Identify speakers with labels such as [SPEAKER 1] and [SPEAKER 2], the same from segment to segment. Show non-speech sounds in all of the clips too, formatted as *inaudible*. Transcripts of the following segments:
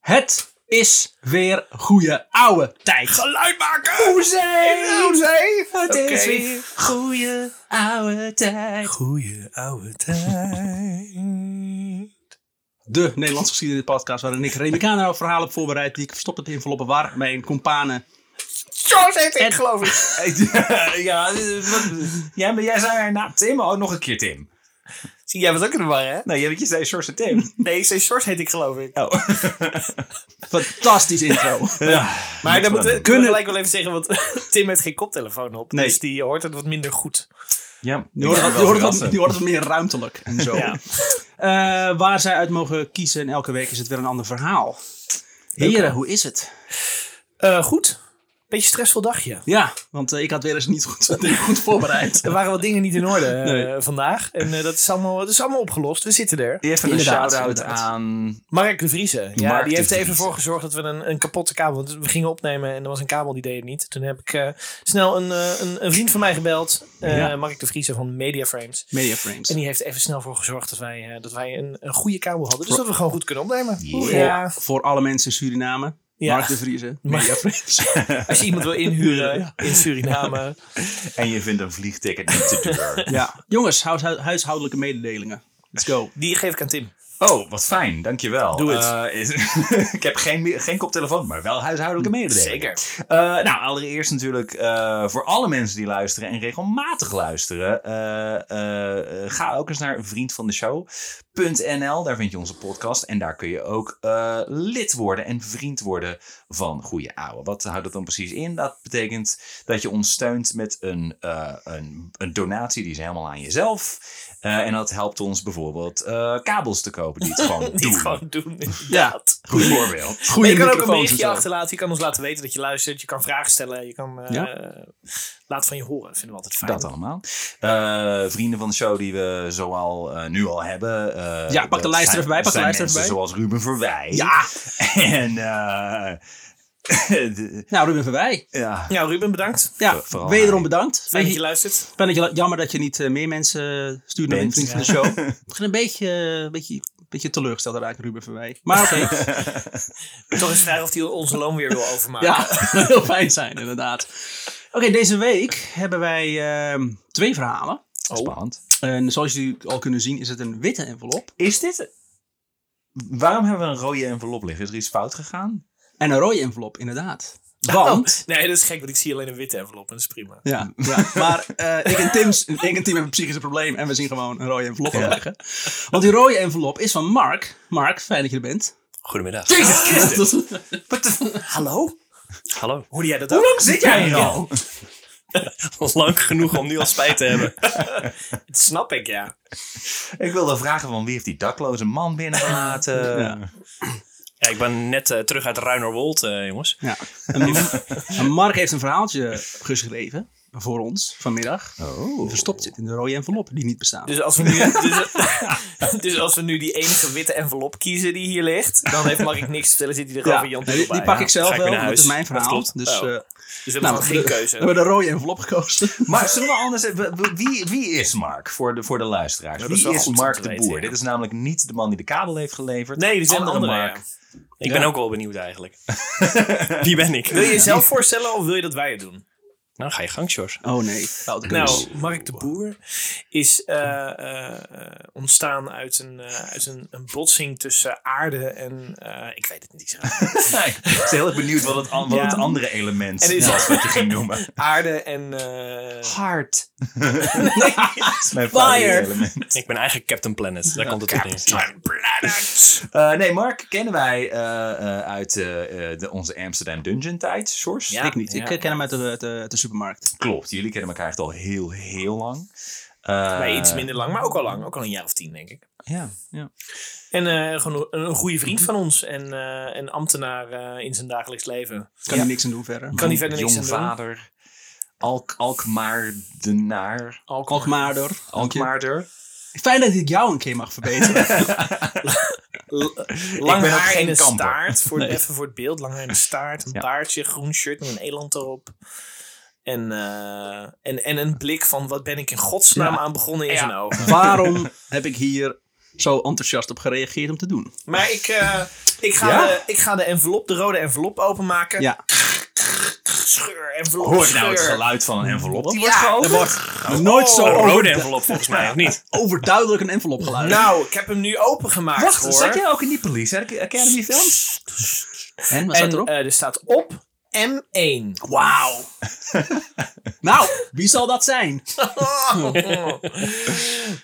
[SPEAKER 1] Het is weer goede oude tijd.
[SPEAKER 2] Geluid maken!
[SPEAKER 1] Hoezee!
[SPEAKER 2] Hoezee!
[SPEAKER 1] Het is
[SPEAKER 2] Oké.
[SPEAKER 1] weer goede oude tijd.
[SPEAKER 2] Goeie oude tijd.
[SPEAKER 1] De Nederlandse geschiedenis podcast waarin ik Remicano verhalen heb voorbereid die ik verstopt heb in enveloppen waar mijn companen...
[SPEAKER 2] Zo zit
[SPEAKER 1] En-
[SPEAKER 2] ik, geloof
[SPEAKER 3] *laughs*
[SPEAKER 2] ik. ja, eh, wat- ja, maar jij zei na Tim. Oh, nog een keer Tim.
[SPEAKER 3] Zie, jij was ook in de war, hè?
[SPEAKER 2] Nou, jij, je zei Sjors en Tim.
[SPEAKER 3] Nee, ik zei Short heet ik, geloof ik.
[SPEAKER 2] Oh.
[SPEAKER 1] Fantastisch *laughs* intro.
[SPEAKER 2] ja.
[SPEAKER 3] maar dan moeten we
[SPEAKER 1] Kunnen-
[SPEAKER 3] kunnen... gelijk wel even zeggen, want *laughs* Tim heeft geen koptelefoon op.
[SPEAKER 1] Nee.
[SPEAKER 3] Dus die hoort het wat minder goed.
[SPEAKER 2] ja.
[SPEAKER 1] Die hoort, het wat, die hoort het wat- die hoort het wat meer ruimtelijk en zo.
[SPEAKER 3] Ja.
[SPEAKER 1] Eh, waar zij uit mogen kiezen en elke week is het weer een ander verhaal. Heren, hoe is het?
[SPEAKER 3] Eh, goed. Beetje stressvol dagje.
[SPEAKER 1] Ja, want eh, ik had weer eens niet goed, *laughs* niet goed voorbereid. *laughs*
[SPEAKER 3] Er waren wat dingen niet in orde eh,
[SPEAKER 1] Nee.
[SPEAKER 3] vandaag. En eh, dat, is allemaal, dat is allemaal opgelost. We zitten er.
[SPEAKER 2] Even een
[SPEAKER 1] Inderdaad,
[SPEAKER 2] shout-out
[SPEAKER 1] inderdaad.
[SPEAKER 2] aan...
[SPEAKER 3] Mark de Vriezen. Ja,
[SPEAKER 2] Mark de
[SPEAKER 3] die heeft er even
[SPEAKER 2] Vriezen.
[SPEAKER 3] voor gezorgd dat we een, een kapotte kabel... Want we gingen opnemen en er was een kabel die deed het niet. Toen heb ik eh, snel een, eh, een, een vriend van mij gebeld. eh,
[SPEAKER 1] Ja.
[SPEAKER 3] Mark de Vriezen van Mediaframes.
[SPEAKER 1] Mediaframes.
[SPEAKER 3] En die heeft er even snel voor gezorgd dat wij, eh, dat wij een, een goede kabel hadden. Dus dat we gewoon goed kunnen opnemen.
[SPEAKER 1] Voor, voor alle mensen in Suriname.
[SPEAKER 3] Ja. *laughs*
[SPEAKER 1] Mark de Vriezen.
[SPEAKER 3] Maar-
[SPEAKER 1] Mediaframes.
[SPEAKER 3] *laughs* Als je iemand wil inhuren in Suriname.
[SPEAKER 2] En je vindt een vliegticket niet te *laughs* duur.
[SPEAKER 1] ja. *laughs* Jongens, huis- huishoudelijke mededelingen. Let's go.
[SPEAKER 3] Die geef ik aan Tim.
[SPEAKER 2] Oh, wat fijn. Dankjewel.
[SPEAKER 3] Doe het.
[SPEAKER 2] Eh, is- *laughs* ik heb geen, geen koptelefoon, maar wel huishoudelijke mededelingen.
[SPEAKER 3] Zeker.
[SPEAKER 2] Eh, nou, allereerst natuurlijk eh, voor alle mensen die luisteren en regelmatig luisteren. eh, eh, eh, ga ook eens naar vriendvandeshow.nl. Daar vind je onze podcast. En daar kun je ook eh, lid worden en vriend worden van Goeie Ouwe. Wat houdt dat dan precies in? Dat betekent dat je ons steunt met een, eh, een, een donatie. Die is helemaal aan jezelf. Eh, en dat helpt ons bijvoorbeeld eh, kabels te kopen. Die het gewoon
[SPEAKER 3] Niet
[SPEAKER 2] doen.
[SPEAKER 3] gewoon doen. inderdaad.
[SPEAKER 2] Goed
[SPEAKER 1] *laughs*
[SPEAKER 2] voorbeeld.
[SPEAKER 1] Goeie
[SPEAKER 3] je kan ook een
[SPEAKER 1] microfoons
[SPEAKER 3] berichtje
[SPEAKER 1] en zo.
[SPEAKER 3] achterlaten. Je kan ons laten weten dat je luistert. Je kan vragen stellen. Je kan eh, laten van je horen. Dat vinden we altijd fijn.
[SPEAKER 2] Dat allemaal. Eh, vrienden van de show die we zoal eh, nu al hebben. eh,
[SPEAKER 1] Ja, pak de
[SPEAKER 2] dat
[SPEAKER 1] lijst er
[SPEAKER 2] zijn-
[SPEAKER 1] even bij, pak de
[SPEAKER 2] zijn
[SPEAKER 1] lijst er even
[SPEAKER 2] mensen
[SPEAKER 1] bij.
[SPEAKER 2] Zoals Ruben Verwij.
[SPEAKER 1] Ja.
[SPEAKER 2] *laughs* En eh, de-
[SPEAKER 1] Nou, Ruben van Wij.
[SPEAKER 2] *laughs* ja.
[SPEAKER 3] Ja, Ruben, bedankt.
[SPEAKER 1] Ja,
[SPEAKER 2] Voor- vooral
[SPEAKER 1] wederom
[SPEAKER 2] hij.
[SPEAKER 1] bedankt.
[SPEAKER 3] Fijn
[SPEAKER 1] Weet
[SPEAKER 3] dat je luistert.
[SPEAKER 1] Ik ben dat je, jammer dat je niet eh, meer mensen stuurt naar de
[SPEAKER 2] Bent,
[SPEAKER 1] vriend van de show.
[SPEAKER 2] *laughs*
[SPEAKER 1] Ik ben een beetje, eh, beetje, beetje teleurgesteld raak Ruben van Wij. Maar oké,
[SPEAKER 3] *laughs* Toch eens vragen of hij onze loon weer wil overmaken.
[SPEAKER 1] ja, *laughs* dat heel fijn zijn inderdaad. Oké, deze week hebben wij ehm, twee verhalen.
[SPEAKER 3] Oh.
[SPEAKER 2] Spannend.
[SPEAKER 1] En zoals jullie al kunnen zien is het een witte envelop
[SPEAKER 2] Is dit... Waarom hebben we een rode envelop liggen? Is er iets fout gegaan?
[SPEAKER 1] en een rode envelop inderdaad.
[SPEAKER 3] Oh.
[SPEAKER 1] Want...
[SPEAKER 3] Nee, dat is gek, want ik zie alleen een witte envelop en dat is prima.
[SPEAKER 1] Ja, ja. maar eh, ik, en Tim's, ik en Tim hebben een psychische probleem en we zien gewoon een rode envelop overleggen. Want die rode envelop is van Mark. Mark, fijn dat je er bent.
[SPEAKER 4] Goedemiddag.
[SPEAKER 2] Jezus Christus!
[SPEAKER 3] Hallo?
[SPEAKER 4] Hallo.
[SPEAKER 3] Hoorde jij dat
[SPEAKER 2] Hoe
[SPEAKER 3] ook?
[SPEAKER 2] lang zit jij hier
[SPEAKER 4] *laughs*
[SPEAKER 2] al?
[SPEAKER 4] Lang genoeg om nu al spijt te hebben.
[SPEAKER 3] *laughs* Dat snap ik, ja.
[SPEAKER 2] Ik wilde vragen van wie heeft die dakloze man binnengelaten?
[SPEAKER 1] Ja.
[SPEAKER 4] Ja, ik ben net eh, terug uit Ruinerwold, eh, jongens.
[SPEAKER 1] *laughs* Ja. En, en Mark heeft een verhaaltje geschreven voor ons vanmiddag.
[SPEAKER 2] Oh.
[SPEAKER 1] Verstopt zit in de rode envelop die niet bestaat.
[SPEAKER 3] Dus als, we nu, *laughs* dus, *laughs* dus als we nu die enige witte envelop kiezen die hier ligt, dan heeft Mark niks te vertellen. Zit hij er gewoon van Jan
[SPEAKER 1] Nee, die, die
[SPEAKER 3] bij.
[SPEAKER 1] pak
[SPEAKER 4] Ja,
[SPEAKER 1] ik zelf
[SPEAKER 4] ga ik
[SPEAKER 1] wel,
[SPEAKER 4] weer
[SPEAKER 1] want dat
[SPEAKER 4] naar
[SPEAKER 1] is
[SPEAKER 4] huis.
[SPEAKER 1] mijn
[SPEAKER 4] Dat
[SPEAKER 1] verhaal.
[SPEAKER 4] klopt.
[SPEAKER 1] dus eh,
[SPEAKER 3] Oh.
[SPEAKER 1] nou,
[SPEAKER 3] Dus we hebben
[SPEAKER 1] we-
[SPEAKER 3] gewoon geen
[SPEAKER 1] we
[SPEAKER 3] keuze.
[SPEAKER 1] hebben de rode envelop gekozen.
[SPEAKER 2] Maar zullen we anders... Wie, wie is Mark voor de, voor de luisteraars?
[SPEAKER 3] dat is
[SPEAKER 2] wie
[SPEAKER 3] wel
[SPEAKER 2] is
[SPEAKER 3] goed om
[SPEAKER 2] Mark
[SPEAKER 3] te
[SPEAKER 2] de
[SPEAKER 3] weten,
[SPEAKER 2] Boer?
[SPEAKER 3] ja.
[SPEAKER 2] Dit is namelijk niet de man die de kabel heeft geleverd.
[SPEAKER 3] Nee, die zijn
[SPEAKER 2] Andere
[SPEAKER 3] andere,
[SPEAKER 2] Mark.
[SPEAKER 4] Ik
[SPEAKER 1] Ja.
[SPEAKER 4] ben ook wel benieuwd
[SPEAKER 3] *laughs*
[SPEAKER 4] eigenlijk. Wie ben ik?
[SPEAKER 3] Wil je
[SPEAKER 4] *laughs*
[SPEAKER 3] jezelf voorstellen of wil je dat wij het doen?
[SPEAKER 4] Nou, ga je gang, Dus- Sjors.
[SPEAKER 1] Oh nee, foute keus.
[SPEAKER 3] Nou, Mark de Boer is eh, eh, eh, ontstaan uit, een, eh, uit een, een botsing tussen aarde en... eh, ik weet het niet. ik zeg
[SPEAKER 4] *laughs*
[SPEAKER 3] het.
[SPEAKER 2] *laughs* Ik ben heel erg benieuwd wat het, an- wat
[SPEAKER 3] Ja.
[SPEAKER 2] het andere element
[SPEAKER 3] En is-
[SPEAKER 2] was wat je ging noemen.
[SPEAKER 3] *laughs* Aarde en... eh,
[SPEAKER 2] *laughs* Hart.
[SPEAKER 3] *laughs*
[SPEAKER 2] is mijn favoriete element.
[SPEAKER 4] Ik ben eigenlijk Captain Planet. Daar komt het op neer.
[SPEAKER 3] Captain
[SPEAKER 4] *laughs*
[SPEAKER 3] Planet.
[SPEAKER 2] Eh, nee, Mark kennen wij eh, eh, uit eh, eh, de, onze Amsterdam Dungeon tijd, Sjors.
[SPEAKER 3] Ja.
[SPEAKER 1] ik niet. Ik eh, ken hem uit de, uit de, uit de supermarkt.
[SPEAKER 2] Klopt, jullie kennen elkaar echt al heel, heel lang. Eh,
[SPEAKER 3] Bij iets minder lang, maar ook al lang. Ook al een jaar of tien, denk ik.
[SPEAKER 2] Ja, ja.
[SPEAKER 3] En eh, gewoon een, een goede vriend van ons. En eh, een ambtenaar eh, in zijn dagelijks leven.
[SPEAKER 1] Kan er niks aan doen verder.
[SPEAKER 3] Kan hij verder niks
[SPEAKER 2] Jong
[SPEAKER 3] aan doen.
[SPEAKER 2] vader. Alk, Alkmaardenaar.
[SPEAKER 1] Alkmaarder.
[SPEAKER 2] Alkmaarder.
[SPEAKER 1] Fijn dat ik jou een keer mag
[SPEAKER 4] *laughs*
[SPEAKER 1] verbeteren.
[SPEAKER 3] Lang
[SPEAKER 2] ben ook
[SPEAKER 3] haar
[SPEAKER 2] geen
[SPEAKER 3] en een
[SPEAKER 2] kamper.
[SPEAKER 3] staart. Voor,
[SPEAKER 1] Nee.
[SPEAKER 3] Even voor het beeld. Lang haar en een staart. Een
[SPEAKER 2] Ja.
[SPEAKER 3] baardje, groen shirt met een eland erop. En, eh, en, en een blik van wat ben ik in godsnaam
[SPEAKER 1] Ja.
[SPEAKER 3] aan begonnen in zijn
[SPEAKER 1] *laughs*
[SPEAKER 3] ogen.
[SPEAKER 1] Waarom heb ik hier zo enthousiast op gereageerd om te doen?
[SPEAKER 3] Maar ik, eh, Ik ga,
[SPEAKER 2] Ja?
[SPEAKER 3] de, ik ga de envelop, de rode envelop openmaken.
[SPEAKER 1] Ja.
[SPEAKER 3] Scheur, envelop,
[SPEAKER 2] Hoor je
[SPEAKER 3] scheur. Oh.
[SPEAKER 2] nou het geluid van een envelop? Die wordt
[SPEAKER 3] Ja.
[SPEAKER 2] geopend.
[SPEAKER 1] Er wordt nooit zo
[SPEAKER 4] Een rode
[SPEAKER 1] overdu-
[SPEAKER 4] envelop volgens mij, of niet?
[SPEAKER 1] overduidelijk een envelop geluid.
[SPEAKER 3] Nou, ik heb hem nu opengemaakt hoor.
[SPEAKER 2] Wacht, zat jij ook in die Police Academy film?
[SPEAKER 1] en wat
[SPEAKER 3] En
[SPEAKER 1] staat erop?
[SPEAKER 3] eh, er staat op M1.
[SPEAKER 1] Wauw. nou, wie zal dat zijn?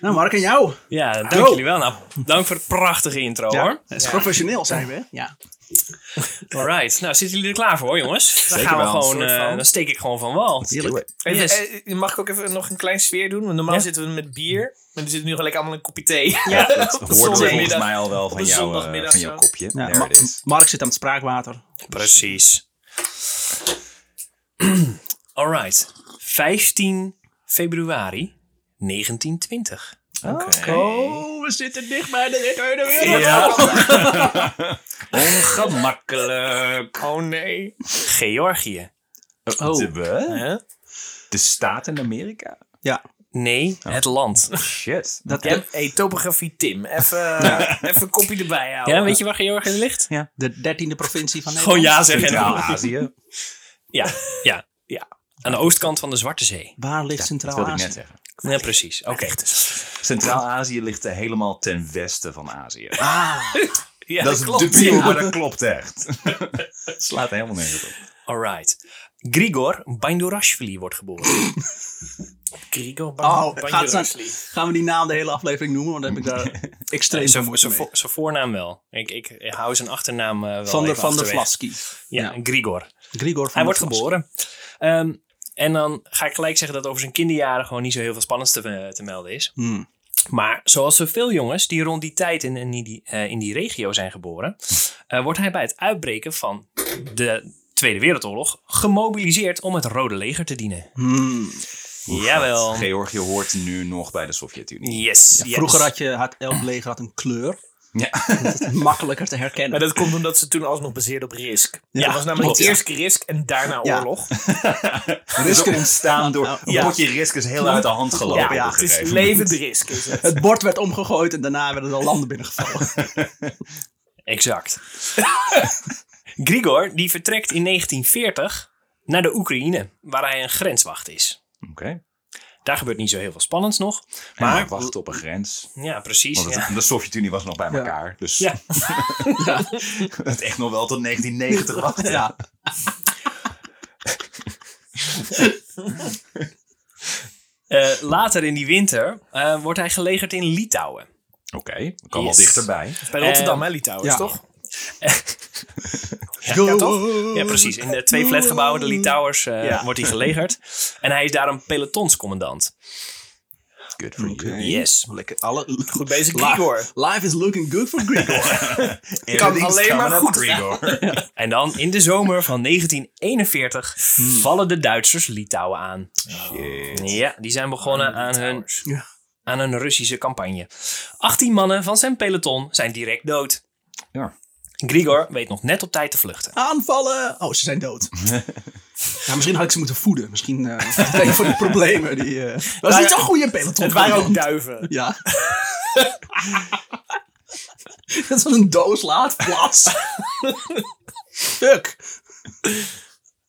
[SPEAKER 1] Nou, Mark en jou.
[SPEAKER 4] Ja, dank
[SPEAKER 1] Go.
[SPEAKER 4] jullie wel. Nou, dank voor het prachtige intro hoor.
[SPEAKER 1] Het is professioneel, zijn we. hè? Ja.
[SPEAKER 4] Alright, nou zitten jullie er klaar voor jongens? Dan,
[SPEAKER 2] Zeker
[SPEAKER 4] gaan we
[SPEAKER 2] wel, een
[SPEAKER 4] gewoon,
[SPEAKER 3] soort
[SPEAKER 4] eh,
[SPEAKER 3] van.
[SPEAKER 4] dan steek ik gewoon van wal.
[SPEAKER 1] Heerlijk.
[SPEAKER 3] Even,
[SPEAKER 4] Yes.
[SPEAKER 3] eh, mag ik ook even nog een klein sfeer doen? Want normaal
[SPEAKER 4] Ja.
[SPEAKER 3] zitten we met bier. Maar we zitten nu gelijk allemaal in een kopje thee. *laughs*
[SPEAKER 2] Ja,
[SPEAKER 3] Op
[SPEAKER 2] dat
[SPEAKER 3] een
[SPEAKER 2] hoorden we volgens
[SPEAKER 3] zondagmiddag.
[SPEAKER 2] mij al wel van,
[SPEAKER 3] een
[SPEAKER 2] jou, eh,
[SPEAKER 3] zondagmiddag
[SPEAKER 2] van jouw
[SPEAKER 3] zo.
[SPEAKER 2] kopje.
[SPEAKER 1] Ja,
[SPEAKER 2] There
[SPEAKER 1] Ma-
[SPEAKER 2] it is.
[SPEAKER 1] Mark zit aan het spraakwater.
[SPEAKER 4] Precies. *clears throat* Alright, 15 februari 1920.
[SPEAKER 2] Oké.
[SPEAKER 1] Oh, we zitten dicht bij de Tweede Wereldoorlog.
[SPEAKER 4] Ja.
[SPEAKER 2] Ongemakkelijk.
[SPEAKER 3] Oh nee.
[SPEAKER 4] Georgië.
[SPEAKER 1] Oh.
[SPEAKER 2] De, we-
[SPEAKER 3] Huh?
[SPEAKER 2] de staat in Amerika?
[SPEAKER 1] Ja,
[SPEAKER 4] Nee,
[SPEAKER 2] Oh.
[SPEAKER 4] het land.
[SPEAKER 2] Shit.
[SPEAKER 1] dat,
[SPEAKER 3] Ja, hey, topografie Tim. Even, *laughs* even een kopje erbij houden.
[SPEAKER 4] Ja, weet je waar Georgië ligt?
[SPEAKER 1] de dertiende provincie van Nederland.
[SPEAKER 4] Gewoon ja
[SPEAKER 3] *laughs*
[SPEAKER 4] zeggen.
[SPEAKER 2] Centraal-Azië.
[SPEAKER 4] Ja, ja, ja. Aan de oostkant van de Zwarte Zee.
[SPEAKER 1] Waar ligt
[SPEAKER 2] Dat
[SPEAKER 1] Centraal
[SPEAKER 2] wilde ik net
[SPEAKER 1] Azië?
[SPEAKER 2] zeggen.
[SPEAKER 4] Ja, precies. Oké.
[SPEAKER 2] Centraal-Azië ligt eh, helemaal ten westen van Azië.
[SPEAKER 1] Ah,
[SPEAKER 4] Ja,
[SPEAKER 2] dat is
[SPEAKER 4] klopt.
[SPEAKER 2] debiel, maar dat klopt echt. *laughs* Het slaat helemaal nergens op.
[SPEAKER 4] Alright. Grigor Bandurashvili wordt geboren.
[SPEAKER 3] Grigor
[SPEAKER 1] oh,
[SPEAKER 3] Ban-
[SPEAKER 1] gaat
[SPEAKER 3] Banjerasli.
[SPEAKER 1] ze- gaan we die naam de hele aflevering noemen? Want dan heb ik daar extreem veel
[SPEAKER 4] Zijn
[SPEAKER 1] moeite
[SPEAKER 4] zijn
[SPEAKER 1] mee.
[SPEAKER 4] vo- zijn voornaam wel. Ik, ik hou zijn achternaam eh, wel
[SPEAKER 1] Van der
[SPEAKER 4] even
[SPEAKER 1] Van der
[SPEAKER 4] achterwege.
[SPEAKER 1] Vlasky.
[SPEAKER 4] Ja, Grigor.
[SPEAKER 1] Grigor van der
[SPEAKER 4] Hij wordt
[SPEAKER 1] Vlasky.
[SPEAKER 4] geboren. Ehm, en dan ga ik gelijk zeggen dat over zijn kinderjaren gewoon niet zo heel veel spannends te, eh, te melden is.
[SPEAKER 1] Hmm.
[SPEAKER 4] Maar zoals zoveel jongens die rond die tijd in, in, die, eh, in die regio zijn geboren, eh, wordt hij bij het uitbreken van de Tweede Wereldoorlog gemobiliseerd om het Rode Leger te dienen.
[SPEAKER 1] Hmm.
[SPEAKER 4] Jawel.
[SPEAKER 2] Georgië hoort nu nog bij de Sovjet-Unie.
[SPEAKER 4] Yes. yes.
[SPEAKER 1] Vroeger had, je, had elk leger had een kleur.
[SPEAKER 2] Ja.
[SPEAKER 1] Dat is makkelijker te herkennen.
[SPEAKER 3] Maar dat komt omdat ze toen alsnog baseerden op Risk. Ja, dat was namelijk
[SPEAKER 1] klopt, ja.
[SPEAKER 3] eerst Risk en daarna
[SPEAKER 1] Ja.
[SPEAKER 3] oorlog.
[SPEAKER 2] Risk
[SPEAKER 1] Risken.
[SPEAKER 2] ontstaan door een
[SPEAKER 1] Ja.
[SPEAKER 2] potje risk is heel uit de hand gelopen.
[SPEAKER 3] Ja,
[SPEAKER 2] op een
[SPEAKER 3] het is
[SPEAKER 2] gegeven
[SPEAKER 3] levend Risk. Is het.
[SPEAKER 1] Het bord werd omgegooid en daarna werden er al landen binnengevallen.
[SPEAKER 4] *laughs* Exact. Grigor die vertrekt in 1940 naar de Oekraïne, waar hij een grenswacht is.
[SPEAKER 2] moment. Oké.
[SPEAKER 4] Daar gebeurt niet zo heel veel spannends nog.
[SPEAKER 2] Maar
[SPEAKER 4] Maar
[SPEAKER 2] wacht op een grens.
[SPEAKER 4] ja, precies.
[SPEAKER 2] Want het-
[SPEAKER 4] ja.
[SPEAKER 2] de Sovjet-Unie was nog bij elkaar. Dus
[SPEAKER 4] Ja.
[SPEAKER 2] *laughs* het echt nog wel tot 1990 wachten.
[SPEAKER 1] Ja.
[SPEAKER 4] Eh, later in die winter eh, wordt hij gelegerd in Litouwen.
[SPEAKER 2] Oké, kan
[SPEAKER 4] Yes.
[SPEAKER 2] wel dichterbij.
[SPEAKER 3] Bij Rotterdam,
[SPEAKER 4] Ehm,
[SPEAKER 3] hè, Litouwens,
[SPEAKER 1] ja.
[SPEAKER 4] *laughs*
[SPEAKER 3] toch?
[SPEAKER 1] Go.
[SPEAKER 3] ja, toch?
[SPEAKER 4] Ja, precies. In de twee flatgebouwen, de Lee Towers, eh,
[SPEAKER 3] Ja.
[SPEAKER 4] wordt hij gelegerd. En hij is daar een pelotonscommandant.
[SPEAKER 2] Good for you.
[SPEAKER 4] Yes.
[SPEAKER 1] Lekker alle...
[SPEAKER 3] Goed bezig,
[SPEAKER 1] Life-
[SPEAKER 3] Grigor.
[SPEAKER 1] Life is looking good for Grigor.
[SPEAKER 2] Everything's
[SPEAKER 3] alleen maar
[SPEAKER 2] coming up,
[SPEAKER 3] goed
[SPEAKER 2] Grigor.
[SPEAKER 4] En dan in de zomer van 1941 vallen de Duitsers Litouwen aan.
[SPEAKER 2] Shit.
[SPEAKER 4] Ja, die zijn begonnen aan hun,
[SPEAKER 1] Ja.
[SPEAKER 4] aan een Russische campagne. 18 mannen van zijn peloton zijn direct dood.
[SPEAKER 2] Ja.
[SPEAKER 4] Grigor weet nog net op tijd te vluchten.
[SPEAKER 1] Aanvallen! Oh, ze zijn dood. ja, misschien had ik ze moeten voeden. Misschien eh *laughs* een van die problemen. Die, eh, Dat is niet zo'n goede peloton.
[SPEAKER 3] Het waren ook duiven.
[SPEAKER 1] *laughs* Ja. Dat was een doos laadplaats. Fuck.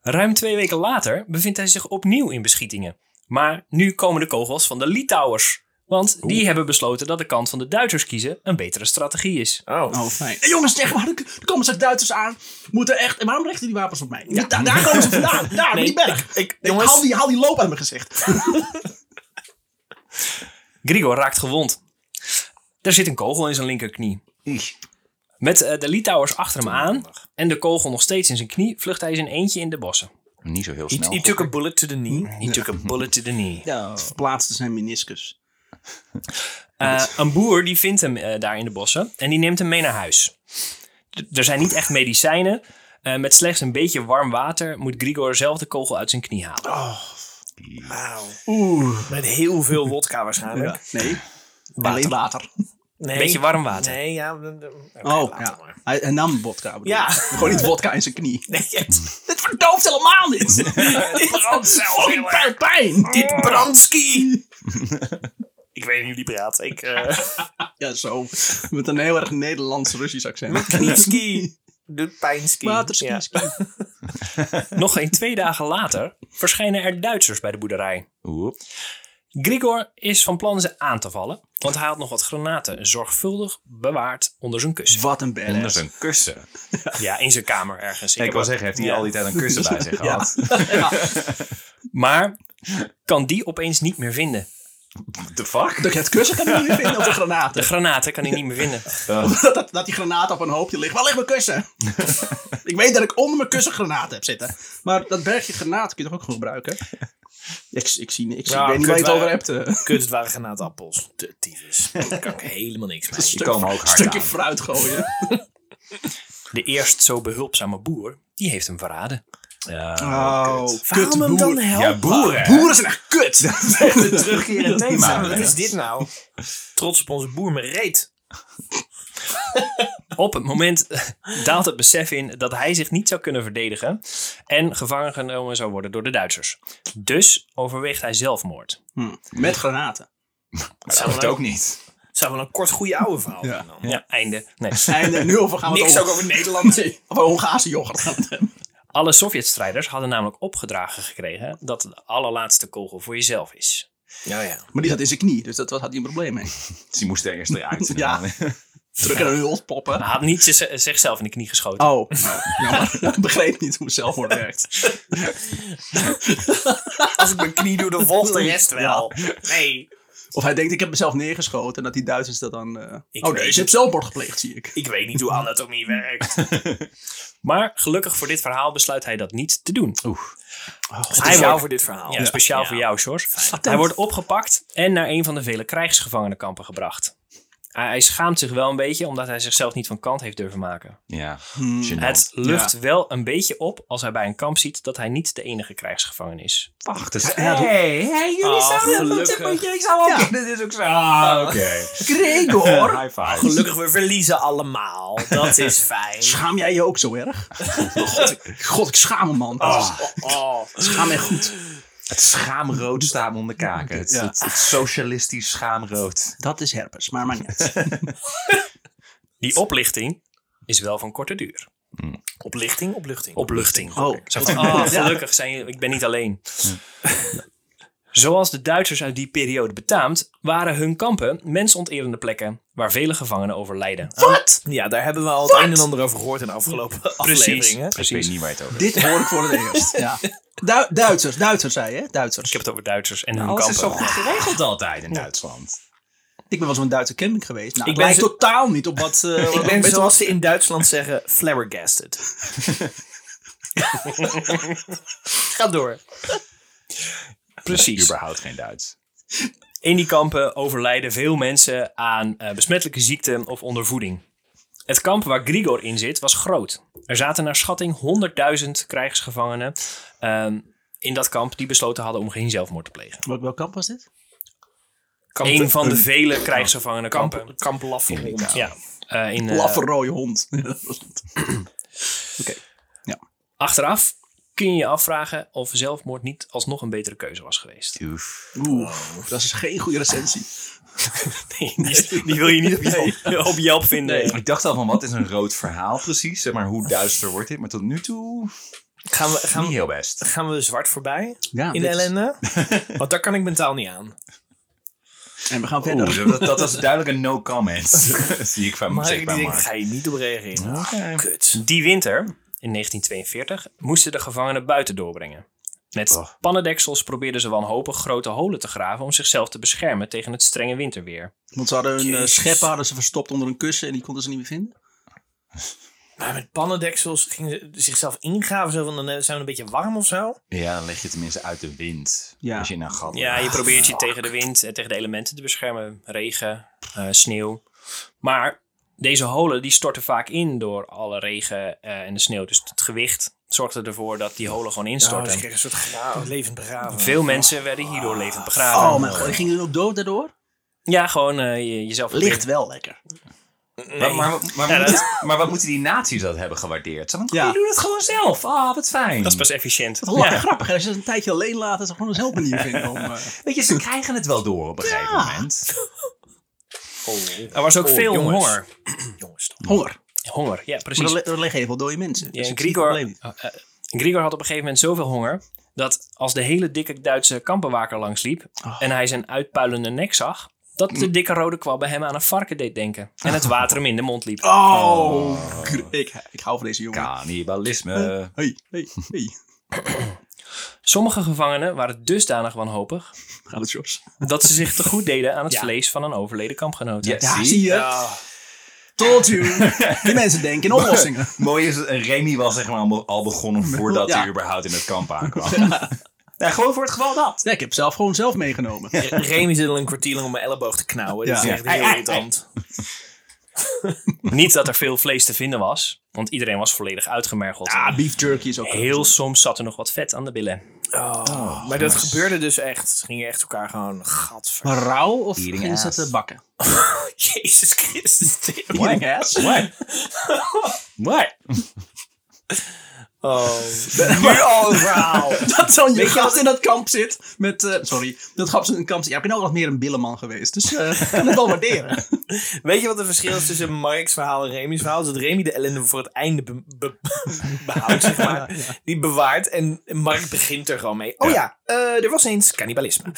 [SPEAKER 4] Ruim twee weken later bevindt hij zich opnieuw in beschietingen. Maar nu komen de kogels van de Litouwers. Want die hebben besloten dat de kant van de Duitsers kiezen een betere strategie is.
[SPEAKER 3] Oh.
[SPEAKER 1] Oh, fijn. Eh, jongens, zeg maar, er er komen straks Duitsers aan. Moeten echt... En waarom richten die wapens op mij? Ja, daar, daar komen ze *laughs* vandaan. Daar, op die berg.
[SPEAKER 3] Ik,
[SPEAKER 1] Nee,
[SPEAKER 3] jongens,
[SPEAKER 1] haal, die, haal die loop uit mijn gezicht.
[SPEAKER 4] Grigor raakt gewond. Er zit een kogel in zijn linkerknie.
[SPEAKER 2] Ish.
[SPEAKER 4] Met eh, de Litouwers achter hem aan en de kogel nog steeds in zijn knie, vlucht hij zijn eentje in de bossen.
[SPEAKER 2] Niet zo heel
[SPEAKER 3] he,
[SPEAKER 2] snel.
[SPEAKER 3] he took a bullet to the knee.
[SPEAKER 4] He took a bullet to the knee.
[SPEAKER 1] Verplaatste zijn meniscus.
[SPEAKER 4] *laughs* Eh, een boer die vindt hem eh, daar in de bossen en die neemt hem mee naar huis. D- er zijn niet echt medicijnen. Eh, met slechts een beetje warm water moet Grigor zelf de kogel uit zijn knie halen.
[SPEAKER 3] Wauw.
[SPEAKER 1] Oeh.
[SPEAKER 3] Met heel veel wodka waarschijnlijk.
[SPEAKER 1] Nee. Alleen water.
[SPEAKER 3] Nee.
[SPEAKER 4] Beetje warm water.
[SPEAKER 3] Nee, ja. d- d- oké,
[SPEAKER 1] Oh,
[SPEAKER 3] later
[SPEAKER 1] ja.
[SPEAKER 3] maar. *laughs*
[SPEAKER 1] Hij, hij nam vodka. bedoel
[SPEAKER 3] Ja.
[SPEAKER 1] ik. Gewoon niet vodka in zijn *laughs* knie.
[SPEAKER 3] Nee,
[SPEAKER 4] *laughs*
[SPEAKER 3] het,
[SPEAKER 1] Dit verdooft helemaal *laughs* niet. Dit brandt zo
[SPEAKER 3] heel erg.
[SPEAKER 1] pijn.
[SPEAKER 3] dit Branski! ik weet niet hoe die praat. Ik, eh,
[SPEAKER 1] Ja, zo. Met een heel erg Nederlands-Russisch accent.
[SPEAKER 3] Knietski. *laughs* De pijnski.
[SPEAKER 1] Waterski.
[SPEAKER 3] Ja.
[SPEAKER 1] ski.
[SPEAKER 4] Nog geen twee dagen later verschijnen er Duitsers bij de boerderij.
[SPEAKER 2] Oeh.
[SPEAKER 4] Grigor is van plan ze aan te vallen, want hij had nog wat granaten zorgvuldig bewaard onder zijn kussen.
[SPEAKER 1] Dus Wat een badass.
[SPEAKER 2] Onder zijn kussen.
[SPEAKER 4] Ja, in zijn kamer ergens.
[SPEAKER 2] Ik,
[SPEAKER 4] heb
[SPEAKER 2] wil
[SPEAKER 4] al-
[SPEAKER 2] zeggen, heeft hij
[SPEAKER 4] Ja.
[SPEAKER 2] al die tijd een kussen bij zich gehad?
[SPEAKER 4] Maar kan die opeens niet meer vinden.
[SPEAKER 2] What the fuck?
[SPEAKER 1] Dat je het kussen kan niet meer vinden
[SPEAKER 3] *laughs*
[SPEAKER 1] op de
[SPEAKER 4] De
[SPEAKER 1] granaten.
[SPEAKER 4] granaten kan hij niet meer *laughs* vinden.
[SPEAKER 1] Dat, dat die granaten op een hoopje liggen. Waar ligt mijn
[SPEAKER 2] *laughs*
[SPEAKER 1] kussen? ik weet dat ik onder mijn kussen granaten heb zitten. Maar dat bergje granaten kun je toch ook gewoon
[SPEAKER 2] *laughs*
[SPEAKER 1] gebruiken? Ik, ik, zie, ik, zie,
[SPEAKER 3] Ja,
[SPEAKER 1] ik weet niet waar je het
[SPEAKER 3] kut,
[SPEAKER 1] over
[SPEAKER 3] wij-
[SPEAKER 1] hebt. eh.
[SPEAKER 3] Kut, het waren granaatappels. De tyfus. Daar kan ik helemaal niks mee.
[SPEAKER 2] Die komen ook
[SPEAKER 1] Een
[SPEAKER 2] hard
[SPEAKER 1] stukje
[SPEAKER 2] aan.
[SPEAKER 1] fruit gooien.
[SPEAKER 4] De eerst zo behulpzame boer, die heeft hem verraden.
[SPEAKER 2] Ja, kut.
[SPEAKER 3] Waarom hem dan helpen?
[SPEAKER 2] Ja, boeren. hè?
[SPEAKER 1] Oh, Boeren zijn echt
[SPEAKER 3] *laughs*
[SPEAKER 1] kut. Dat is echt een terugkerend
[SPEAKER 2] thema.
[SPEAKER 3] Wat is dit nou? Trots op onze boer met reet.
[SPEAKER 4] Op het moment *laughs* daalt het besef in dat hij zich niet zou kunnen verdedigen en gevangen genomen zou worden door de Duitsers. Dus overweegt hij zelfmoord.
[SPEAKER 1] Hm, Met granaten.
[SPEAKER 3] Het
[SPEAKER 2] Dat
[SPEAKER 3] zou
[SPEAKER 2] hoeft ook
[SPEAKER 3] wel
[SPEAKER 2] niet.
[SPEAKER 3] een, kort goede oude verhaal zijn dan.
[SPEAKER 4] Ja, einde. Nee.
[SPEAKER 1] En eh, nu over gaan we het
[SPEAKER 3] Niks ook
[SPEAKER 1] over...
[SPEAKER 3] over
[SPEAKER 1] *laughs*
[SPEAKER 3] Nederland.
[SPEAKER 1] Of over Hongaarse yoghurt gaan we het hebben.
[SPEAKER 4] Alle Sovjet-strijders hadden namelijk opgedragen gekregen dat de allerlaatste kogel voor jezelf is.
[SPEAKER 3] Ja, ja.
[SPEAKER 1] Maar die zat in zijn knie, dus dat had hij een probleem mee.
[SPEAKER 2] Dus die moest er eerst eruit. En
[SPEAKER 1] Ja.
[SPEAKER 2] dan-
[SPEAKER 1] Terug in een hult poppen.
[SPEAKER 4] Hij had niet zich- zichzelf in de knie geschoten.
[SPEAKER 3] *laughs*
[SPEAKER 1] Oh, jammer. ik begreep niet hoe zelfmoord werkt.
[SPEAKER 3] Als ik mijn knie doe,
[SPEAKER 4] *laughs*
[SPEAKER 3] dan volgt de rest wel. Nee,
[SPEAKER 1] Of hij denkt, ik heb mezelf neergeschoten en dat die Duitsers dat dan... eh,
[SPEAKER 3] Ik
[SPEAKER 1] Oh nee,
[SPEAKER 3] weet het.
[SPEAKER 1] ze hebben zelfmoord gepleegd, zie ik.
[SPEAKER 3] ik weet niet hoe anatomie werkt.
[SPEAKER 4] Maar gelukkig voor dit verhaal besluit hij dat niet te doen.
[SPEAKER 3] Speciaal
[SPEAKER 4] wordt-
[SPEAKER 3] voor dit verhaal.
[SPEAKER 4] Ja, speciaal voor jou, Sjors. Hij wordt opgepakt en naar een van de vele krijgsgevangenenkampen gebracht. Hij hij schaamt zich wel een beetje omdat hij zichzelf niet van kant heeft durven maken.
[SPEAKER 2] Ja.
[SPEAKER 4] Het
[SPEAKER 2] Het...
[SPEAKER 4] lucht wel een beetje op als hij bij een kamp ziet dat hij niet de enige krijgsgevangen is.
[SPEAKER 2] Wacht, dat is...
[SPEAKER 1] Ja, dat-
[SPEAKER 2] hey, hey, jullie
[SPEAKER 3] Ah,
[SPEAKER 2] zouden dat
[SPEAKER 3] gelukkig.
[SPEAKER 2] tippertje. Ik zou ook...
[SPEAKER 1] Ja.
[SPEAKER 2] Dit is ook zo... Ah, oké.
[SPEAKER 1] Gregor!
[SPEAKER 2] High five.
[SPEAKER 3] Gelukkig, we verliezen allemaal. Dat is fijn.
[SPEAKER 1] Schaam jij je ook zo
[SPEAKER 3] *laughs*
[SPEAKER 1] erg? God, ik, God, ik schaam me, man.
[SPEAKER 3] Oh.
[SPEAKER 1] Schaam mij goed.
[SPEAKER 2] Het schaamrood staat me onder kaken. Het,
[SPEAKER 1] Ja.
[SPEAKER 2] het, het socialistisch schaamrood.
[SPEAKER 1] Dat is herpes, maar maar niet.
[SPEAKER 4] Die oplichting is wel van korte duur.
[SPEAKER 3] Oplichting, opluchting.
[SPEAKER 4] Opluchting.
[SPEAKER 1] Oh,
[SPEAKER 4] Zo van, ah, gelukkig zijn jullie- ik ben niet alleen. *laughs* Zoals de Duitsers uit die periode betaamt, waren hun kampen mensonterende plekken waar vele gevangenen overlijden.
[SPEAKER 1] wat?
[SPEAKER 3] Ja, daar hebben we al het een en ander over gehoord in de afgelopen afleveringen.
[SPEAKER 2] Ik weet
[SPEAKER 4] precies.
[SPEAKER 2] niet waar je het over hebt.
[SPEAKER 1] Dit hoor ik voor het eerst. Ja. Du- Duitsers, Duitsers zei je, hè? Duitsers.
[SPEAKER 4] Ik heb het over Duitsers en hun
[SPEAKER 2] Alles
[SPEAKER 4] kampen.
[SPEAKER 2] is zo goed geregeld altijd in Duitsland.
[SPEAKER 1] Ik ben wel eens op een Duitse camping geweest. Nou,
[SPEAKER 3] Ik
[SPEAKER 1] ik
[SPEAKER 3] ben
[SPEAKER 1] ben
[SPEAKER 3] zo-
[SPEAKER 1] totaal niet op wat. eh,
[SPEAKER 3] *laughs* Ik
[SPEAKER 1] wat-
[SPEAKER 3] ben,
[SPEAKER 1] wat-
[SPEAKER 3] zoals ze in Duitsland zeggen, flabbergasted. Ga door.
[SPEAKER 4] Precies.
[SPEAKER 2] Überhaupt geen Duits.
[SPEAKER 4] In die kampen overlijden veel mensen aan eh, besmettelijke ziekten of ondervoeding. Het kamp waar Grigor in zit was groot. Er zaten naar schatting 100.000 krijgsgevangenen ehm, in dat kamp die besloten hadden om geen zelfmoord te plegen.
[SPEAKER 1] Welk, welk kamp was dit?
[SPEAKER 4] Een van de vele krijgsgevangenenkampen.
[SPEAKER 3] Kamp Laffelmond.
[SPEAKER 4] Ja. eh, in, eh,
[SPEAKER 1] Laffe rode hond. *laughs* Dat was het.
[SPEAKER 4] achteraf kun je je afvragen of zelfmoord niet alsnog een betere keuze was *laughs* geweest.
[SPEAKER 2] Oef.
[SPEAKER 3] Oh.
[SPEAKER 1] Oeh, dat is geen goede recensie.
[SPEAKER 4] Nee, die, die wil je niet op Yelp, op Yelp vinden.
[SPEAKER 2] Ik dacht al van, wat is een rood verhaal precies? Zeg maar, hoe duister wordt dit? Maar tot nu toe,
[SPEAKER 3] Gaan we, gaan,
[SPEAKER 2] niet
[SPEAKER 3] we-
[SPEAKER 2] heel best.
[SPEAKER 3] gaan we zwart voorbij
[SPEAKER 1] Ja,
[SPEAKER 3] in de
[SPEAKER 1] Ah, dit is-
[SPEAKER 3] ellende? Want daar kan ik mentaal niet aan.
[SPEAKER 1] En we gaan verder.
[SPEAKER 2] Oeh, dat, dat was duidelijk een no comment. Zie ik van
[SPEAKER 3] Maar ik
[SPEAKER 2] zichtbaar
[SPEAKER 3] denk,
[SPEAKER 2] maar.
[SPEAKER 3] ga je niet op reageren.
[SPEAKER 2] Oké.
[SPEAKER 3] Kut.
[SPEAKER 4] Die winter, in 1942, moesten de gevangenen buiten doorbrengen. Met
[SPEAKER 2] Oh.
[SPEAKER 4] pannendeksels probeerden ze wanhopig grote holen te graven om zichzelf te beschermen tegen het strenge winterweer.
[SPEAKER 1] Want ze hadden hun eh,
[SPEAKER 3] Jezus.
[SPEAKER 1] scheppen hadden ze verstopt onder een kussen en die konden ze niet meer vinden.
[SPEAKER 3] Maar met pannendeksels gingen ze zichzelf ingraven. Zo van, dan eh, zijn we een beetje warm of zo.
[SPEAKER 2] Ja, dan lig je tenminste uit de wind.
[SPEAKER 1] Ja.
[SPEAKER 2] Als je in een gat
[SPEAKER 4] Ja,
[SPEAKER 3] Ah,
[SPEAKER 2] ligt.
[SPEAKER 4] je probeert je tegen de wind en tegen de elementen te beschermen. Regen, eh, sneeuw. Maar deze holen die storten vaak in door alle regen eh, en de sneeuw. Dus het gewicht zorgde ervoor dat die holen gewoon
[SPEAKER 3] Storten.
[SPEAKER 4] instortten.
[SPEAKER 3] Nou, een soort graven, levend begraven.
[SPEAKER 4] Veel mensen werden hierdoor levend begraven.
[SPEAKER 1] Oh, mijn god. En Gingen hun ook dood daardoor?
[SPEAKER 4] Ja, gewoon eh, je- jezelf
[SPEAKER 1] Ligt wel lekker.
[SPEAKER 2] Maar, maar, maar,
[SPEAKER 4] Ja, dat-
[SPEAKER 2] moeten- maar wat moeten die nazi's dat hebben gewaardeerd? Zo van,
[SPEAKER 1] Ja.
[SPEAKER 2] Die doen het gewoon zelf. Ah, wat fijn.
[SPEAKER 4] Dat is pas efficiënt.
[SPEAKER 1] Dat is wel
[SPEAKER 4] Ja.
[SPEAKER 1] grappig. hè. Als je ze een tijdje alleen laten, *laughs*
[SPEAKER 2] *laughs*
[SPEAKER 1] ze gewoon een zelfmanier vinden om... eh,
[SPEAKER 2] Weet je, ze krijgen het wel door op een gegeven moment.
[SPEAKER 4] Er was ook
[SPEAKER 3] Oh,
[SPEAKER 4] veel
[SPEAKER 3] jongens.
[SPEAKER 4] honger.
[SPEAKER 3] Jongens, toch.
[SPEAKER 1] Honger.
[SPEAKER 4] Honger, ja,
[SPEAKER 1] Maar
[SPEAKER 4] precies.
[SPEAKER 1] er, li- er liggen heel veel dode mensen.
[SPEAKER 4] Ja,
[SPEAKER 1] Dus
[SPEAKER 4] en
[SPEAKER 1] het is niet
[SPEAKER 4] Grigor,
[SPEAKER 1] een probleem.
[SPEAKER 4] eh, Grigor had op een gegeven moment zoveel honger. dat als de hele dikke Duitse kampenwaker langsliep.
[SPEAKER 3] Oh.
[SPEAKER 4] en hij zijn uitpuilende nek zag. dat
[SPEAKER 3] Mm.
[SPEAKER 4] de dikke rode kwabben hem aan een varken deed denken. En
[SPEAKER 3] *laughs*
[SPEAKER 4] het water hem in de mond liep.
[SPEAKER 1] Oh, gr- Ik, ik hou van deze jongen.
[SPEAKER 2] Cannibalisme. *laughs*
[SPEAKER 1] Hey, hey, hey.
[SPEAKER 4] Sommige gevangenen waren dusdanig wanhopig.
[SPEAKER 1] Gaat het, Jos?
[SPEAKER 4] dat ze zich te goed deden aan het
[SPEAKER 3] Ja.
[SPEAKER 4] vlees van een overleden kampgenoot.
[SPEAKER 2] Ja.
[SPEAKER 1] Ja,
[SPEAKER 2] Zie?
[SPEAKER 1] zie je? Told *laughs* you. Die mensen denken in oplossingen.
[SPEAKER 2] Mooi is, het, Remy was zeg maar al be- al *laughs* begonnen voordat
[SPEAKER 1] Ja.
[SPEAKER 2] hij überhaupt in het kamp aankwam. *laughs* Ja, gewoon voor het geval dat.
[SPEAKER 1] Nee, ik heb zelf gewoon zelf meegenomen.
[SPEAKER 3] Remy zit al een kwartier lang om mijn elleboog te knauwen. Dat
[SPEAKER 1] Ja.
[SPEAKER 3] is echt
[SPEAKER 2] Ei,
[SPEAKER 3] heel
[SPEAKER 2] ei,
[SPEAKER 3] irritant.
[SPEAKER 4] Niet dat er veel vlees te vinden was, want iedereen was volledig uitgemergeld.
[SPEAKER 1] Ah, beef jerky is ook
[SPEAKER 4] Heel soms zat er nog wat vet aan de billen.
[SPEAKER 3] Oh, maar dat gebeurde dus echt. Ze gingen echt elkaar gewoon gadver. *laughs*
[SPEAKER 1] Maar rauw of
[SPEAKER 2] Eating
[SPEAKER 1] gingen ze
[SPEAKER 2] ass.
[SPEAKER 1] te bakken?
[SPEAKER 3] Jezus Christus. Tim.
[SPEAKER 1] Eating ass?
[SPEAKER 2] What? What?
[SPEAKER 3] Oh.
[SPEAKER 2] Nu al een verhaal.
[SPEAKER 1] Dat zo'n je gast in dat kamp zit met... eh, sorry, dat gast in een kamp zit. Ja, ik ben ook wat meer een billeman geweest, dus eh, *laughs* ik kan het wel waarderen.
[SPEAKER 3] Weet je wat het verschil is tussen Mark's verhaal en Remy's verhaal? Is dat Remy de ellende voor het einde be- be- *laughs* behoudt, zeg maar. Die bewaart en Mark begint er gewoon mee. Oh ja, eh, er was eens cannibalisme.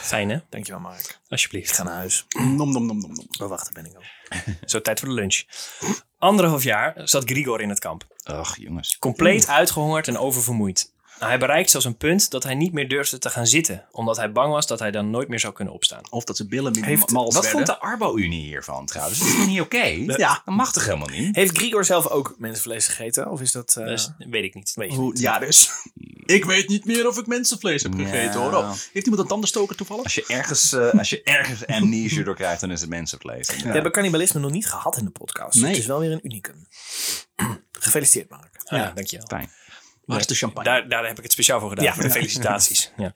[SPEAKER 4] Fijn hè?
[SPEAKER 3] Dankjewel Mark. Ik
[SPEAKER 4] Alsjeblieft.
[SPEAKER 3] ga naar huis.
[SPEAKER 1] Nom, nom, nom, nom, nom.
[SPEAKER 3] Maar wacht, daar ben ik al.
[SPEAKER 4] Zo tijd voor de lunch. Anderhalf jaar zat Grigor in het kamp.
[SPEAKER 2] Ach, jongens.
[SPEAKER 4] Compleet
[SPEAKER 3] Hmm.
[SPEAKER 4] uitgehongerd en oververmoeid. Nou, Hij bereikte zelfs een punt dat hij niet meer durfde te gaan zitten, omdat hij bang was dat hij dan nooit meer zou kunnen opstaan.
[SPEAKER 1] Of dat ze billen minder
[SPEAKER 3] Heeft-
[SPEAKER 1] mals
[SPEAKER 2] Wat vond
[SPEAKER 1] werden.
[SPEAKER 2] de Arbo-Unie hiervan trouwens? Dat is toch niet oké?
[SPEAKER 1] Ja.
[SPEAKER 2] Dat mag toch helemaal niet?
[SPEAKER 3] Heeft Grigor zelf ook mensenvlees gegeten? Of is dat... eh,
[SPEAKER 4] Dus weet ik niet.
[SPEAKER 1] Hoe- ja, dus. Ik weet niet meer of ik mensenvlees heb gegeten,
[SPEAKER 2] Ja.
[SPEAKER 1] hoor. Oh, Heeft iemand een tandenstoker toevallig?
[SPEAKER 2] Als je ergens, eh, als je ergens amnesia door krijgt, dan is het mensenvlees.
[SPEAKER 3] We hebben cannibalisme nog niet gehad in de podcast.
[SPEAKER 1] Nee.
[SPEAKER 3] Het is wel weer een unicum. *clears throat* Gefeliciteerd Mark.
[SPEAKER 4] Ah, ja, dankjewel.
[SPEAKER 2] Fijn.
[SPEAKER 1] Waar is de champagne?
[SPEAKER 4] Daar, daar heb ik het speciaal voor gedaan.
[SPEAKER 3] Ja.
[SPEAKER 4] voor de
[SPEAKER 3] *laughs*
[SPEAKER 4] felicitaties. Ja.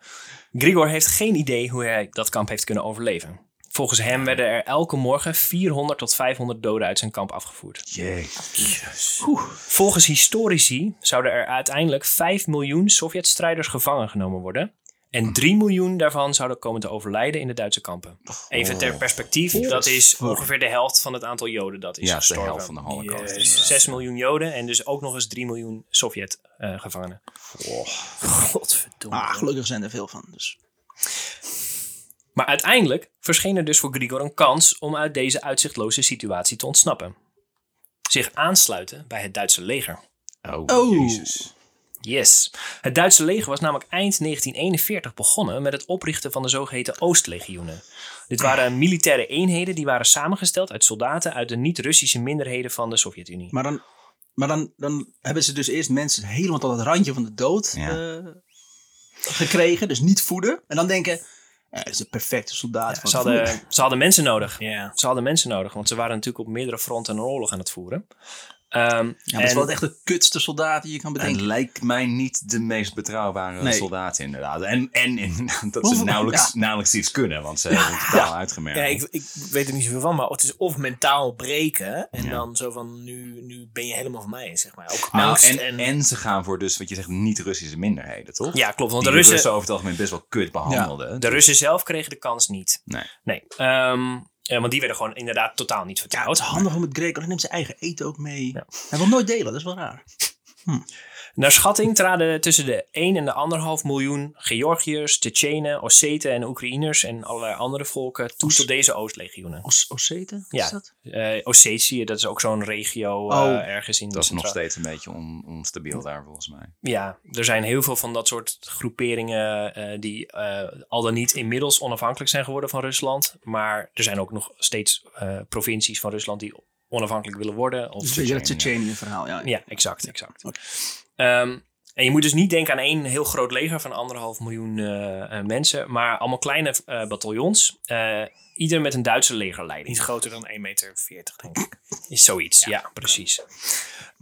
[SPEAKER 4] Grigor heeft geen idee hoe hij dat kamp heeft kunnen overleven. Volgens hem werden er elke morgen 400 tot 500 doden uit zijn kamp afgevoerd.
[SPEAKER 2] Jee.
[SPEAKER 4] Volgens historici zouden er uiteindelijk 5 miljoen Sovjet-strijders gevangen genomen worden. En 3 miljoen daarvan zouden komen te overlijden in de Duitse kampen.
[SPEAKER 2] Oh.
[SPEAKER 4] Even ter perspectief, dat is ongeveer de helft van het aantal Joden dat is
[SPEAKER 2] Ja, het is de
[SPEAKER 4] gestorven.
[SPEAKER 2] helft van de holocaust.
[SPEAKER 4] Jezus. 6 miljoen Joden en dus ook nog eens 3 miljoen eh, Sovjet-gevangenen.
[SPEAKER 3] Godverdomme.
[SPEAKER 1] Ah, gelukkig zijn er veel van. Dus.
[SPEAKER 4] Maar uiteindelijk verscheen er dus voor Grigor een kans om uit deze uitzichtloze situatie te ontsnappen. Zich aansluiten bij het Duitse leger.
[SPEAKER 2] Oh,
[SPEAKER 1] Oh.
[SPEAKER 2] jezus.
[SPEAKER 4] Yes. Het Duitse leger was namelijk eind 1941 begonnen met het oprichten van de zogeheten Oostlegioenen. Dit
[SPEAKER 3] Ah.
[SPEAKER 4] waren militaire eenheden die waren samengesteld uit soldaten uit de niet-Russische minderheden van de Sovjet-Unie.
[SPEAKER 1] Maar, dan, maar dan, dan hebben ze dus eerst mensen helemaal tot het randje van de dood
[SPEAKER 2] Ja.
[SPEAKER 1] eh, gekregen. Dus niet voeden. En dan denken, eh, dat is een perfecte soldaat. van
[SPEAKER 4] Ze
[SPEAKER 1] het volk.
[SPEAKER 4] hadden, ze hadden mensen nodig.
[SPEAKER 3] Ja.
[SPEAKER 4] Ze hadden mensen nodig, want ze waren natuurlijk op meerdere fronten een oorlog aan het voeren. Ehm,
[SPEAKER 1] ja, maar dat is
[SPEAKER 4] en-
[SPEAKER 1] wel echt de kutste soldaat die je kan
[SPEAKER 2] Het
[SPEAKER 1] bedenken.
[SPEAKER 2] lijkt mij niet de meest betrouwbare
[SPEAKER 1] Nee.
[SPEAKER 2] soldaten, inderdaad. En, en *laughs* inderdaad dat ze
[SPEAKER 1] Hoeveel-
[SPEAKER 2] nauwelijks,
[SPEAKER 1] ja.
[SPEAKER 2] nauwelijks iets kunnen, want ze hebben het totaal uitgemerkt.
[SPEAKER 3] Ja, ik, ik weet er niet zoveel van, maar het is of mentaal breken en
[SPEAKER 2] Ja.
[SPEAKER 3] dan zo van nu, nu ben je helemaal van mij, zeg maar. Ook
[SPEAKER 2] nou,
[SPEAKER 3] angst
[SPEAKER 2] en,
[SPEAKER 3] en,
[SPEAKER 2] en... ze gaan voor dus, wat je zegt, niet-Russische minderheden, toch?
[SPEAKER 4] ja, klopt. Want
[SPEAKER 2] Want
[SPEAKER 4] de
[SPEAKER 2] de
[SPEAKER 4] Russen,
[SPEAKER 2] Russen over het algemeen best wel kut behandelden.
[SPEAKER 4] de Russen zelf kregen de kans niet.
[SPEAKER 2] Nee.
[SPEAKER 4] Nee. ehm, eh, want die werden gewoon inderdaad totaal niet
[SPEAKER 1] Ja, het
[SPEAKER 4] vertrouwd.
[SPEAKER 1] is handig om met Greg, hij neemt zijn eigen eten ook mee.
[SPEAKER 4] Ja.
[SPEAKER 1] Hij wil nooit delen, dat is wel raar.
[SPEAKER 4] Naar schatting traden tussen de 1 en de 1,5 miljoen Georgiërs, Tsjetsjenen, Osseten en Oekraïners en allerlei andere volken toe tot deze Oostlegioenen.
[SPEAKER 1] Os Osseten,
[SPEAKER 4] Ja.
[SPEAKER 1] is dat?
[SPEAKER 4] Eh Ossetië, dat is ook zo'n regio eh,
[SPEAKER 1] Oh,
[SPEAKER 4] ergens in
[SPEAKER 2] Dat is nog
[SPEAKER 4] Centraal-
[SPEAKER 2] steeds een beetje on- onstabiel daar, volgens mij.
[SPEAKER 4] Ja, er zijn heel veel van dat soort groeperingen eh, die eh, al dan niet inmiddels onafhankelijk zijn geworden van Rusland. Maar er zijn ook nog steeds eh, provincies van Rusland die onafhankelijk willen worden. Of
[SPEAKER 1] Dus weet je dat
[SPEAKER 2] Tsjetsjenië.
[SPEAKER 1] Tsjetsjenië-verhaal, ja.
[SPEAKER 4] Ja, exact, exact. Ehm, en je moet dus niet denken aan één heel groot leger van anderhalf miljoen eh, eh, mensen, maar allemaal kleine eh, bataljons. eh, ieder met een Duitse
[SPEAKER 3] niet
[SPEAKER 4] legerleiding.
[SPEAKER 3] groter dan 1,40 meter, denk ik.
[SPEAKER 4] *laughs* Is zoiets, ja, precies.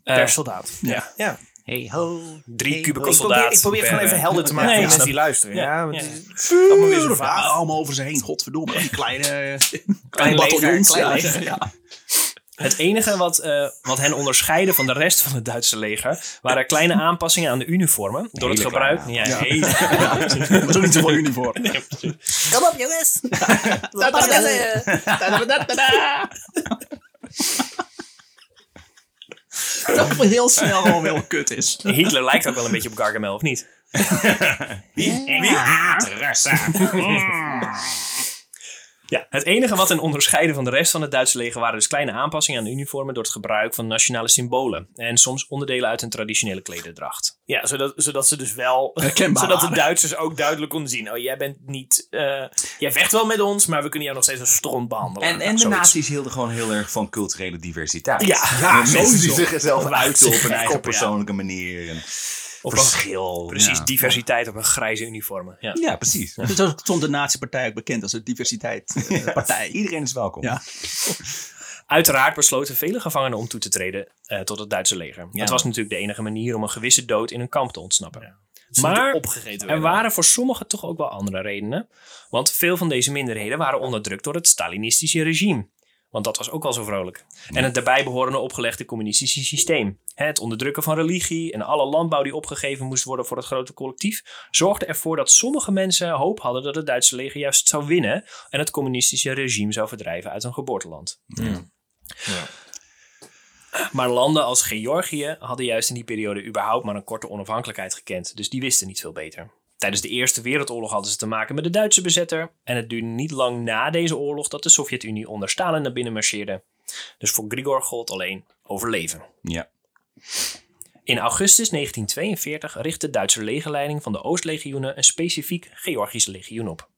[SPEAKER 4] Eh,
[SPEAKER 3] per soldaat.
[SPEAKER 4] ja.
[SPEAKER 3] ja.
[SPEAKER 2] Hey ho.
[SPEAKER 4] drie hey, kubieke
[SPEAKER 3] Ik probeer,
[SPEAKER 4] soldaten.
[SPEAKER 3] ik probeer het gewoon even helder te maken
[SPEAKER 4] Nee,
[SPEAKER 3] voor
[SPEAKER 4] snap.
[SPEAKER 3] mensen die luisteren. Ja,
[SPEAKER 4] Ja,
[SPEAKER 3] want
[SPEAKER 4] ja.
[SPEAKER 3] het is allemaal weer zo
[SPEAKER 1] Ja, *laughs*
[SPEAKER 3] vaag.
[SPEAKER 1] allemaal over ze heen, godverdomme. Die kleine,
[SPEAKER 3] Klein leger,
[SPEAKER 1] bataljons,
[SPEAKER 3] klein
[SPEAKER 1] ja.
[SPEAKER 3] leger.
[SPEAKER 1] Ja.
[SPEAKER 4] Het enige wat, eh, wat hen onderscheidde van de rest van het Duitse leger waren kleine aanpassingen aan de uniformen. Door het
[SPEAKER 2] Hele
[SPEAKER 4] gebruik.
[SPEAKER 2] kleine
[SPEAKER 4] Ja, hele-
[SPEAKER 1] *laughs* Dat is ook niet zoveel uniform.
[SPEAKER 3] Kom op,
[SPEAKER 1] *laughs*
[SPEAKER 3] jongens.
[SPEAKER 1] Dat we heel snel gewoon wel kut is.
[SPEAKER 4] Hitler lijkt ook wel een beetje op Gargamel, of niet? *laughs* Ja, het enige wat hen onderscheidde van de rest van het Duitse leger waren dus kleine aanpassingen aan de uniformen door het gebruik van nationale symbolen. En soms onderdelen uit hun traditionele klederdracht.
[SPEAKER 3] Ja, zodat, zodat ze dus wel...
[SPEAKER 1] Herkenbaar.
[SPEAKER 3] Zodat de Duitsers ook duidelijk konden zien. Oh, jij bent niet... eh, jij vecht wel met ons, maar we kunnen jou nog steeds als stront behandelen.
[SPEAKER 2] En, en de nazi's hielden gewoon heel erg van culturele diversiteit.
[SPEAKER 3] Ja,
[SPEAKER 2] *laughs*
[SPEAKER 3] ja,
[SPEAKER 2] mensen die
[SPEAKER 3] sowieso.
[SPEAKER 2] zichzelf uiten op
[SPEAKER 4] zich
[SPEAKER 2] een eigen
[SPEAKER 4] eigen,
[SPEAKER 2] persoonlijke manier. En
[SPEAKER 4] Of
[SPEAKER 2] verschil.
[SPEAKER 4] Precies,
[SPEAKER 2] ja.
[SPEAKER 4] diversiteit op een grijze uniformen. Ja.
[SPEAKER 2] Ja, precies.
[SPEAKER 1] Zo stond de nazi-partij ook bekend als de eh, diversiteit-partij.
[SPEAKER 2] Iedereen is welkom.
[SPEAKER 1] Ja.
[SPEAKER 4] Uiteraard besloten vele gevangenen om toe te treden eh, tot het Duitse leger.
[SPEAKER 2] Ja.
[SPEAKER 4] Het was natuurlijk de enige manier om een gewisse dood in een kamp te ontsnappen.
[SPEAKER 3] Maar
[SPEAKER 4] Maar
[SPEAKER 3] opgegeten
[SPEAKER 4] er
[SPEAKER 3] werden.
[SPEAKER 4] waren voor sommigen toch ook wel andere redenen. Want veel van deze minderheden waren onderdrukt door het Stalinistische regime. Want dat was ook al zo vrolijk. En het daarbij behorende opgelegde communistische systeem. Hè, Het onderdrukken van religie en alle landbouw die opgegeven moest worden voor het grote collectief. zorgde ervoor dat sommige mensen hoop hadden dat het Duitse leger juist zou winnen. en het communistische regime zou verdrijven uit hun geboorteland. Maar landen als Georgië hadden juist in die periode überhaupt maar een korte onafhankelijkheid gekend, dus die wisten niet veel beter. Tijdens de Eerste Wereldoorlog hadden ze te maken met de Duitse bezetter en het duurde niet lang na deze oorlog dat de Sovjet-Unie onder Stalin naar binnen marcheerde. Dus voor Grigor gold alleen overleven.
[SPEAKER 2] Ja.
[SPEAKER 4] In augustus 1942 richtte de Duitse legerleiding van de Oostlegioenen een specifiek Georgisch legioen op.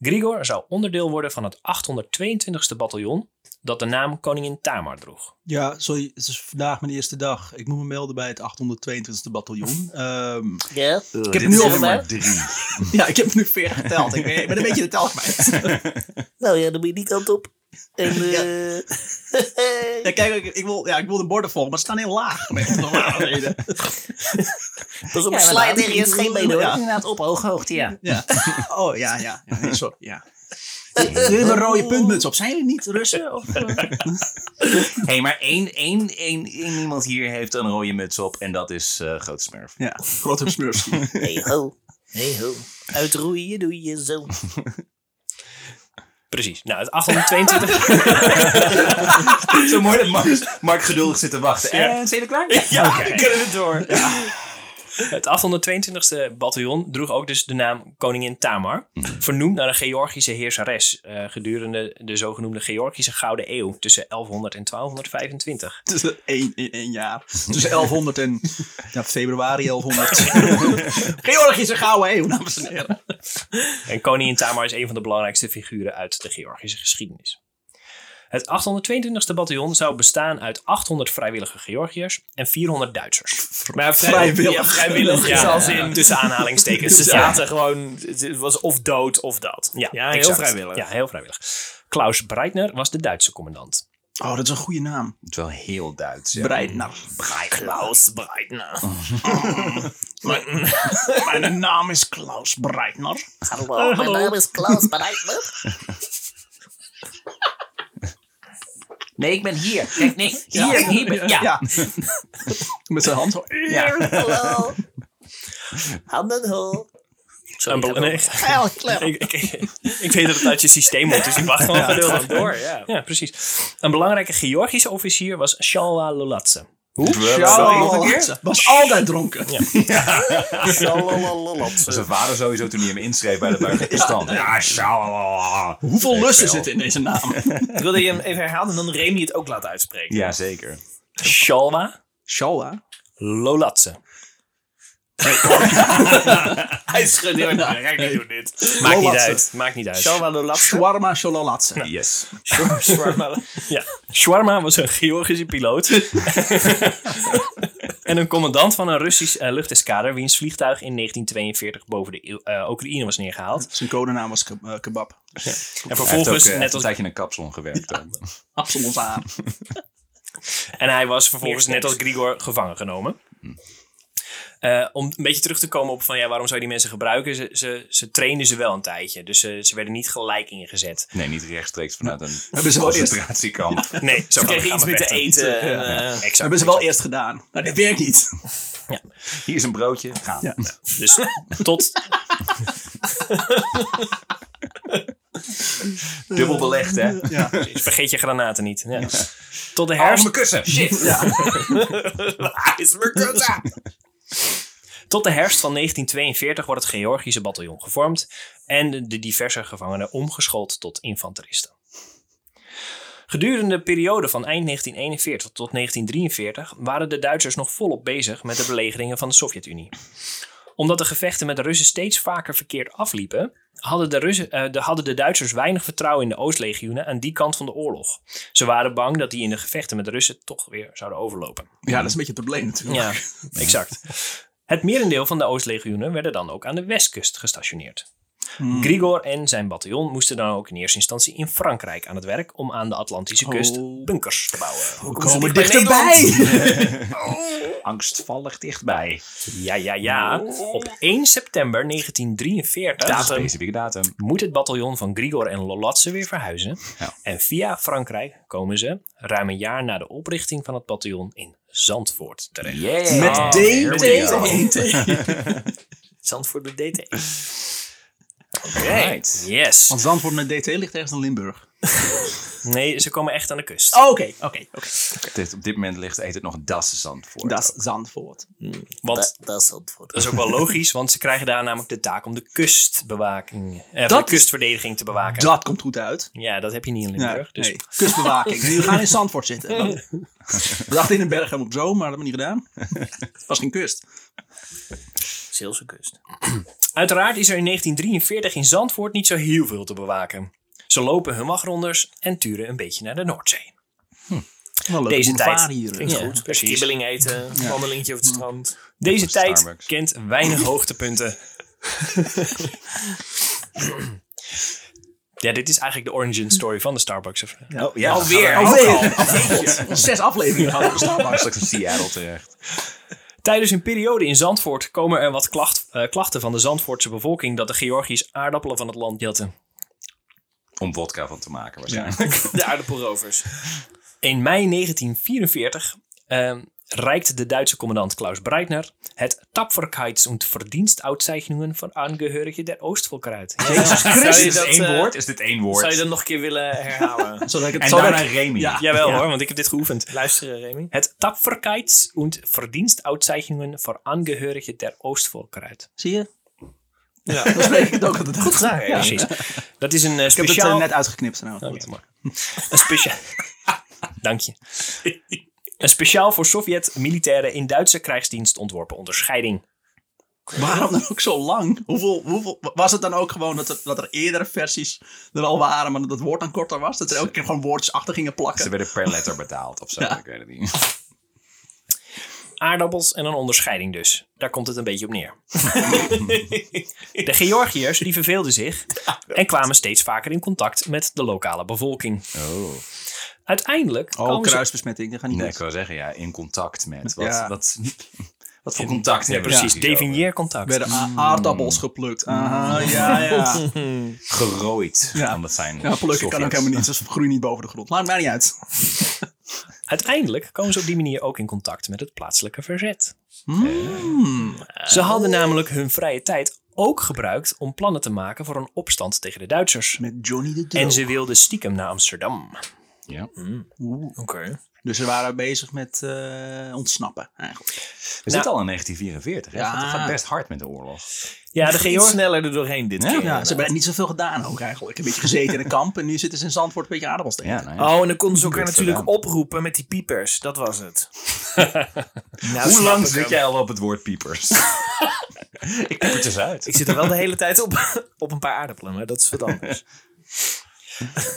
[SPEAKER 4] Grigor zou onderdeel worden van het 822e bataljon dat de naam Koningin Tamar droeg.
[SPEAKER 1] Ja, sorry, het is vandaag mijn eerste dag. Ik moet me melden bij het 822e *laughs* bataljon. Ehm,
[SPEAKER 2] Ik
[SPEAKER 1] heb nu al
[SPEAKER 2] nummer drie.
[SPEAKER 1] ja, ik heb nu 40 geteld. Ik ben ik ben een beetje de tel kwijt.
[SPEAKER 5] Nou ja, dan moet je die kant op. En, eh,
[SPEAKER 1] *laughs* Ja, kijk, ik, ik wil, ja, ik wil de borden volgen, maar ze staan heel laag. Nee, dat is wel waar, reden.
[SPEAKER 5] pas op,
[SPEAKER 1] Ja,
[SPEAKER 5] sla je
[SPEAKER 1] inderdaad.
[SPEAKER 5] tegen je scheenbeen hoor.
[SPEAKER 1] Ja.
[SPEAKER 5] Inderdaad, op hooghoogte, ja.
[SPEAKER 1] Ja. Oh, ja, ja. ja nee, sorry, ja. Jullie hebben een rode puntmuts op. Zijn jullie niet Russen? Of, eh?
[SPEAKER 2] Hé, *laughs* hey, maar één, één, één, één iemand hier heeft een rode muts op en dat is eh Grote
[SPEAKER 1] *laughs*
[SPEAKER 2] Smurf.
[SPEAKER 1] Ja, grote *laughs* smurfie.
[SPEAKER 5] Hey ho, hey ho. Uitroeien doe je zo.
[SPEAKER 4] Precies. Nou, het 822
[SPEAKER 2] Zo mooi dat Mark, *laughs* Mark geduldig zit te wachten. En zijn jullie klaar? Ja.
[SPEAKER 4] Dan kunnen we door. Het 822e bataljon droeg ook dus de naam Koningin Tamar. Vernoemd naar een Georgische heerseres eh, gedurende de zogenoemde Georgische Gouden Eeuw tussen 1100 en 1225.
[SPEAKER 1] Tussen één in één jaar. Tussen 1100 en ja, februari *laughs* 1100. Georgische gouden eeuw, dames en heren.
[SPEAKER 4] En Koningin Tamar is een van de belangrijkste figuren uit de Georgische geschiedenis. Het 822e bataljon zou bestaan uit 800 vrijwillige Georgiërs en 400 Duitsers.
[SPEAKER 3] Maar vrij-
[SPEAKER 1] Vrijwillig.
[SPEAKER 3] Ja, vrijwillig.
[SPEAKER 4] Ja,
[SPEAKER 3] Zoals in...
[SPEAKER 4] tussen aanhalingstekens.
[SPEAKER 3] Ze zaten gewoon... Het was of dood of dat.
[SPEAKER 4] Dus Ja,
[SPEAKER 3] heel
[SPEAKER 4] exact.
[SPEAKER 3] vrijwillig.
[SPEAKER 4] Ja, heel vrijwillig. Klaus Breitner was de Duitse commandant.
[SPEAKER 1] Oh, dat is een goede naam.
[SPEAKER 2] Het is wel heel Duits. Ja.
[SPEAKER 1] Breitner.
[SPEAKER 3] Klaus Breitner.
[SPEAKER 1] Mijn naam is Klaus Breitner.
[SPEAKER 5] Hallo, mijn naam is Klaus Breitner.
[SPEAKER 2] Nee, ik ben hier. Kijk, nee. Hier, hier ben
[SPEAKER 1] Ja. Met zijn hand. zo.
[SPEAKER 5] Hallo. Handen ho.
[SPEAKER 4] Een bel- nee, ik, *laughs* ik, ik weet dat het uit je systeem moet, dus ik *laughs* wacht gewoon geduldig door. Ja. precies. Een belangrijke Georgische officier was Shalwa Lulatse.
[SPEAKER 1] Sorry,
[SPEAKER 2] nog een
[SPEAKER 1] keer? Was altijd dronken.
[SPEAKER 2] Zijn vader sowieso toen hij hem inschreef bij de buitenlandse stand. Ja, sjalalala.
[SPEAKER 1] Hoeveel
[SPEAKER 2] Weet
[SPEAKER 1] lussen
[SPEAKER 2] veel.
[SPEAKER 1] zitten in deze naam?
[SPEAKER 3] Ik wilde je hem even herhalen en dan Remy het ook laten uitspreken.
[SPEAKER 2] Ja, zeker.
[SPEAKER 4] Shalwa
[SPEAKER 1] Showa.
[SPEAKER 4] Lulatse.
[SPEAKER 3] Hij schudde heel erg. "Nee, Rijk niet doen dit.
[SPEAKER 4] Maakt niet
[SPEAKER 1] Lolatse.
[SPEAKER 4] uit. Maakt niet uit.
[SPEAKER 3] Shalwa Lolatse.
[SPEAKER 1] Shawarma sholalatse.
[SPEAKER 2] Yes.
[SPEAKER 3] Shalwa
[SPEAKER 4] Ja. Shawarma was een Georgische *laughs* piloot. en een commandant van een Russisch eh, luchteskader, wiens vliegtuig in 1942 boven de Eeuw- eh, Oekraïne was neergehaald.
[SPEAKER 1] Zijn codenaam was ke- eh, kebab.
[SPEAKER 4] En
[SPEAKER 2] Hij heeft ook
[SPEAKER 4] vervolgens,
[SPEAKER 2] eh,
[SPEAKER 4] net
[SPEAKER 2] een
[SPEAKER 4] als
[SPEAKER 2] tijdje in een kapsalon gewerkt. ook.
[SPEAKER 1] Absoluut aan.
[SPEAKER 4] En hij was vervolgens
[SPEAKER 3] Meer
[SPEAKER 4] dus.
[SPEAKER 1] Hm.
[SPEAKER 4] net als Grigor gevangen genomen. Eh, om een beetje terug te komen op van ja, waarom zou je die mensen gebruiken? Ze, ze, ze trainen ze wel een tijdje. Dus ze, ze werden niet gelijk ingezet.
[SPEAKER 2] Nee, niet rechtstreeks vanuit een
[SPEAKER 1] Hebben ze wel eerst-
[SPEAKER 2] concentratiekamp.
[SPEAKER 4] *laughs* Nee, zo
[SPEAKER 3] Ze
[SPEAKER 4] van,
[SPEAKER 3] kregen
[SPEAKER 4] we
[SPEAKER 3] iets
[SPEAKER 4] gaan
[SPEAKER 3] meer te
[SPEAKER 4] vechten.
[SPEAKER 3] eten. en, eh,
[SPEAKER 4] Exact.
[SPEAKER 1] hebben ze wel eerst gedaan. Maar dit werkt niet.
[SPEAKER 2] Hier is een broodje. Gaan.
[SPEAKER 1] Ja.
[SPEAKER 4] Dus tot,
[SPEAKER 1] *laughs*
[SPEAKER 2] Dubbel belegd, hè?
[SPEAKER 1] Ja.
[SPEAKER 4] vergeet je granaten niet. Ja. Tot de
[SPEAKER 2] Arme
[SPEAKER 4] herfst.
[SPEAKER 2] mijn kussen. Shit.
[SPEAKER 3] *laughs* is Mercota.
[SPEAKER 4] Tot de herfst van 1942 wordt het Georgische bataljon gevormd en de diverse gevangenen omgeschoold tot infanteristen. Gedurende de periode van eind 1941 tot 1943 waren de Duitsers nog volop bezig met de belegeringen van de Sovjet-Unie. Omdat de gevechten met de Russen steeds vaker verkeerd afliepen, hadden de, Russen, eh, de, hadden de Duitsers weinig vertrouwen in de Oostlegioenen aan die kant van de oorlog. Ze waren bang dat die in de gevechten met de Russen toch weer zouden overlopen.
[SPEAKER 1] ja, dat is een beetje het probleem natuurlijk.
[SPEAKER 4] Ja, exact. Het merendeel van de Oostlegioenen werden dan ook aan de westkust gestationeerd. Grigor en zijn bataljon moesten dan ook in eerste instantie in Frankrijk aan het werk om aan de Atlantische kust
[SPEAKER 1] Oh.
[SPEAKER 4] bunkers te bouwen.
[SPEAKER 1] We komen
[SPEAKER 3] dicht bij
[SPEAKER 1] dichterbij.
[SPEAKER 2] Angstvallig dichtbij.
[SPEAKER 4] Ja, ja, ja. Op 1 september 1943
[SPEAKER 2] Specifieke datum.
[SPEAKER 4] moet het bataljon van Grigor en Lolatse weer verhuizen.
[SPEAKER 2] Ja.
[SPEAKER 4] En via Frankrijk komen ze, ruim een jaar na de oprichting van het bataljon, in Zandvoort terecht.
[SPEAKER 2] Yeah.
[SPEAKER 1] Met
[SPEAKER 4] Oh, here we
[SPEAKER 1] DT.
[SPEAKER 4] go. *laughs*
[SPEAKER 3] Zandvoort de
[SPEAKER 1] *laughs*
[SPEAKER 3] DT.
[SPEAKER 2] Right.
[SPEAKER 4] Yes.
[SPEAKER 1] Want Zandvoort met DT ligt ergens in Limburg.
[SPEAKER 4] Nee, ze komen echt aan de kust.
[SPEAKER 1] Oh, Oké, oké.
[SPEAKER 2] Dit- Op dit moment ligt, heet het nog Das Zandvoort.
[SPEAKER 1] Dat is Zandvoort.
[SPEAKER 4] Want
[SPEAKER 5] Dat, dat is het antwoord.
[SPEAKER 4] Dat is ook wel logisch, want ze krijgen daar namelijk de taak om de kustbewaking, eh,
[SPEAKER 1] Dat
[SPEAKER 4] de kustverdediging te bewaken.
[SPEAKER 1] Dat komt goed uit.
[SPEAKER 4] Ja, dat heb je niet in
[SPEAKER 1] Ja,
[SPEAKER 4] Limburg. dus
[SPEAKER 1] nee. Kustbewaking. We gaan in Zandvoort *laughs* zitten. We dachten in een berg op zo, maar dat hebben we niet gedaan. Het was geen kust.
[SPEAKER 3] Zeelse kust.
[SPEAKER 4] Uiteraard is er in 1943 in Zandvoort niet zo heel veel te bewaken. Ze lopen hun wachtrondes en turen een beetje naar de Noordzee.
[SPEAKER 1] Wel leuk
[SPEAKER 4] Deze
[SPEAKER 1] boulevard
[SPEAKER 4] tijd.
[SPEAKER 1] hier.
[SPEAKER 4] Klinkt
[SPEAKER 1] Ja.
[SPEAKER 4] goed, precies.
[SPEAKER 3] Kibbeling eten, wandelingetje over het strand.
[SPEAKER 4] Deze
[SPEAKER 2] Of een
[SPEAKER 4] tijd
[SPEAKER 2] Starbucks.
[SPEAKER 4] kent
[SPEAKER 1] *laughs*
[SPEAKER 4] weinig hoogtepunten. ja, dit is eigenlijk de origin story van de Starbucks. of-
[SPEAKER 2] Oh, ja.
[SPEAKER 3] Alweer.
[SPEAKER 1] Alweer. Jeetje. Zes afleveringen hadden we staan.
[SPEAKER 2] Gaan we straks in Seattle terecht.
[SPEAKER 4] Tijdens hun periode in Zandvoort komen er wat klacht- eh, klachten van de Zandvoortse bevolking dat de Georgiërs aardappelen van het land jatten.
[SPEAKER 2] Om vodka van te maken waarschijnlijk.
[SPEAKER 3] De
[SPEAKER 2] *laughs*
[SPEAKER 3] aardappelrovers.
[SPEAKER 4] In mei 1944 ehm reikt de Duitse commandant Klaus Breitner het Tapferkeits- und Verdienstauszeichnungen van Angehörige der Oostvolker
[SPEAKER 1] *laughs*
[SPEAKER 4] uit.
[SPEAKER 2] Jezus
[SPEAKER 3] Christus.
[SPEAKER 2] Is dit één
[SPEAKER 3] eh,
[SPEAKER 2] woord? Is dit één woord?
[SPEAKER 3] Zou je dat nog een keer willen
[SPEAKER 1] *laughs*
[SPEAKER 3] herhalen?
[SPEAKER 1] Zodat ik het
[SPEAKER 2] En
[SPEAKER 1] zo
[SPEAKER 2] daarna Remy.
[SPEAKER 1] Ja.
[SPEAKER 4] Jawel hoor, want ik heb dit geoefend.
[SPEAKER 3] Luisteren, Remy.
[SPEAKER 4] Het Tapferkeits- und Verdienstauszeichnungen van Angehörige der Oostvolker uit.
[SPEAKER 1] Zie je? *laughs*
[SPEAKER 3] Ja.
[SPEAKER 1] Dan spreek ik het ook altijd goed.
[SPEAKER 3] gedaan, Remy.
[SPEAKER 4] Precies. Dat is een eh,
[SPEAKER 1] Nou, Ik heb het eh,
[SPEAKER 4] speciaal...
[SPEAKER 1] net uitgeknipt. Nou,
[SPEAKER 4] Oh, ja, maar. Een speciaal. *laughs* Dank je. Een speciaal voor Sovjet-militairen in Duitse krijgsdienst ontworpen onderscheiding.
[SPEAKER 1] Waarom dan ook zo lang? Hoeveel, hoeveel, was het dan ook gewoon dat er, dat er eerdere versies er al waren, maar dat het woord dan korter was? Dat er elke keer gewoon woordjes achter gingen plakken?
[SPEAKER 2] Ze werden per letter betaald of zo. Ik weet het niet.
[SPEAKER 4] Aardappels en een onderscheiding dus. Daar komt het een beetje op neer. De Georgiërs die verveelden zich en kwamen steeds vaker in contact met de lokale bevolking.
[SPEAKER 2] Oh.
[SPEAKER 4] Uiteindelijk
[SPEAKER 1] Oh,
[SPEAKER 4] komen ze-
[SPEAKER 1] kruisbesmetting, dat gaat niet
[SPEAKER 2] Nee, ik
[SPEAKER 1] goed.
[SPEAKER 2] wou zeggen, ja, in contact met. Wat,
[SPEAKER 1] Ja.
[SPEAKER 2] wat, wat voor contact
[SPEAKER 4] Ja,
[SPEAKER 2] hebben
[SPEAKER 4] precies.
[SPEAKER 2] we hier over?
[SPEAKER 4] Definieer contact.
[SPEAKER 1] werden a- aardappels geplukt. Aha, Hmm. Ah, ja, ja.
[SPEAKER 2] Gerooid.
[SPEAKER 1] Ja.
[SPEAKER 2] Want dat zijn
[SPEAKER 1] Ja, plukken kan ook
[SPEAKER 2] Sovjets.
[SPEAKER 1] helemaal niet. Ze groeien niet boven de grond. Laat mij niet uit.
[SPEAKER 4] Uiteindelijk komen ze op die manier ook in contact met het plaatselijke verzet. Eh, Ze hadden namelijk hun vrije tijd ook gebruikt om plannen te maken voor een opstand tegen de Duitsers.
[SPEAKER 1] Met Johnny de Dro.
[SPEAKER 4] En ze wilden stiekem naar Amsterdam.
[SPEAKER 2] Ja.
[SPEAKER 3] Oké.
[SPEAKER 1] Dus ze waren bezig met eh, ontsnappen eigenlijk.
[SPEAKER 2] We zitten al in 1944. hè?
[SPEAKER 1] Ja.
[SPEAKER 2] Het gaat best hard met de oorlog.
[SPEAKER 4] Ja, de
[SPEAKER 3] Iets
[SPEAKER 4] Georg...
[SPEAKER 3] sneller er doorheen dit keer.
[SPEAKER 1] Ja, ze hebben niet zoveel gedaan ook eigenlijk. Een beetje gezeten in een kamp en nu zitten ze in Zandvoort een beetje aardappels te
[SPEAKER 2] Ja,
[SPEAKER 1] eten.
[SPEAKER 2] nou ja.
[SPEAKER 3] Oh, en dan konden ze elkaar
[SPEAKER 2] Goed
[SPEAKER 3] natuurlijk
[SPEAKER 2] gedaan.
[SPEAKER 3] oproepen met die piepers. Dat was het. Nou,
[SPEAKER 2] Hoe lang zit jij al op het woord piepers? ik piep het dus uit.
[SPEAKER 3] Ik zit er wel de hele tijd op, *laughs* op een paar aardappelen, maar dat is wat anders.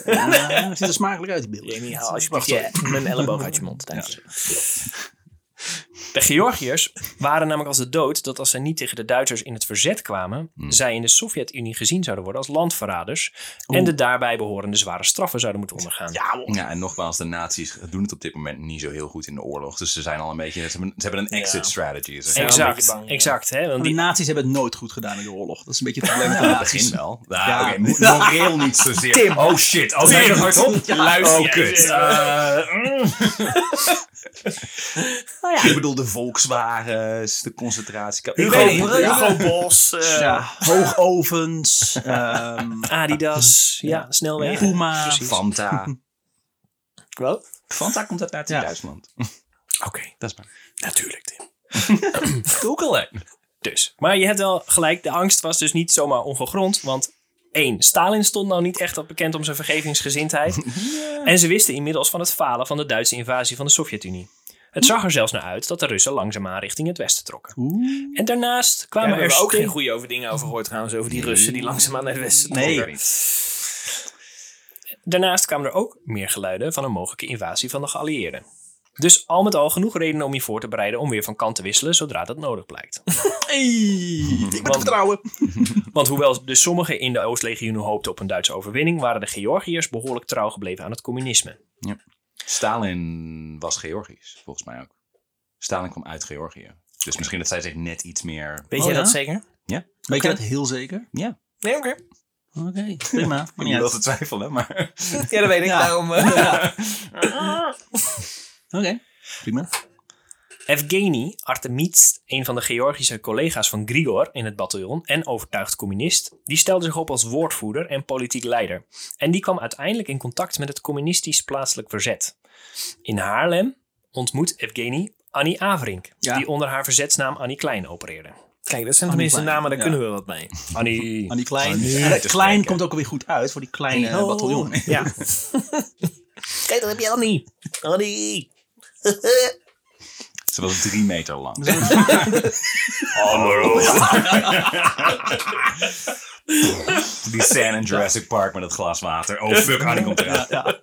[SPEAKER 1] Ja, het ziet er smakelijk uit, die beelden.
[SPEAKER 3] Remy, haal alsjeblieft
[SPEAKER 1] Wacht,
[SPEAKER 3] je, mijn elleboog uit je mond. Dank je.
[SPEAKER 4] De Georgiërs waren namelijk als de dood dat als zij niet tegen de Duitsers in het verzet kwamen, zij in de Sovjet-Unie gezien zouden worden als landverraders en de daarbij behorende zware straffen zouden moeten ondergaan.
[SPEAKER 1] Ja, hoor.
[SPEAKER 2] Ja, en nogmaals, de nazi's doen het op dit moment niet zo heel goed in de oorlog. Dus ze zijn al een beetje, ze hebben, ze hebben een exit strategy. Ze zijn
[SPEAKER 3] een
[SPEAKER 4] exact,
[SPEAKER 3] beetje bang, ja.
[SPEAKER 4] exact. Hè? Want
[SPEAKER 1] de
[SPEAKER 4] die,
[SPEAKER 1] nazi's hebben het nooit goed gedaan in de oorlog. Dat is een beetje het probleem van de
[SPEAKER 2] aan het
[SPEAKER 1] nazi's.
[SPEAKER 2] begin wel. Nou,
[SPEAKER 1] Ja.
[SPEAKER 2] oké, mo- moreel niet zozeer. Oh shit, oh nee, dat hard op. Luister, oh, kut. Eh, mm. Ik bedoel, de Volkswagens, de concentratiekamp.
[SPEAKER 3] Ik
[SPEAKER 2] Hugo
[SPEAKER 3] weet niet,
[SPEAKER 2] Br-
[SPEAKER 3] Hugo Bos. eh,
[SPEAKER 1] Ja, hoogovens, ehm,
[SPEAKER 4] Adidas, ja, snelwegen.
[SPEAKER 1] Puma.
[SPEAKER 2] Fanta.
[SPEAKER 3] Wel?
[SPEAKER 2] Fanta komt uit uit
[SPEAKER 1] Ja.
[SPEAKER 2] Duitsland.
[SPEAKER 4] Oké,
[SPEAKER 2] Dat is maar.
[SPEAKER 4] natuurlijk Tim. *laughs* Google het. Dus. Maar je hebt wel gelijk, de angst was dus niet zomaar ongegrond, want... één, Stalin stond nou niet echt al bekend om zijn
[SPEAKER 3] *laughs*
[SPEAKER 4] vergevingsgezindheid. En ze wisten inmiddels van het falen van de Duitse invasie van de Sovjet-Unie. Het zag er zelfs naar uit dat de Russen langzaamaan richting het westen trokken. En daarnaast
[SPEAKER 3] Daar
[SPEAKER 4] kwamen
[SPEAKER 3] hebben
[SPEAKER 4] er
[SPEAKER 3] we ook
[SPEAKER 4] steeds-
[SPEAKER 3] geen goede over dingen over gehoord trouwens. Over die Russen die langzaamaan naar het westen
[SPEAKER 2] Ook
[SPEAKER 3] trokken.
[SPEAKER 2] weer niet.
[SPEAKER 4] Daarnaast kwamen er ook meer geluiden van een mogelijke invasie van de geallieerden. Dus al met al genoeg redenen om je voor te bereiden om weer van kant te wisselen zodra dat nodig blijkt.
[SPEAKER 1] Ik ben te vertrouwen.
[SPEAKER 4] Want hoewel dus sommigen in de Oostlegioen hoopten op een Duitse overwinning, waren de Georgiërs behoorlijk trouw gebleven aan het communisme.
[SPEAKER 2] Stalin was Georgisch, volgens mij ook. Stalin kwam uit Georgië. Dus misschien dat zij zich net iets meer...
[SPEAKER 3] Weet
[SPEAKER 1] Oh,
[SPEAKER 3] jij
[SPEAKER 1] ja?
[SPEAKER 3] dat zeker?
[SPEAKER 1] Weet je dat heel zeker?
[SPEAKER 2] Ja,
[SPEAKER 3] Nee, oké.
[SPEAKER 1] Oké, prima.
[SPEAKER 2] ik niet dat te twijfelen, maar...
[SPEAKER 3] Ja, dat weet ik.
[SPEAKER 1] Ja.
[SPEAKER 3] Daarom, eh,
[SPEAKER 1] Oké, prima.
[SPEAKER 4] Evgeny Artemits, een van de Georgische collega's van Grigor in het bataljon en overtuigd communist, die stelde zich op als woordvoerder en politiek leider. En die kwam uiteindelijk in contact met het communistisch plaatselijk verzet. In Haarlem ontmoet Evgeny Annie Averink,
[SPEAKER 1] Ja.
[SPEAKER 4] die onder haar verzetsnaam Annie Klein opereerde.
[SPEAKER 3] Kijk, dat zijn tenminste
[SPEAKER 1] Klein,
[SPEAKER 3] namen, daar
[SPEAKER 1] ja.
[SPEAKER 3] kunnen we wat mee.
[SPEAKER 4] Annie.
[SPEAKER 1] Aan die klein.
[SPEAKER 2] Annie.
[SPEAKER 1] Ja, dat
[SPEAKER 2] Te
[SPEAKER 1] klein
[SPEAKER 2] spreken.
[SPEAKER 1] komt ook alweer goed uit voor die kleine
[SPEAKER 2] Hey, ho.
[SPEAKER 1] bataljon. *laughs*
[SPEAKER 3] Ja.
[SPEAKER 5] Kijk, dat heb je al niet. Annie.
[SPEAKER 2] Ze was drie meter lang. *laughs* Die scène in Jurassic Park met dat glas water. Oh fuck, Annie komt eraan.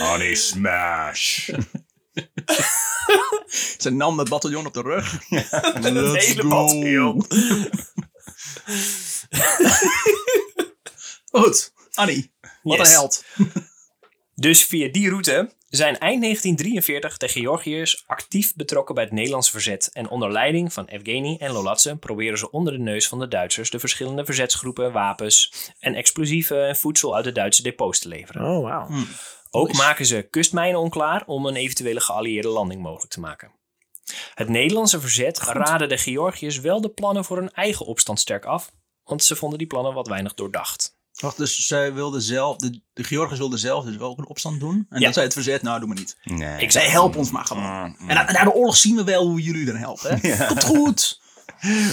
[SPEAKER 2] Annie smash.
[SPEAKER 1] Ze nam het bataljon op de rug. Let's
[SPEAKER 3] *laughs* hele
[SPEAKER 1] go.
[SPEAKER 3] bataljon.
[SPEAKER 1] Goed, Annie. Wat
[SPEAKER 4] Yes.
[SPEAKER 1] een held.
[SPEAKER 4] Dus via die route zijn eind 1943 de Georgiërs actief betrokken bij het Nederlandse verzet. En onder leiding van Evgeny en Lolatse proberen ze onder de neus van de Duitsers de verschillende verzetsgroepen, wapens en explosieven en voedsel uit de Duitse depots te leveren.
[SPEAKER 3] Oh, wauw.
[SPEAKER 4] Ook maken ze kustmijnen onklaar om een eventuele geallieerde landing mogelijk te maken. Het Nederlandse verzet raadde de Georgiërs wel de plannen voor hun eigen opstand sterk af, want ze vonden die plannen wat weinig doordacht.
[SPEAKER 1] Wacht, dus zij wilden zelf, de, de Georgiërs wilden zelf dus ook een opstand doen. En
[SPEAKER 4] Ja.
[SPEAKER 1] dan zei het verzet, nou doe maar niet.
[SPEAKER 2] Nee.
[SPEAKER 1] Ik zei, help ons maar gewoon.
[SPEAKER 2] Mm,
[SPEAKER 1] En na, na de oorlog zien we wel hoe jullie dan helpen. *laughs* Hè? Komt
[SPEAKER 3] *laughs*
[SPEAKER 1] goed.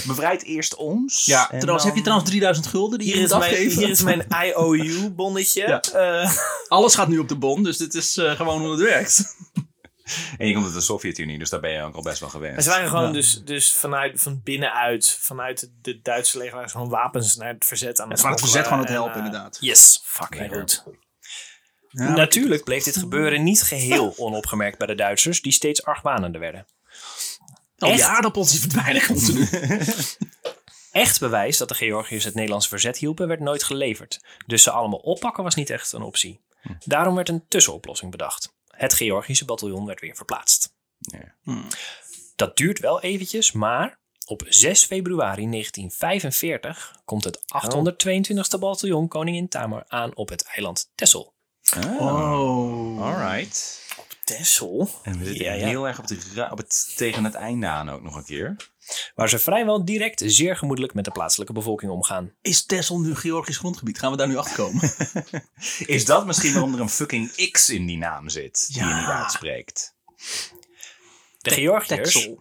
[SPEAKER 2] Bevrijd eerst ons.
[SPEAKER 1] Ja,
[SPEAKER 2] en
[SPEAKER 1] trouwens, heb je
[SPEAKER 2] dan-
[SPEAKER 1] trouwens 3000 gulden die
[SPEAKER 3] Hier
[SPEAKER 1] je
[SPEAKER 3] is,
[SPEAKER 1] moet
[SPEAKER 3] mijn,
[SPEAKER 1] afgeven?
[SPEAKER 3] hier is mijn IOU-bonnetje.
[SPEAKER 1] Ja.
[SPEAKER 3] Eh,
[SPEAKER 1] Alles gaat nu op de bon, dus dit is eh, gewoon hoe *laughs* het werkt.
[SPEAKER 2] En je komt uit de Sovjet-Unie, dus daar ben je ook al best wel gewend.
[SPEAKER 3] maar ze waren gewoon dus, dus vanuit, van binnenuit, vanuit de Duitse leger, waren ze gewoon wapens naar het verzet aan het
[SPEAKER 1] Het was het verzet gewoon
[SPEAKER 3] smokkelen
[SPEAKER 1] het helpen,
[SPEAKER 3] en, eh,
[SPEAKER 1] inderdaad.
[SPEAKER 4] Yes, fucking goed. Natuurlijk bleef dit gebeuren niet
[SPEAKER 3] *laughs*
[SPEAKER 4] geheel onopgemerkt bij de Duitsers, die steeds argwanender werden.
[SPEAKER 1] Al die
[SPEAKER 4] echt?
[SPEAKER 1] aardappels die verdwijnen *laughs* continu.
[SPEAKER 4] Echt bewijs dat de Georgiërs het Nederlandse verzet hielpen, werd nooit geleverd. Dus ze allemaal oppakken was niet echt een optie. Daarom werd een tussenoplossing bedacht. Het Georgische bataljon werd weer verplaatst.
[SPEAKER 2] Ja.
[SPEAKER 1] Hmm.
[SPEAKER 4] Dat duurt wel eventjes, maar op 6 februari 1945 komt
[SPEAKER 3] Oh.
[SPEAKER 4] het 822e bataljon Koningin Tamar aan op het eiland Texel.
[SPEAKER 2] Ah,
[SPEAKER 1] Oh.
[SPEAKER 2] Alright.
[SPEAKER 3] Texel?
[SPEAKER 2] En we zitten
[SPEAKER 4] Ja, ja.
[SPEAKER 2] heel erg op, de, ra- op het, tegen het einde aan ook nog een keer.
[SPEAKER 4] waar ze vrijwel direct zeer gemoedelijk met de plaatselijke bevolking omgaan.
[SPEAKER 1] Is Texel nu Georgisch grondgebied? Gaan we daar nu achter komen?
[SPEAKER 2] Is dat misschien waarom er een fucking X in die naam zit? Die je
[SPEAKER 1] Ja.
[SPEAKER 2] niet uitspreekt.
[SPEAKER 4] De Georgiërs
[SPEAKER 1] Texel.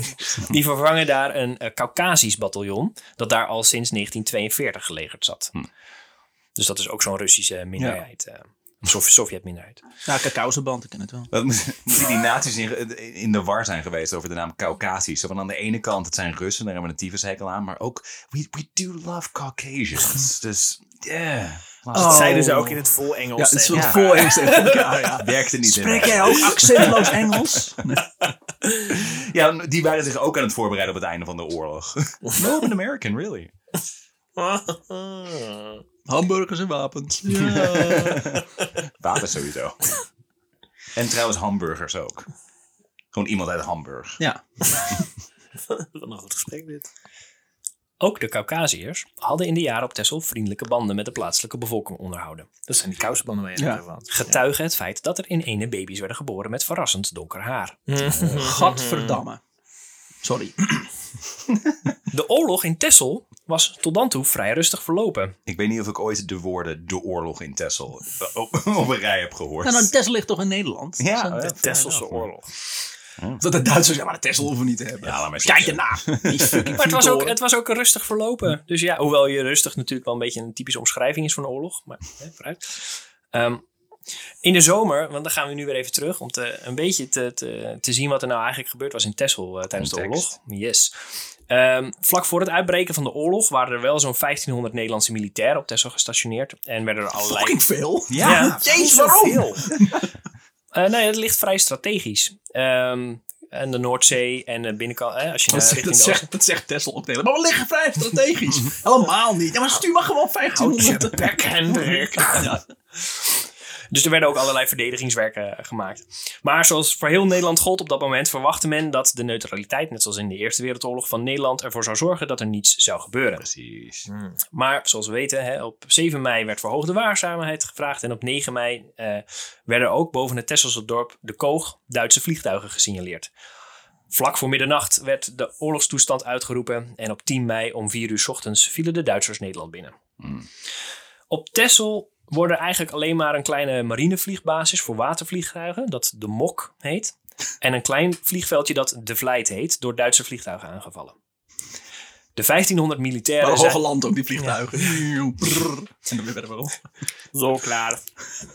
[SPEAKER 4] *laughs* die vervangen daar een eh, Caucasisch bataljon dat daar al sinds 1942 gelegerd zat. Dus dat is ook zo'n Russische minderheid. eh, Een soort Sovjet-minderheid.
[SPEAKER 1] *laughs* Nou, cacaozeband, ik ken het wel.
[SPEAKER 2] Wat moeten *laughs* moeten die naties in, in de war zijn geweest over de naam Caucasisch? Zo van aan de ene kant, het zijn Russen, daar hebben we een tyfushekel aan. Maar ook, we, we do love Caucasians. dus, yeah. Dat
[SPEAKER 1] Oh.
[SPEAKER 3] Zeiden ze ook in het vol Engels.
[SPEAKER 1] Ja, het is
[SPEAKER 3] tegen
[SPEAKER 1] een
[SPEAKER 2] Ja.
[SPEAKER 1] soort vol Engels. *laughs* Ja, ja.
[SPEAKER 2] werkte niet.
[SPEAKER 1] Spreek
[SPEAKER 2] in.
[SPEAKER 1] jij ook accentloos Engels?
[SPEAKER 2] Ja, die waren zich ook aan het voorbereiden op het einde van de oorlog. *laughs* no, I'm an American, really.
[SPEAKER 1] Hamburgers en wapens.
[SPEAKER 2] Wapen sowieso. en trouwens hamburgers ook. Gewoon iemand uit Hamburg.
[SPEAKER 1] Ja.
[SPEAKER 3] Wat een goed gesprek dit.
[SPEAKER 4] Ook de Caucasiërs hadden in de jaren op Texel vriendelijke banden met de plaatselijke bevolking onderhouden.
[SPEAKER 3] Dat zijn die kousenbanden waar je
[SPEAKER 1] Ja.
[SPEAKER 3] het over had.
[SPEAKER 4] Getuigen het feit dat er in ene baby's werden geboren met verrassend donker haar.
[SPEAKER 1] Gadverdamme. Sorry.
[SPEAKER 4] De oorlog in Texel was tot dan toe vrij rustig verlopen.
[SPEAKER 2] Ik weet niet of ik ooit de woorden de oorlog in Texel op, op een rij heb gehoord.
[SPEAKER 1] Nou, maar Tessel ligt toch in Nederland?
[SPEAKER 2] Ja,
[SPEAKER 1] Zo'n-
[SPEAKER 2] ja.
[SPEAKER 3] Tesselse oorlog.
[SPEAKER 1] Dat de Duitsers, ja, maar de Tessel hoeven we niet te hebben.
[SPEAKER 2] Ja, laat maar
[SPEAKER 1] Kijk
[SPEAKER 2] zitten.
[SPEAKER 1] ernaar. Die fucking
[SPEAKER 4] Maar het was, ook,
[SPEAKER 1] vliegtoren.
[SPEAKER 4] het was ook rustig
[SPEAKER 1] Hm.
[SPEAKER 4] verlopen. Dus ja, hoewel je rustig natuurlijk wel een beetje een typische omschrijving is van een oorlog. Maar hè, vooruit. Ehm, in de zomer, want dan gaan we nu weer even terug om te, een beetje te, te, te zien wat er nou eigenlijk gebeurd was in Texel eh, tijdens
[SPEAKER 2] Context.
[SPEAKER 4] de oorlog. Yes. Ehm, vlak voor het uitbreken van de oorlog waren er wel zo'n 1500 Nederlandse militairen op Texel gestationeerd. En werden er allerlei...
[SPEAKER 1] Fucking veel.
[SPEAKER 2] Ja.
[SPEAKER 4] Ja.
[SPEAKER 1] Jezus, waarom?
[SPEAKER 4] Eh, nee, het ligt vrij strategisch. Ehm, en de Noordzee en de binnenkant... eh, als je naar
[SPEAKER 1] Dat,
[SPEAKER 4] richting
[SPEAKER 1] dat
[SPEAKER 4] de oost-
[SPEAKER 1] zegt, dat zegt Tessel ook tegen. Maar we liggen vrij strategisch. *laughs* Helemaal niet. Ja, maar stuur maar gewoon 1500.
[SPEAKER 3] Bek Hendrik.
[SPEAKER 4] Dus er werden ook allerlei verdedigingswerken eh, gemaakt. Maar zoals voor heel Nederland gold op dat moment, verwachtte men dat de neutraliteit, net zoals in de Eerste Wereldoorlog van Nederland, ervoor zou zorgen dat er niets zou gebeuren.
[SPEAKER 2] Precies.
[SPEAKER 4] Maar zoals we weten, hè, op 7 mei werd verhoogde waarzaamheid gevraagd. En op 9 mei eh, werden ook boven het Tesselse dorp De Koog Duitse vliegtuigen gesignaleerd. Vlak voor middernacht werd de oorlogstoestand uitgeroepen. En op 10 mei om 4 uur 's ochtends vielen de Duitsers Nederland binnen. Op Texel worden eigenlijk alleen maar een kleine marinevliegbasis voor watervliegtuigen, dat de Mok heet. En een klein vliegveldje dat de Vlijt heet, door Duitse vliegtuigen aangevallen. De 1500 militairen.
[SPEAKER 1] Maar
[SPEAKER 4] zijn-
[SPEAKER 1] hoge land ook, die vliegtuigen. Brrr. En dan weer verder wel.
[SPEAKER 3] Zo klaar.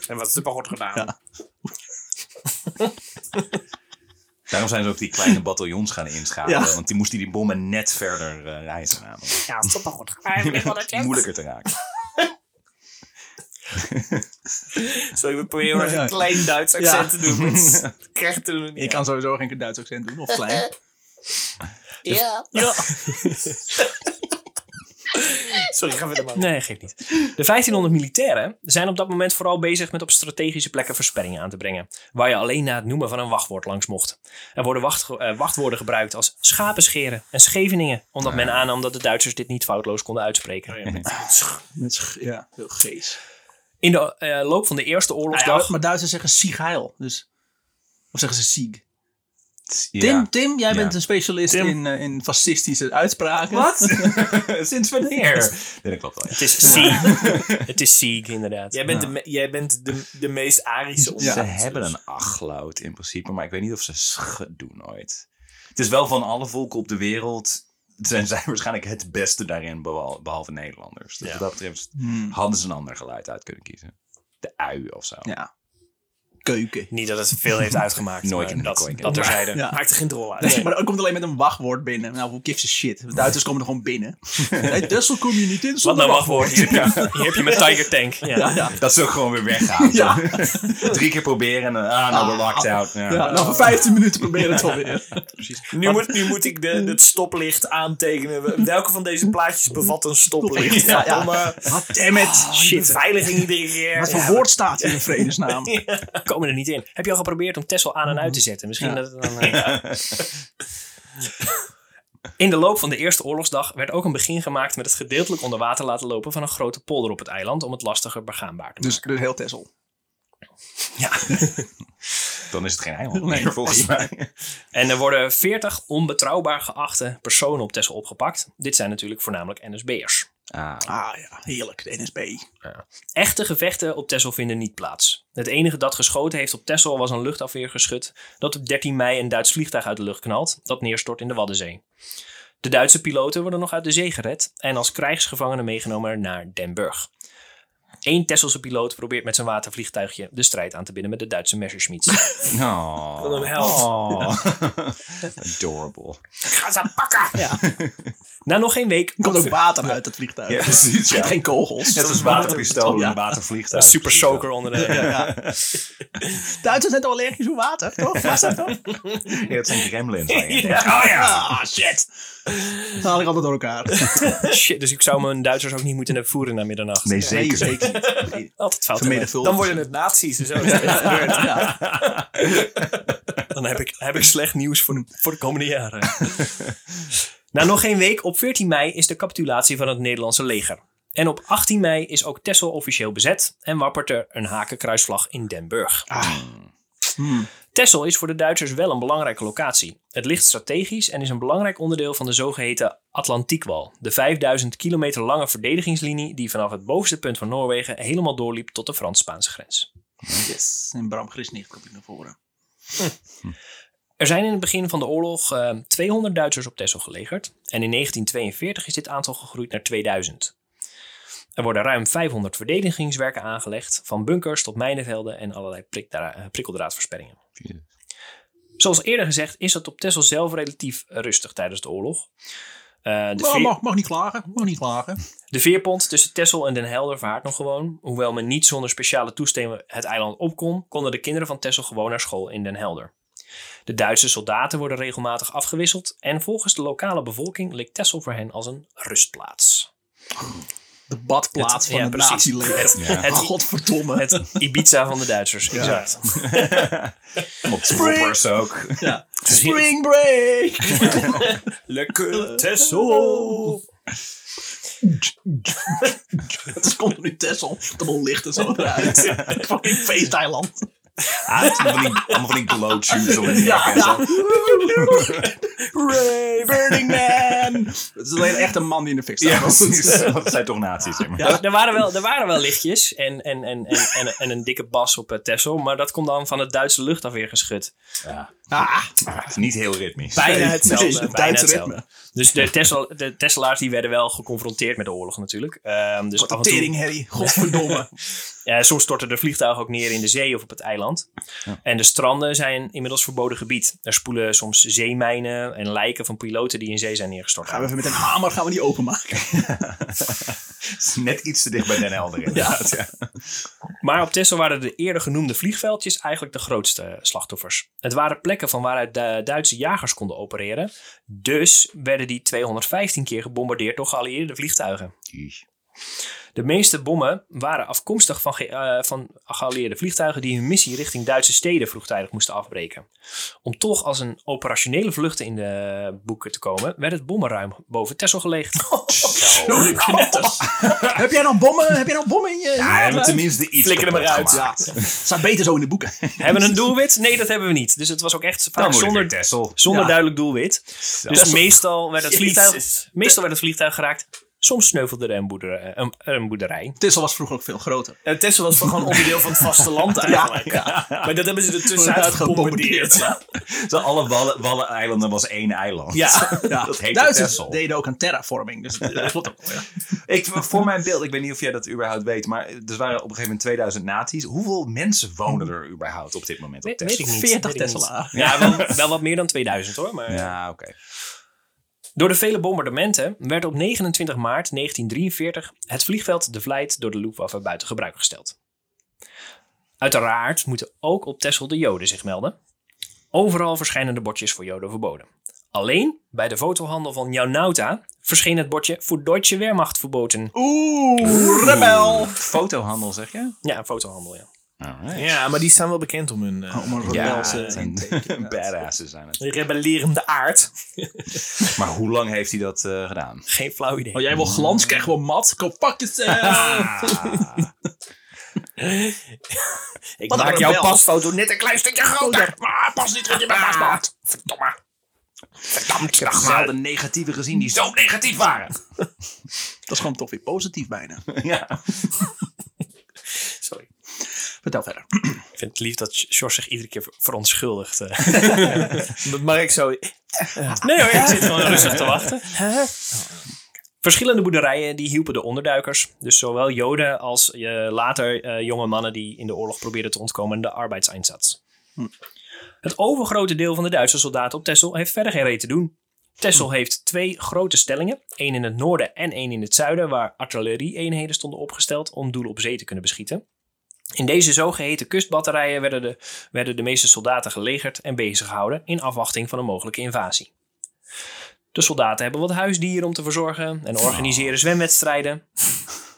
[SPEAKER 3] En wat super goed gedaan.
[SPEAKER 2] Daarom zijn ze ook die kleine bataljons gaan inschakelen.
[SPEAKER 1] Ja.
[SPEAKER 2] Want die moesten die bommen net verder eh reizen. Namelijk.
[SPEAKER 3] Ja, super goed gedaan.
[SPEAKER 2] Moeilijker te raken.
[SPEAKER 3] Sorry, we proberen maar
[SPEAKER 1] Ja.
[SPEAKER 3] een klein Duits accent te doen. maar
[SPEAKER 1] *laughs*
[SPEAKER 3] het Krijgt er niet.
[SPEAKER 1] Ik kan sowieso geen Duits accent doen, of klein.
[SPEAKER 5] *laughs* Ja.
[SPEAKER 3] Sorry, ga
[SPEAKER 1] *laughs*
[SPEAKER 3] verder maar.
[SPEAKER 4] Nee, geeft niet. De 1500 militairen zijn op dat moment vooral bezig met op strategische plekken versperringen aan te brengen. Waar je alleen na het noemen van een wachtwoord langs mocht. Er worden wacht, eh, wachtwoorden gebruikt als schapenscheren en scheveningen. Omdat men aannam dat de Duitsers dit niet foutloos konden
[SPEAKER 3] Oh
[SPEAKER 4] uitspreken.
[SPEAKER 1] Met sch- ja, heel gees.
[SPEAKER 4] In de eh, loop van de Eerste
[SPEAKER 1] Nou ja,
[SPEAKER 3] Ah
[SPEAKER 4] Oorlogsdag.
[SPEAKER 1] maar Duitsers zeggen sieg heil. Dus, of zeggen ze sieg.
[SPEAKER 2] Ja.
[SPEAKER 1] *laughs* Tim, Tim, jij
[SPEAKER 2] Ja.
[SPEAKER 1] bent een specialist
[SPEAKER 2] Tim.
[SPEAKER 1] in, eh, in fascistische uitspraken.
[SPEAKER 2] *laughs* Sinds wanneer? Nee, dat klopt wel. ja.
[SPEAKER 4] Het is
[SPEAKER 3] *laughs*
[SPEAKER 4] Sieg. het is Sieg, inderdaad.
[SPEAKER 3] Jij bent, de, me- jij bent de, de meest Arische
[SPEAKER 1] Ja.
[SPEAKER 3] onder.
[SPEAKER 2] Ze hebben een achloud in principe, maar ik weet niet of ze sch doen ooit. Het is wel van alle volken op de wereld zijn zij *laughs* waarschijnlijk het beste daarin, behal- behalve Nederlanders. Dus wat dat betreft
[SPEAKER 1] Hmm.
[SPEAKER 2] hadden ze een ander geluid uit kunnen kiezen. De ui of zo.
[SPEAKER 1] Ja. Keuken.
[SPEAKER 4] Niet dat het veel heeft uitgemaakt.
[SPEAKER 2] Nooit
[SPEAKER 4] maar
[SPEAKER 2] in de
[SPEAKER 4] dat,
[SPEAKER 2] kooi.
[SPEAKER 4] dat terzijde.
[SPEAKER 1] Ja.
[SPEAKER 3] Maakt er geen drol uit.
[SPEAKER 1] Nee, maar ook komt alleen met een wachtwoord binnen. Nou, who gives a shit? De Duitsers komen er gewoon *laughs* binnen. hey, Tessel kom je niet in
[SPEAKER 4] Wat
[SPEAKER 1] zonder
[SPEAKER 4] nou wachtwoord? Hier heb je, hier heb je mijn Tiger Tank. Ja.
[SPEAKER 1] Ja, ja.
[SPEAKER 2] Dat ze ook gewoon weer weggaan.
[SPEAKER 1] *laughs* Ja.
[SPEAKER 2] *laughs* Drie keer proberen en dan, ah, nou, we're locked out. Ja.
[SPEAKER 1] Ja, nou, voor 15 minuten proberen we het *laughs* alweer.
[SPEAKER 3] Nu, moet, nu moet ik de, het stoplicht aantekenen. Welke van deze plaatjes
[SPEAKER 1] *laughs*
[SPEAKER 3] bevat een stoplicht? eh,
[SPEAKER 1] Ja, Ah, ja.
[SPEAKER 3] Verdomme.
[SPEAKER 1] God damn it.
[SPEAKER 3] Die beveiliging iedere keer.
[SPEAKER 1] Wat voor
[SPEAKER 3] Ja,
[SPEAKER 1] woord staat hier in *laughs* vredesnaam?
[SPEAKER 4] Komen er niet in. Heb je al geprobeerd om Tesla aan en uit te zetten? Misschien
[SPEAKER 1] Mhm. *laughs* Ja.
[SPEAKER 4] dat het dan... eh, In de loop van de Eerste Oorlogsdag werd ook een begin gemaakt met het gedeeltelijk onder water laten lopen van een grote polder op het eiland om het lastiger begaanbaar te maken.
[SPEAKER 1] Dus, dus heel Tessel.
[SPEAKER 2] Dan is het geen eiland
[SPEAKER 1] Nee.
[SPEAKER 2] meer volgens mij.
[SPEAKER 4] En er worden 40 onbetrouwbaar geachte personen op Tesla opgepakt. Dit zijn natuurlijk voornamelijk NSB'ers.
[SPEAKER 2] Ah,
[SPEAKER 1] Ah ja, heerlijk, de NSB.
[SPEAKER 4] Echte gevechten op Texel vinden niet plaats. Het enige dat geschoten heeft op Texel was een luchtafweergeschut dat op 13 mei een Duits vliegtuig uit de lucht knalt dat neerstort in de Waddenzee. De Duitse piloten worden nog uit de zee gered en als krijgsgevangenen meegenomen naar Den Burg. Eén Tesselse piloot probeert met zijn watervliegtuigje de strijd aan te binnen met de Duitse Messerschmitts.
[SPEAKER 2] Oh.
[SPEAKER 3] Wat een held.
[SPEAKER 2] Adorable.
[SPEAKER 3] Ga ze pakken! Ja.
[SPEAKER 4] Na nog geen week
[SPEAKER 1] Er komt ook water uit het vliegtuig.
[SPEAKER 2] Ja,
[SPEAKER 1] *laughs*
[SPEAKER 2] precies.
[SPEAKER 1] Het zijn
[SPEAKER 2] Ja.
[SPEAKER 1] geen kogels.
[SPEAKER 2] Net als waterpistolen,
[SPEAKER 1] Ja.
[SPEAKER 2] en watervliegtuigen.
[SPEAKER 4] super soaker onder de...
[SPEAKER 1] Duitsers zijn toch allergisch voor water, toch? Was dat toch?
[SPEAKER 2] Ja, het zijn gremlins. waar je aan denkt.
[SPEAKER 4] Oh ja!
[SPEAKER 1] Ah, *laughs* shit. Dat haal ik altijd door *laughs* elkaar.
[SPEAKER 4] Shit, dus ik zou mijn Duitsers ook niet moeten voeren na middernacht.
[SPEAKER 2] Nee, zeker.
[SPEAKER 1] Nee, zeker niet.
[SPEAKER 4] Altijd fout.
[SPEAKER 1] Vermenigvuldigd.
[SPEAKER 3] Dan worden het nazi's
[SPEAKER 4] *laughs*
[SPEAKER 3] en zo.
[SPEAKER 4] Dan heb ik, heb ik slecht nieuws voor de, voor de komende jaren. Na nog geen week, op 14 mei, is de capitulatie van het Nederlandse leger. En op 18 mei is ook Texel officieel bezet en wappert er een hakenkruisvlag in Den Burg. Texel is voor de Duitsers wel een belangrijke locatie. Het ligt strategisch en is een belangrijk onderdeel van de zogeheten Atlantiekwal, de 5000 kilometer lange verdedigingslinie die vanaf het bovenste punt van Noorwegen helemaal doorliep tot de Frans-Spaanse grens.
[SPEAKER 1] Yes. En Bram Grisnicht komt hier naar voren.
[SPEAKER 4] Er zijn in het begin van de oorlog eh, 200 Duitsers op Texel gelegerd en in 1942 is dit aantal gegroeid naar 2000. Er worden ruim 500 verdedigingswerken aangelegd, van bunkers tot mijnenvelden en allerlei prikdra- eh, prikkeldraadversperringen. Zoals eerder gezegd is het op Texel zelf relatief rustig tijdens de oorlog. Eh, de,
[SPEAKER 1] Nou,
[SPEAKER 4] veer-
[SPEAKER 1] mag, mag niet klagen. Mag niet klagen.
[SPEAKER 4] de veerpont tussen Texel en Den Helder vaart nog gewoon. Hoewel men niet zonder speciale toestemming het eiland op kon, konden de kinderen van Texel gewoon naar school in Den Helder. De Duitse soldaten worden regelmatig afgewisseld en volgens de lokale bevolking leek Texel voor hen als een rustplaats.
[SPEAKER 1] De badplaats
[SPEAKER 4] Het-
[SPEAKER 1] van
[SPEAKER 4] ja,
[SPEAKER 1] het
[SPEAKER 4] precies.
[SPEAKER 1] nazileger. Ah,
[SPEAKER 4] Het-
[SPEAKER 1] Godverdomme.
[SPEAKER 4] Het Ibiza van de Duitsers, exact.
[SPEAKER 2] Op troppers ook.
[SPEAKER 1] Ja. Spring
[SPEAKER 4] *laughs*
[SPEAKER 1] break!
[SPEAKER 3] Lekker Tessel!
[SPEAKER 1] Het is continu Tessel. De bol ligt er zo *laughs* uit. Fucking feesteiland.
[SPEAKER 2] Ah, het zijn allemaal van die- allemaal van die blowtubes om in die
[SPEAKER 1] Ja,
[SPEAKER 2] jak en
[SPEAKER 1] ja.
[SPEAKER 2] zo.
[SPEAKER 1] Hooray, Burning Man! Het is alleen echt een man die in de fik staat.
[SPEAKER 2] Ja, precies. *laughs* Dat zijn toch nazi's, zeg maar.
[SPEAKER 4] Er, er waren wel, er waren wel lichtjes en, en, en, en, en, en een dikke bas op eh, Texel, maar dat komt dan van het Duitse luchtafweer geschud.
[SPEAKER 2] Ja.
[SPEAKER 1] *laughs* Ah,
[SPEAKER 2] Het is niet heel ritmisch.
[SPEAKER 4] Bijna *laughs*
[SPEAKER 1] Nee,
[SPEAKER 4] hetzelfde.
[SPEAKER 1] nee, het
[SPEAKER 4] bijna
[SPEAKER 1] Duitse
[SPEAKER 4] hetzelfde.
[SPEAKER 1] ritme.
[SPEAKER 4] Dus de, Tesla, de Tesla's die werden wel geconfronteerd met de oorlog natuurlijk. Ehm, dus
[SPEAKER 1] wat
[SPEAKER 4] af
[SPEAKER 1] een
[SPEAKER 4] en toe-
[SPEAKER 1] tering, Harry. Godverdomme.
[SPEAKER 4] eh, soms storten de vliegtuigen ook neer in de zee of op het eiland. En de stranden zijn inmiddels verboden gebied. Er spoelen soms zeemijnen en lijken van piloten die in zee zijn
[SPEAKER 1] *laughs*
[SPEAKER 4] neergestort.
[SPEAKER 1] Gaan we even met een hamer gaan we die *laughs* openmaken.
[SPEAKER 2] Het is net iets te dicht bij Den Helder, inderdaad. Ja.
[SPEAKER 4] Maar op Texel waren de eerder genoemde vliegveldjes eigenlijk de grootste slachtoffers. Het waren plekken van waaruit de Duitse jagers konden opereren. Dus werden die 215 keer gebombardeerd door geallieerde vliegtuigen. De meeste bommen waren afkomstig van, ge- eh, van geallieerde vliegtuigen die hun missie richting Duitse steden vroegtijdig moesten afbreken. Om toch als een operationele vlucht in de boeken te komen, werd het bommenruim boven Texel gelegd.
[SPEAKER 1] Zo, knetters. Oh. *laughs* Heb jij nog bommen? Heb jij nog bommen in je?
[SPEAKER 2] Ja, we hebben tenminste iets
[SPEAKER 4] Flikker hem
[SPEAKER 2] kapot
[SPEAKER 4] eruit,
[SPEAKER 2] gemaakt.
[SPEAKER 1] Ja, staat beter zo in de boeken. *laughs*
[SPEAKER 4] hebben we een doelwit? Nee, dat hebben we niet. Dus het was ook echt
[SPEAKER 2] Dan
[SPEAKER 4] vaak
[SPEAKER 2] moet ik
[SPEAKER 4] zonder,
[SPEAKER 2] weer Texel.
[SPEAKER 4] zonder
[SPEAKER 1] Ja.
[SPEAKER 4] duidelijk doelwit. Dus meestal werd, het vliegtuig,
[SPEAKER 3] Jezus.
[SPEAKER 4] meestal werd het vliegtuig geraakt. Soms sneuvelde er een boerderij. eh, Een, een boerderij.
[SPEAKER 1] Tessel was vroeger ook veel groter.
[SPEAKER 3] Eh, Tessel was gewoon onderdeel van het vasteland eigenlijk. Maar dat hebben ze dus er tussenuit
[SPEAKER 1] Wordt gebombardeerd.
[SPEAKER 3] gebombardeerd.
[SPEAKER 2] Zo, alle wallen- Wallen-eilanden was één eiland.
[SPEAKER 3] Ja.
[SPEAKER 1] Ja.
[SPEAKER 2] Dat heette
[SPEAKER 1] Duitsers
[SPEAKER 2] Texel.
[SPEAKER 1] deden ook aan terraforming. Dus dat klopt ook. Ja.
[SPEAKER 2] Ik, voor mijn beeld, ik weet niet of jij dat überhaupt weet, maar er waren op een gegeven moment 2000 naties. Hoeveel mensen wonen er überhaupt op dit moment op
[SPEAKER 4] Weet,
[SPEAKER 2] Texel?
[SPEAKER 4] weet ik niet.
[SPEAKER 1] 40
[SPEAKER 4] weet ik niet.
[SPEAKER 1] Tesla.
[SPEAKER 4] Ja, wel, wel wat meer dan 2000 hoor. Maar...
[SPEAKER 2] Ja, oké.
[SPEAKER 4] Door de vele bombardementen werd op 29 maart 1943 het vliegveld de Vlijt door de Luftwaffe buiten gebruik gesteld. Uiteraard moeten ook op Texel de Joden zich melden. Overal verschijnen de bordjes voor Joden verboden. Alleen bij de fotohandel van Jaunauta verscheen het bordje voor Deutsche Wehrmacht verboden.
[SPEAKER 1] *laughs* Oeh, rebel.
[SPEAKER 2] Fotohandel, zeg je?
[SPEAKER 4] Ja, een fotohandel, ja.
[SPEAKER 2] Alright.
[SPEAKER 3] Ja, maar die staan wel bekend om hun eh,
[SPEAKER 1] Om een
[SPEAKER 2] Ja,
[SPEAKER 1] rebelse
[SPEAKER 2] het zijn
[SPEAKER 1] intake,
[SPEAKER 2] *laughs*
[SPEAKER 1] inderdaad.
[SPEAKER 2] badasses zijn het.
[SPEAKER 3] rebellerende aard.
[SPEAKER 2] Maar hoe lang heeft hij dat eh, gedaan?
[SPEAKER 4] Geen flauw idee.
[SPEAKER 1] Oh, jij wil glans, krijg wel mat. Kom, pak *laughs* jezelf.
[SPEAKER 3] Ik
[SPEAKER 1] Wat een
[SPEAKER 3] maak jouw
[SPEAKER 1] rebel.
[SPEAKER 3] pasfoto net een klein stukje groter.
[SPEAKER 1] Maar pas niet dat je
[SPEAKER 3] Ah.
[SPEAKER 1] baas maakt.
[SPEAKER 3] Verdomme. Verdammt.
[SPEAKER 2] We hadden negatieven gezien die zo negatief waren.
[SPEAKER 1] Dat is gewoon toch weer positief bijna.
[SPEAKER 2] *laughs* ja.
[SPEAKER 4] Sorry.
[SPEAKER 1] Vertel verder. *clears throat*
[SPEAKER 4] Ik vind het lief dat George zich iedere keer ver- verontschuldigt. eh.
[SPEAKER 3] Mark zo...
[SPEAKER 4] Nee hoor, ik zit gewoon rustig te wachten. Verschillende boerderijen die hielpen de onderduikers. Dus zowel Joden als eh, later eh, jonge mannen die in de oorlog probeerden te ontkomen aan de arbeidseinsatz. Het overgrote deel van de Duitse soldaten op Texel heeft verder geen reet te doen. Texel heeft twee grote stellingen, één in het noorden en één in het zuiden, waar artillerie-eenheden stonden opgesteld om doelen op zee te kunnen beschieten. In deze zogeheten kustbatterijen werden de, werden de meeste soldaten gelegerd en bezig gehouden in afwachting van een mogelijke invasie. De soldaten hebben wat huisdieren om te verzorgen en organiseren zwemwedstrijden.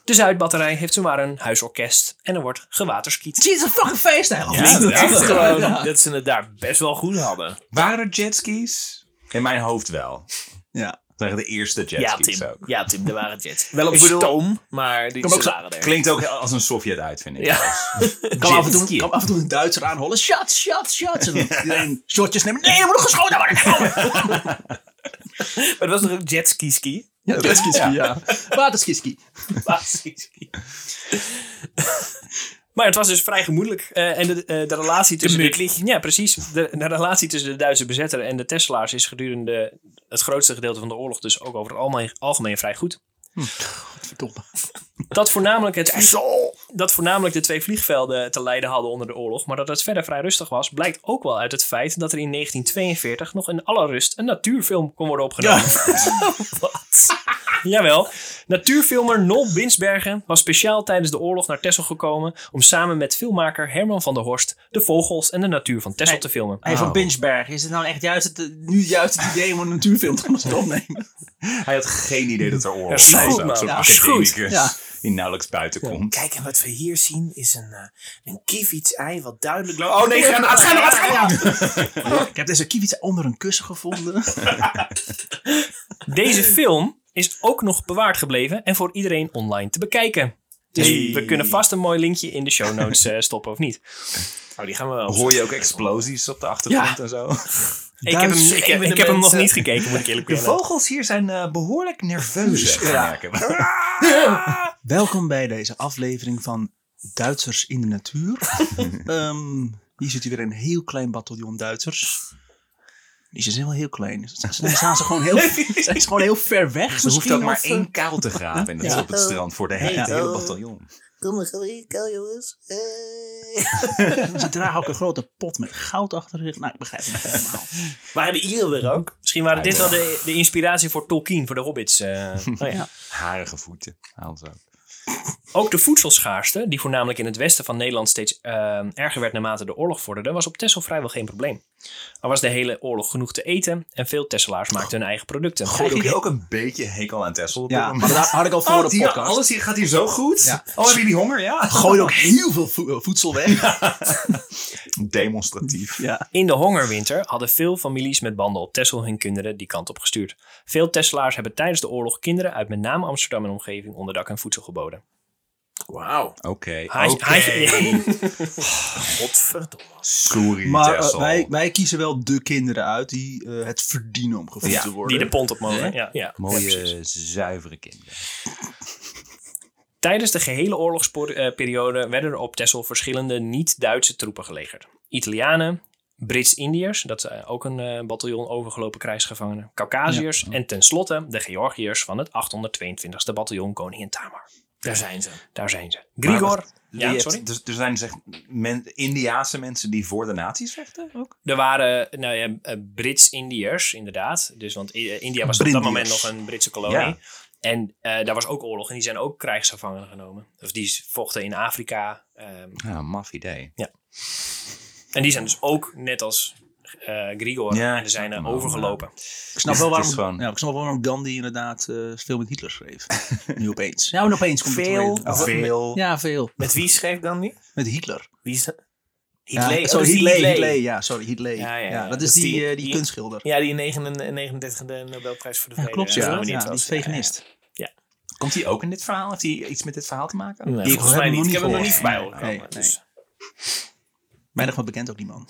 [SPEAKER 4] De Zuidbatterij heeft zomaar een huisorkest en er wordt gewaterskiet.
[SPEAKER 1] Het is een fucking feest eigenlijk.
[SPEAKER 3] Ja,
[SPEAKER 1] Ja,
[SPEAKER 3] dat
[SPEAKER 1] dat
[SPEAKER 3] is
[SPEAKER 1] is
[SPEAKER 3] gewoon
[SPEAKER 1] ja.
[SPEAKER 3] dat ze het daar best wel goed hadden.
[SPEAKER 2] Waren er jetskis? In mijn hoofd wel.
[SPEAKER 1] Ja.
[SPEAKER 2] Tegen de eerste
[SPEAKER 3] Ja,
[SPEAKER 2] jetskis
[SPEAKER 3] Tim.
[SPEAKER 2] ook.
[SPEAKER 3] Ja, Tim, er waren jets. Wel op
[SPEAKER 2] Ik bedoel-
[SPEAKER 3] stoom, maar die
[SPEAKER 1] Kom ook
[SPEAKER 3] ze
[SPEAKER 1] zo-
[SPEAKER 3] waren er.
[SPEAKER 2] Klinkt ook als een Sovjet uit, vind ik.
[SPEAKER 3] Ja.
[SPEAKER 1] Kan af, en toe,
[SPEAKER 2] Jetski.
[SPEAKER 1] kan af en toe een Duitser aanhollen. Shots, shots, shots. En dan iedereen shotjes nemen. Nee, er moet nog geschoten worden.
[SPEAKER 3] Maar dat was nog ook jetski ski.
[SPEAKER 1] Ja, jetskiski, ja. Waterskiski.
[SPEAKER 4] Maar het was dus vrij gemoedelijk. eh, en de, eh, de relatie tussen de,
[SPEAKER 3] muur.
[SPEAKER 4] ja, precies. De, de relatie tussen de Duitse bezetter en de Tesselaars is gedurende het grootste gedeelte van de oorlog dus ook over het algemeen, algemeen vrij goed.
[SPEAKER 1] Verdomme.
[SPEAKER 4] Dat voornamelijk, het vlieg- dat voornamelijk de twee vliegvelden te lijden hadden onder de oorlog, maar dat het verder vrij rustig was, blijkt ook wel uit het feit dat er in 1942 nog in alle rust een natuurfilm kon worden opgenomen. *laughs* Jawel. Natuurfilmer Nol Binsbergen was speciaal tijdens de oorlog naar Texel gekomen om samen met filmmaker Herman van der Horst de vogels en de natuur van Texel te filmen.
[SPEAKER 1] Hey, van Binsberg, is het nou echt juist het, nu juist het idee om een natuurfilm te gaan opnemen?
[SPEAKER 2] Hij had geen idee dat er oorlog
[SPEAKER 4] is
[SPEAKER 2] was.
[SPEAKER 4] goed,
[SPEAKER 2] Zo'n
[SPEAKER 4] man.
[SPEAKER 1] Ja,
[SPEAKER 2] academicus
[SPEAKER 1] is goed. Ja.
[SPEAKER 2] Die nauwelijks buiten komt.
[SPEAKER 3] Kijk, en wat we hier zien is een, eh, een kievitsei wat duidelijk loopt. *laughs* Oh nee, granaat, granaat,
[SPEAKER 1] Ja. Ik heb deze kievits onder een kussen gevonden.
[SPEAKER 4] Deze film is ook nog bewaard gebleven en voor iedereen online te bekijken. Dus
[SPEAKER 2] Hey.
[SPEAKER 4] we kunnen vast een mooi linkje in de show notes eh, stoppen of niet.
[SPEAKER 3] Oh, die gaan we wel.
[SPEAKER 2] Hoor je ook explosies op de achtergrond en zo?
[SPEAKER 4] Ik heb, hem,
[SPEAKER 1] Duits
[SPEAKER 4] ik, ik heb hem nog
[SPEAKER 3] evenementen.
[SPEAKER 4] niet gekeken, moet ik eerlijk
[SPEAKER 2] De
[SPEAKER 4] bekennen.
[SPEAKER 2] vogels hier zijn eh, behoorlijk nerveus. eh, merken we.
[SPEAKER 1] Welkom bij deze aflevering van Duitsers in de Natuur. Ehm, hier zit weer een heel klein bataljon Duitsers. Die zijn wel heel klein. Ze ze- staan ze gewoon heel, zijn ze gewoon heel ver weg.
[SPEAKER 2] Er hoeft
[SPEAKER 1] misschien,
[SPEAKER 2] ook maar
[SPEAKER 1] of, eh,
[SPEAKER 2] één kuil te graven. En dat is
[SPEAKER 1] Ja.
[SPEAKER 2] op het strand voor de hele, het hele bataljon.
[SPEAKER 5] Kom maar, gaan we hier kijken, jongens. Hey.
[SPEAKER 1] Ze dragen ook een grote pot met goud achter zich. Nou, ik begrijp het niet helemaal.
[SPEAKER 3] Waren de Ieren weer ook?
[SPEAKER 4] Misschien waren dit wel de, de inspiratie voor Tolkien, voor de
[SPEAKER 3] *laughs*
[SPEAKER 4] hobbits. eh.
[SPEAKER 2] Harige voeten. Haal ze ook.
[SPEAKER 4] Ook de voedselschaarste, die voornamelijk in het westen van Nederland steeds eh, erger werd naarmate de oorlog vorderde, was op Texel vrijwel geen probleem. Er was de hele oorlog genoeg te eten en veel Tesselaars maakten hun eigen producten.
[SPEAKER 2] Krijgen jullie ook een beetje hekel aan Tessel? op dit
[SPEAKER 1] Ja,
[SPEAKER 2] moment?
[SPEAKER 1] maar dat had ik al voor
[SPEAKER 2] Oh,
[SPEAKER 1] de
[SPEAKER 2] die-
[SPEAKER 1] podcast.
[SPEAKER 2] alles hier gaat hier zo goed.
[SPEAKER 1] Ja.
[SPEAKER 2] Oh, hebben jullie honger? Ja.
[SPEAKER 1] Gooi ook heel veel vo- voedsel weg. Ja.
[SPEAKER 2] eh, *laughs* Demonstratief.
[SPEAKER 4] In de hongerwinter hadden veel families met banden op Texel hun kinderen die kant op gestuurd. Veel Tesselaars hebben tijdens de oorlog kinderen uit met name Amsterdam en omgeving onderdak en voedsel geboden.
[SPEAKER 3] Wauw.
[SPEAKER 2] Oké.
[SPEAKER 4] Haantje-
[SPEAKER 2] oké.
[SPEAKER 4] haantje-
[SPEAKER 3] Godverdomme.
[SPEAKER 2] Sorry,
[SPEAKER 1] Maar eh,
[SPEAKER 2] Tessel.
[SPEAKER 1] wij, wij kiezen wel de kinderen uit die eh, het verdienen om gevoed
[SPEAKER 2] Ja,
[SPEAKER 1] te worden.
[SPEAKER 4] die de pont op mogen. *laughs* Ja, ja.
[SPEAKER 2] Mooie, zuivere kinderen.
[SPEAKER 4] Tijdens de gehele oorlogsperiode werden er op Texel verschillende niet-Duitse troepen gelegerd. Italianen, Brits-Indiërs, dat is eh, ook een eh, bataljon overgelopen krijgsgevangenen, Caucasiërs en tenslotte de Georgiërs van het 822e bataljon Koningin Tamar.
[SPEAKER 3] Daar zijn ze.
[SPEAKER 4] Daar zijn ze. Grigor,
[SPEAKER 2] Je
[SPEAKER 4] ja,
[SPEAKER 2] hebt-
[SPEAKER 4] sorry.
[SPEAKER 2] Dus er zijn zeg, men, Indiaanse mensen die voor de nazi's vechten ook?
[SPEAKER 4] Er waren nou ja, eh, Brits-Indiërs, inderdaad. Dus, want eh, India was op dat moment nog
[SPEAKER 1] Brindiërs.
[SPEAKER 4] een Britse kolonie.
[SPEAKER 2] Ja.
[SPEAKER 4] En eh, daar was ook oorlog en die zijn ook krijgsgevangenen genomen. Of die vochten in Afrika. ehm,
[SPEAKER 2] Ja, maf *laughs* idee.
[SPEAKER 4] En die zijn dus ook net als eh, Grigor
[SPEAKER 2] Ja,
[SPEAKER 4] en er zijn er
[SPEAKER 2] allemaal,
[SPEAKER 4] overgelopen.
[SPEAKER 1] Ik snap, wel
[SPEAKER 2] Het is
[SPEAKER 1] waarom,
[SPEAKER 2] gewoon-
[SPEAKER 1] ja, ik snap wel waarom Gandhi inderdaad eh, veel met Hitler schreef. nu opeens. Ja, en opeens komt het weer.
[SPEAKER 3] Oh,
[SPEAKER 2] Veel.
[SPEAKER 1] Ja, veel.
[SPEAKER 3] Met wie schreef Gandhi?
[SPEAKER 1] Met Hitler.
[SPEAKER 3] Wie is dat?
[SPEAKER 1] Ja,
[SPEAKER 3] Hitler.
[SPEAKER 1] sorry,
[SPEAKER 3] Oh, dat is
[SPEAKER 1] Hitler,
[SPEAKER 3] Hitler.
[SPEAKER 1] Hitler, Ja, sorry, Hitler.
[SPEAKER 3] Ja,
[SPEAKER 1] Ja,
[SPEAKER 3] ja, ja.
[SPEAKER 1] dat is die, eh, die,
[SPEAKER 3] die-
[SPEAKER 1] kunstschilder.
[SPEAKER 3] Ja, die in 39 39 de Nobelprijs voor de
[SPEAKER 1] Ja,
[SPEAKER 3] Vrede.
[SPEAKER 1] klopt, ja.
[SPEAKER 3] eh,
[SPEAKER 1] Ja,
[SPEAKER 3] niet
[SPEAKER 1] die
[SPEAKER 3] was.
[SPEAKER 1] is veganist.
[SPEAKER 2] Komt hij ook in dit verhaal? Heeft hij iets met dit verhaal te maken?
[SPEAKER 3] Nee,
[SPEAKER 1] Die
[SPEAKER 3] volgens
[SPEAKER 1] heb
[SPEAKER 3] mij
[SPEAKER 1] ik
[SPEAKER 3] niet. Ik
[SPEAKER 1] nog
[SPEAKER 3] heb hem nog
[SPEAKER 1] niet
[SPEAKER 3] niet voorbij
[SPEAKER 1] gehoord.
[SPEAKER 3] horen
[SPEAKER 1] Nee,
[SPEAKER 3] komen.
[SPEAKER 1] nee.
[SPEAKER 3] dus.
[SPEAKER 1] Weinig wat bekend ook die man.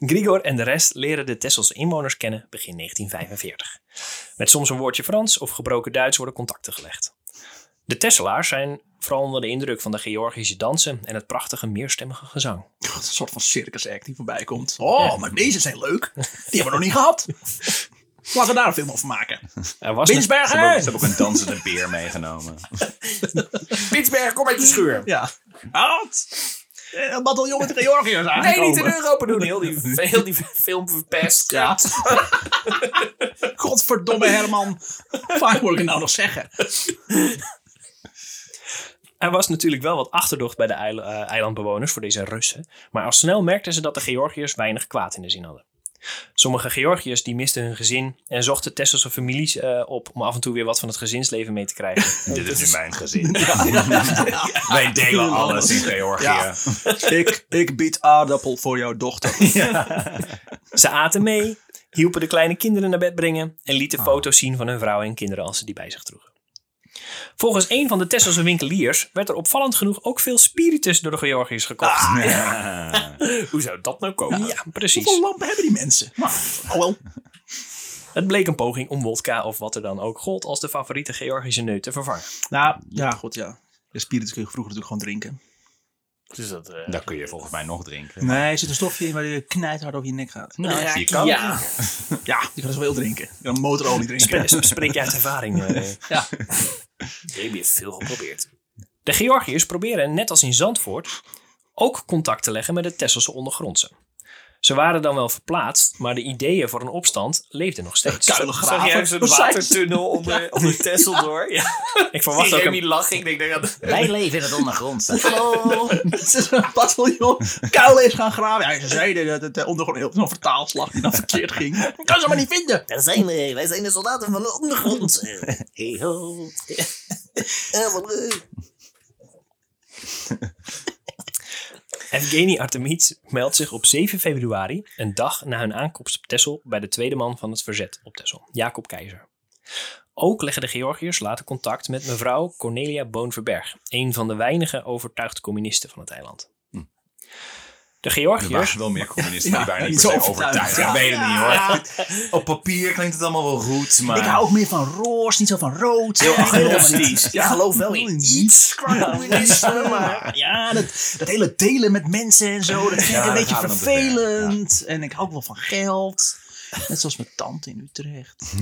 [SPEAKER 4] Grigor en de rest leren de Tesselse inwoners kennen begin 1945. Met soms een woordje Frans of gebroken Duits worden contacten gelegd. De Tesselaars zijn vooral onder de indruk van de Georgische dansen en het prachtige meerstemmige gezang.
[SPEAKER 1] God, een soort van circus act die voorbij komt. Oh, maar deze zijn leuk. Die hebben we nog niet gehad. Laten we daar een film over maken.
[SPEAKER 4] Er was een,
[SPEAKER 2] Ze
[SPEAKER 3] Binsberger!
[SPEAKER 2] hebben, ook- ze hebben ook een dansende beer *laughs* meegenomen.
[SPEAKER 3] Binsberger, kom uit je schuur.
[SPEAKER 1] Ja. Wat? Eh, Een bataljon met de Georgiërs aangekomen.
[SPEAKER 3] Nee, niet
[SPEAKER 4] Oh.
[SPEAKER 3] in Europa doen. Heel
[SPEAKER 4] *laughs*
[SPEAKER 3] die, heel die film verpest.
[SPEAKER 1] Ja. Godverdomme Herman. Vaak moet ik het nou nog zeggen.
[SPEAKER 4] er was natuurlijk wel wat achterdocht bij de eil- eh, eilandbewoners voor deze Russen. Maar al snel merkten ze dat de Georgiërs weinig kwaad in de zin hadden. Sommige Georgiërs die misten hun gezin en zochten Tesselse families eh, op om af en toe weer wat van het gezinsleven mee te krijgen.
[SPEAKER 2] Dit is nu mijn *laughs* gezin. *laughs* Wij delen alles in Georgië.
[SPEAKER 1] Ja. Ik, ik bied aardappel voor jouw dochter.
[SPEAKER 4] Ze aten mee, hielpen de kleine kinderen naar bed brengen en lieten foto's zien van hun vrouwen en kinderen als ze die bij zich droegen. Volgens een van de Tesselse winkeliers werd er opvallend genoeg ook veel spiritus door de Georgiërs gekocht.
[SPEAKER 3] Hoe zou dat nou komen?
[SPEAKER 4] ja, precies.
[SPEAKER 1] Hoeveel lampen hebben die mensen? Nou, oh wel.
[SPEAKER 4] Het bleek een poging om wodka of wat er dan ook gold als de favoriete Georgische neut te vervangen.
[SPEAKER 1] Nou, ja, goed, ja. De spiritus kun je vroeger natuurlijk gewoon drinken.
[SPEAKER 3] Dus dat, eh,
[SPEAKER 2] Dat kun je volgens mij nog drinken.
[SPEAKER 1] Nee, er zit een stofje in waar je knijthard over je nek gaat.
[SPEAKER 2] Nou,
[SPEAKER 3] ja,
[SPEAKER 2] je kan.
[SPEAKER 3] ja.
[SPEAKER 1] Ja, je kan dus wel drinken. Je kan motorolie drinken.
[SPEAKER 4] Sp- sp- Spreek je uit ervaring. eh.
[SPEAKER 3] Remy heeft veel
[SPEAKER 4] *laughs*
[SPEAKER 3] geprobeerd.
[SPEAKER 4] De Georgiërs proberen, net als in Zandvoort, ook contact te leggen met de Tesselse ondergrondse. Ze waren dan wel verplaatst, maar de ideeën voor een opstand leefden nog steeds.
[SPEAKER 1] Kuilen
[SPEAKER 3] Zag jij
[SPEAKER 1] graven.
[SPEAKER 3] zo'n
[SPEAKER 1] Wat zei ze?
[SPEAKER 3] watertunnel onder, onder Texel door? Ja.
[SPEAKER 4] Ik
[SPEAKER 3] Ik
[SPEAKER 4] verwacht
[SPEAKER 3] zie
[SPEAKER 4] ook
[SPEAKER 3] Remy
[SPEAKER 4] een,
[SPEAKER 3] lachen. Ik denk dat...
[SPEAKER 5] Wij leven in het
[SPEAKER 1] *laughs*
[SPEAKER 5] ondergrond.
[SPEAKER 1] Het is een bataljon. Kuilen is gaan graven. Ja, ze zeiden dat het eh, ondergrond heel zo'n vertaalslag die dan verkeerd ging. *laughs* Ik kan ze maar niet vinden.
[SPEAKER 5] Daar zijn we. Wij zijn de soldaten van de ondergrond. Hey ho. Eh, wat leuk.
[SPEAKER 4] Evgeny Artemiets meldt zich op 7 februari, een dag na hun aankomst op Texel, bij de tweede man van het verzet op Texel, Jacob Keizer. Ook leggen de Georgiërs later contact met mevrouw Cornelia Boonverberg, een van de weinige overtuigde communisten van het eiland. De
[SPEAKER 2] Er
[SPEAKER 4] Georgiërs
[SPEAKER 2] waren wel meer communisten
[SPEAKER 1] Ja,
[SPEAKER 2] die waren niet
[SPEAKER 1] niet
[SPEAKER 2] per se
[SPEAKER 1] zo overtuigd.
[SPEAKER 2] overtuigd. Ik weet het niet hoor. Op papier klinkt het allemaal wel goed, maar...
[SPEAKER 1] Ik hou ook meer van roos, niet zo van rood. Heel
[SPEAKER 3] agnostisch.
[SPEAKER 1] Ja, geloof wel
[SPEAKER 5] in
[SPEAKER 1] iets. Ja, dat, dat hele delen met mensen en zo, dat vind ik
[SPEAKER 2] Ja,
[SPEAKER 1] een
[SPEAKER 2] dat
[SPEAKER 1] beetje
[SPEAKER 2] gaat dan te
[SPEAKER 1] vervelend. En ik hou ook wel van geld. Net zoals mijn tante in Utrecht.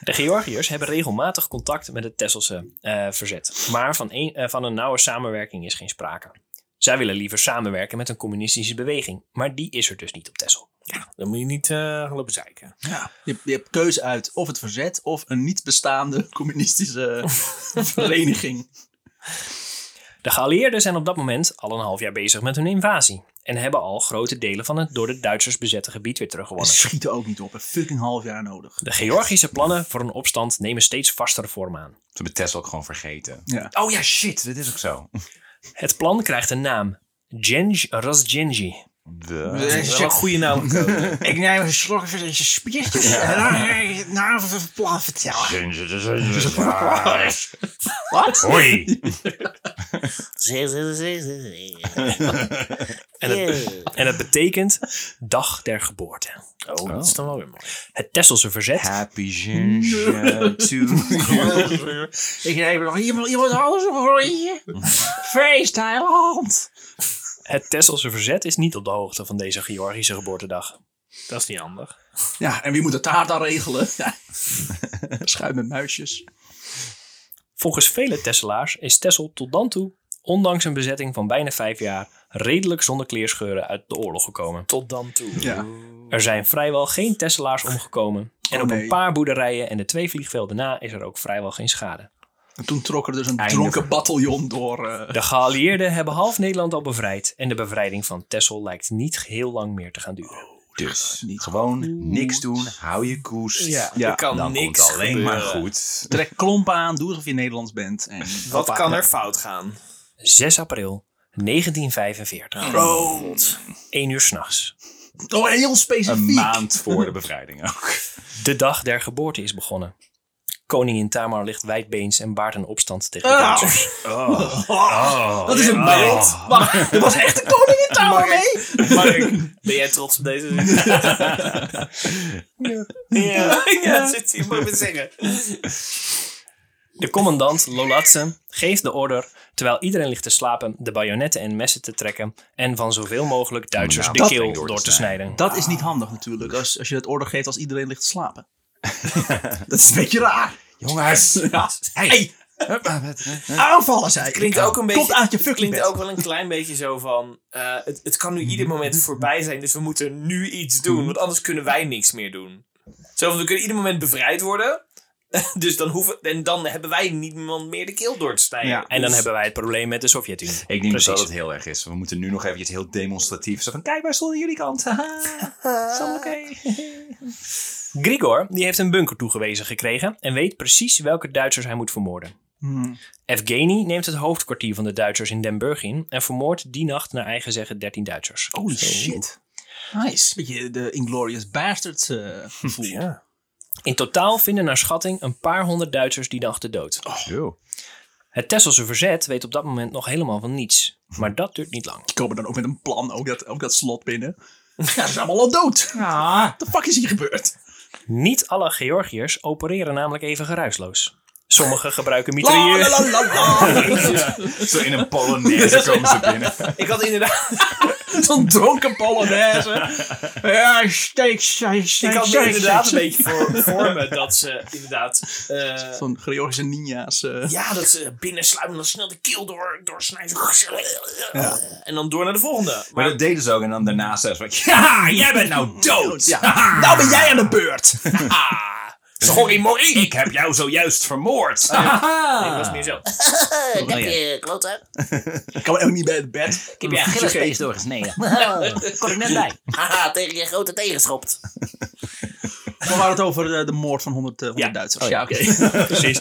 [SPEAKER 4] De Georgiërs hebben regelmatig contact met het Tesselse eh, verzet, maar van een, eh, van een nauwe samenwerking is geen sprake. Zij willen liever samenwerken met een communistische beweging, maar die is er dus niet op Tessel.
[SPEAKER 3] Dan moet je niet eh, gaan lopen zeiken.
[SPEAKER 1] Ja. Je, je hebt keuze uit of het verzet of een niet bestaande *laughs*
[SPEAKER 3] *laughs*
[SPEAKER 1] communistische vereniging.
[SPEAKER 4] De geallieerden zijn op dat moment al een half jaar bezig met hun invasie en hebben al grote delen van het door de Duitsers bezette gebied weer
[SPEAKER 1] Ze
[SPEAKER 4] teruggewonnen.
[SPEAKER 1] Oh, schieten ook niet op. Een fucking half jaar nodig.
[SPEAKER 4] De Georgische plannen voor een opstand nemen steeds vastere vorm aan.
[SPEAKER 2] Ze hebben Tess ook gewoon vergeten.
[SPEAKER 1] Ja.
[SPEAKER 2] Oh ja, shit, dat is ook zo.
[SPEAKER 4] Het plan krijgt een naam: Genj Razgenji.
[SPEAKER 2] De...
[SPEAKER 3] *laughs* Dat is wel een goede naam.
[SPEAKER 1] *laughs* Ik neem een slok van deze spiertjes. En dan ga ik het nou even plan vertellen. Wat?
[SPEAKER 2] Hoi!
[SPEAKER 5] Zee, zee, zee, zee.
[SPEAKER 4] En het,
[SPEAKER 5] Yeah.
[SPEAKER 4] en het betekent Dag der Geboorte.
[SPEAKER 3] Oh, dat is dan wel weer mooi.
[SPEAKER 4] Het Tesselse verzet
[SPEAKER 2] Happy ginger
[SPEAKER 1] Ik neem nog iemand, iemand anders voor je. Feesteiland.
[SPEAKER 4] Het Tesselse verzet is niet op de hoogte van deze Georgische geboortedag.
[SPEAKER 3] Dat is niet handig.
[SPEAKER 1] Ja, en wie moet de taart dan regelen? Ja. *laughs* Schuim met muisjes.
[SPEAKER 4] Volgens vele Tesselaars is Tessel tot dan toe, ondanks een bezetting van bijna vijf jaar, redelijk zonder kleerscheuren uit de oorlog gekomen.
[SPEAKER 3] Tot dan toe.
[SPEAKER 1] Ja.
[SPEAKER 4] Er zijn vrijwel geen Tesselaars omgekomen. En
[SPEAKER 1] Oh,
[SPEAKER 4] op
[SPEAKER 1] nee.
[SPEAKER 4] een paar boerderijen en de twee vliegvelden na is er ook vrijwel geen schade.
[SPEAKER 1] En toen trok er dus een
[SPEAKER 2] Einde
[SPEAKER 1] dronken
[SPEAKER 2] verhaal.
[SPEAKER 1] bataljon door. eh,
[SPEAKER 4] De geallieerden hebben half Nederland al bevrijd en de bevrijding van Tessel lijkt niet heel lang meer te gaan duren.
[SPEAKER 2] Dus
[SPEAKER 1] Niet
[SPEAKER 2] gewoon niks doen, hou je koest.
[SPEAKER 3] Ja,
[SPEAKER 1] Ja,
[SPEAKER 3] er kan
[SPEAKER 2] Dan
[SPEAKER 3] niks
[SPEAKER 2] komt alleen maar
[SPEAKER 3] gebeuren.
[SPEAKER 2] goed.
[SPEAKER 1] Trek klompen aan, doe alsof je Nederlands bent. En
[SPEAKER 3] Wat kan er fout
[SPEAKER 4] *laughs*
[SPEAKER 3] gaan?
[SPEAKER 4] 6 april
[SPEAKER 1] Oh.
[SPEAKER 4] 1945,
[SPEAKER 1] Rood.
[SPEAKER 4] 1 uur s'nachts.
[SPEAKER 1] Oh, heel
[SPEAKER 2] Een
[SPEAKER 1] specifiek.
[SPEAKER 2] maand voor de bevrijding ook.
[SPEAKER 4] De dag der geboorte is begonnen. Koningin Tamar ligt wijdbeens en baart een opstand tegen de
[SPEAKER 1] Ah.
[SPEAKER 4] Duitsers.
[SPEAKER 1] Dat is een beeld. *laughs* Wacht, er was echt een koningin daar mee.
[SPEAKER 3] Mark, ben jij trots op
[SPEAKER 4] *laughs*
[SPEAKER 3] deze zin? Ja. *laughs* Ja. dat zit hier maar met zeggen.
[SPEAKER 4] De commandant Lolatse geeft de order terwijl iedereen ligt te slapen, de bajonetten en messen te trekken en van zoveel mogelijk Duitsers
[SPEAKER 2] Ja,
[SPEAKER 4] de
[SPEAKER 2] dat-
[SPEAKER 4] keel door, te snijden.
[SPEAKER 1] Dat is niet handig natuurlijk, als, als je dat order geeft als iedereen ligt te
[SPEAKER 3] *laughs*
[SPEAKER 1] slapen. dat is een beetje raar.
[SPEAKER 2] Jongens. Hey.
[SPEAKER 1] Aanvallen, zei ik.
[SPEAKER 3] Klinkt ook een beetje.
[SPEAKER 1] Komt uit je fucking
[SPEAKER 3] klinkt
[SPEAKER 1] bed.
[SPEAKER 3] ook wel een klein beetje zo van. eh, het, het kan nu ieder moment
[SPEAKER 2] Mm-hmm.
[SPEAKER 3] voorbij zijn, dus we moeten nu iets doen. Want anders kunnen wij niks meer doen. Zo van, we kunnen ieder moment bevrijd worden. *laughs* Dus dan hoeven. En dan hebben wij niemand meer de keel door te snijden.
[SPEAKER 2] Ja.
[SPEAKER 4] En dan hebben wij het probleem met de
[SPEAKER 1] *laughs*
[SPEAKER 4] Sovjet-Unie.
[SPEAKER 2] Ik denk
[SPEAKER 4] Precies.
[SPEAKER 2] dat dat het heel erg is. We moeten nu nog eventjes heel demonstratief. Zo van, kijk, wij stonden jullie kant. Haha. Is allemaal oké.
[SPEAKER 4] Grigor die heeft een bunker toegewezen gekregen en weet precies welke Duitsers hij moet vermoorden.
[SPEAKER 1] Hmm.
[SPEAKER 4] Evgeny neemt het hoofdkwartier van de Duitsers in Den Burg in en vermoordt die nacht naar eigen zeggen 13 Duitsers.
[SPEAKER 1] Holy
[SPEAKER 4] Zo.
[SPEAKER 1] shit. Nice. Beetje de Inglorious Bastards eh, gevoel.
[SPEAKER 4] In totaal vinden naar schatting een paar honderd Duitsers die dag de dood.
[SPEAKER 1] Oh.
[SPEAKER 2] Yo.
[SPEAKER 4] Het Tesselse verzet weet op dat moment nog helemaal van niets. Maar dat duurt niet lang.
[SPEAKER 1] Die komen dan ook met een plan, ook dat, ook dat slot binnen. Ja, ze zijn allemaal al dood. What the fuck is hier gebeurd?
[SPEAKER 4] Niet alle Georgiërs opereren namelijk even geruisloos. Sommigen gebruiken
[SPEAKER 1] La, Ah, la,
[SPEAKER 4] mitrailleur.
[SPEAKER 1] la,
[SPEAKER 3] *laughs*
[SPEAKER 1] la, la.
[SPEAKER 2] Zo in een Polonaise komen ze binnen.
[SPEAKER 3] Ik had inderdaad.
[SPEAKER 1] Zo'n dronken Polonaise. Ja, steek, steek, steek,
[SPEAKER 3] *laughs* Ik had me
[SPEAKER 1] steek,
[SPEAKER 3] inderdaad een
[SPEAKER 1] steek.
[SPEAKER 3] beetje voor, voor me dat ze inderdaad. eh,
[SPEAKER 1] Zo'n Georgische ninja's. eh,
[SPEAKER 3] ja, dat ze binnensluipen en dan snel de keel door, doorsnijden. En dan door naar de volgende.
[SPEAKER 2] Maar dat deden ze ook. En dan daarna zelfs van, ja, jij bent nou dood.
[SPEAKER 1] ja. Nou ben jij aan de beurt.
[SPEAKER 2] Ah, Sorry, Mori. Ik heb jou zojuist vermoord.
[SPEAKER 3] Nee, Ah, dat was meer zo.
[SPEAKER 5] Dank je, klootzak.
[SPEAKER 1] Ik kan ook niet bij het bed.
[SPEAKER 5] Ik heb je Achillespees
[SPEAKER 2] doorgesneden.
[SPEAKER 5] Kon ik net bij. Oh. Haha, tegen je grote tegenschopt.
[SPEAKER 1] We hadden het over eh, de moord van 100, eh, 100
[SPEAKER 4] Ja.
[SPEAKER 1] Duitsers.
[SPEAKER 3] Oh,
[SPEAKER 1] ja, oké.
[SPEAKER 4] Precies.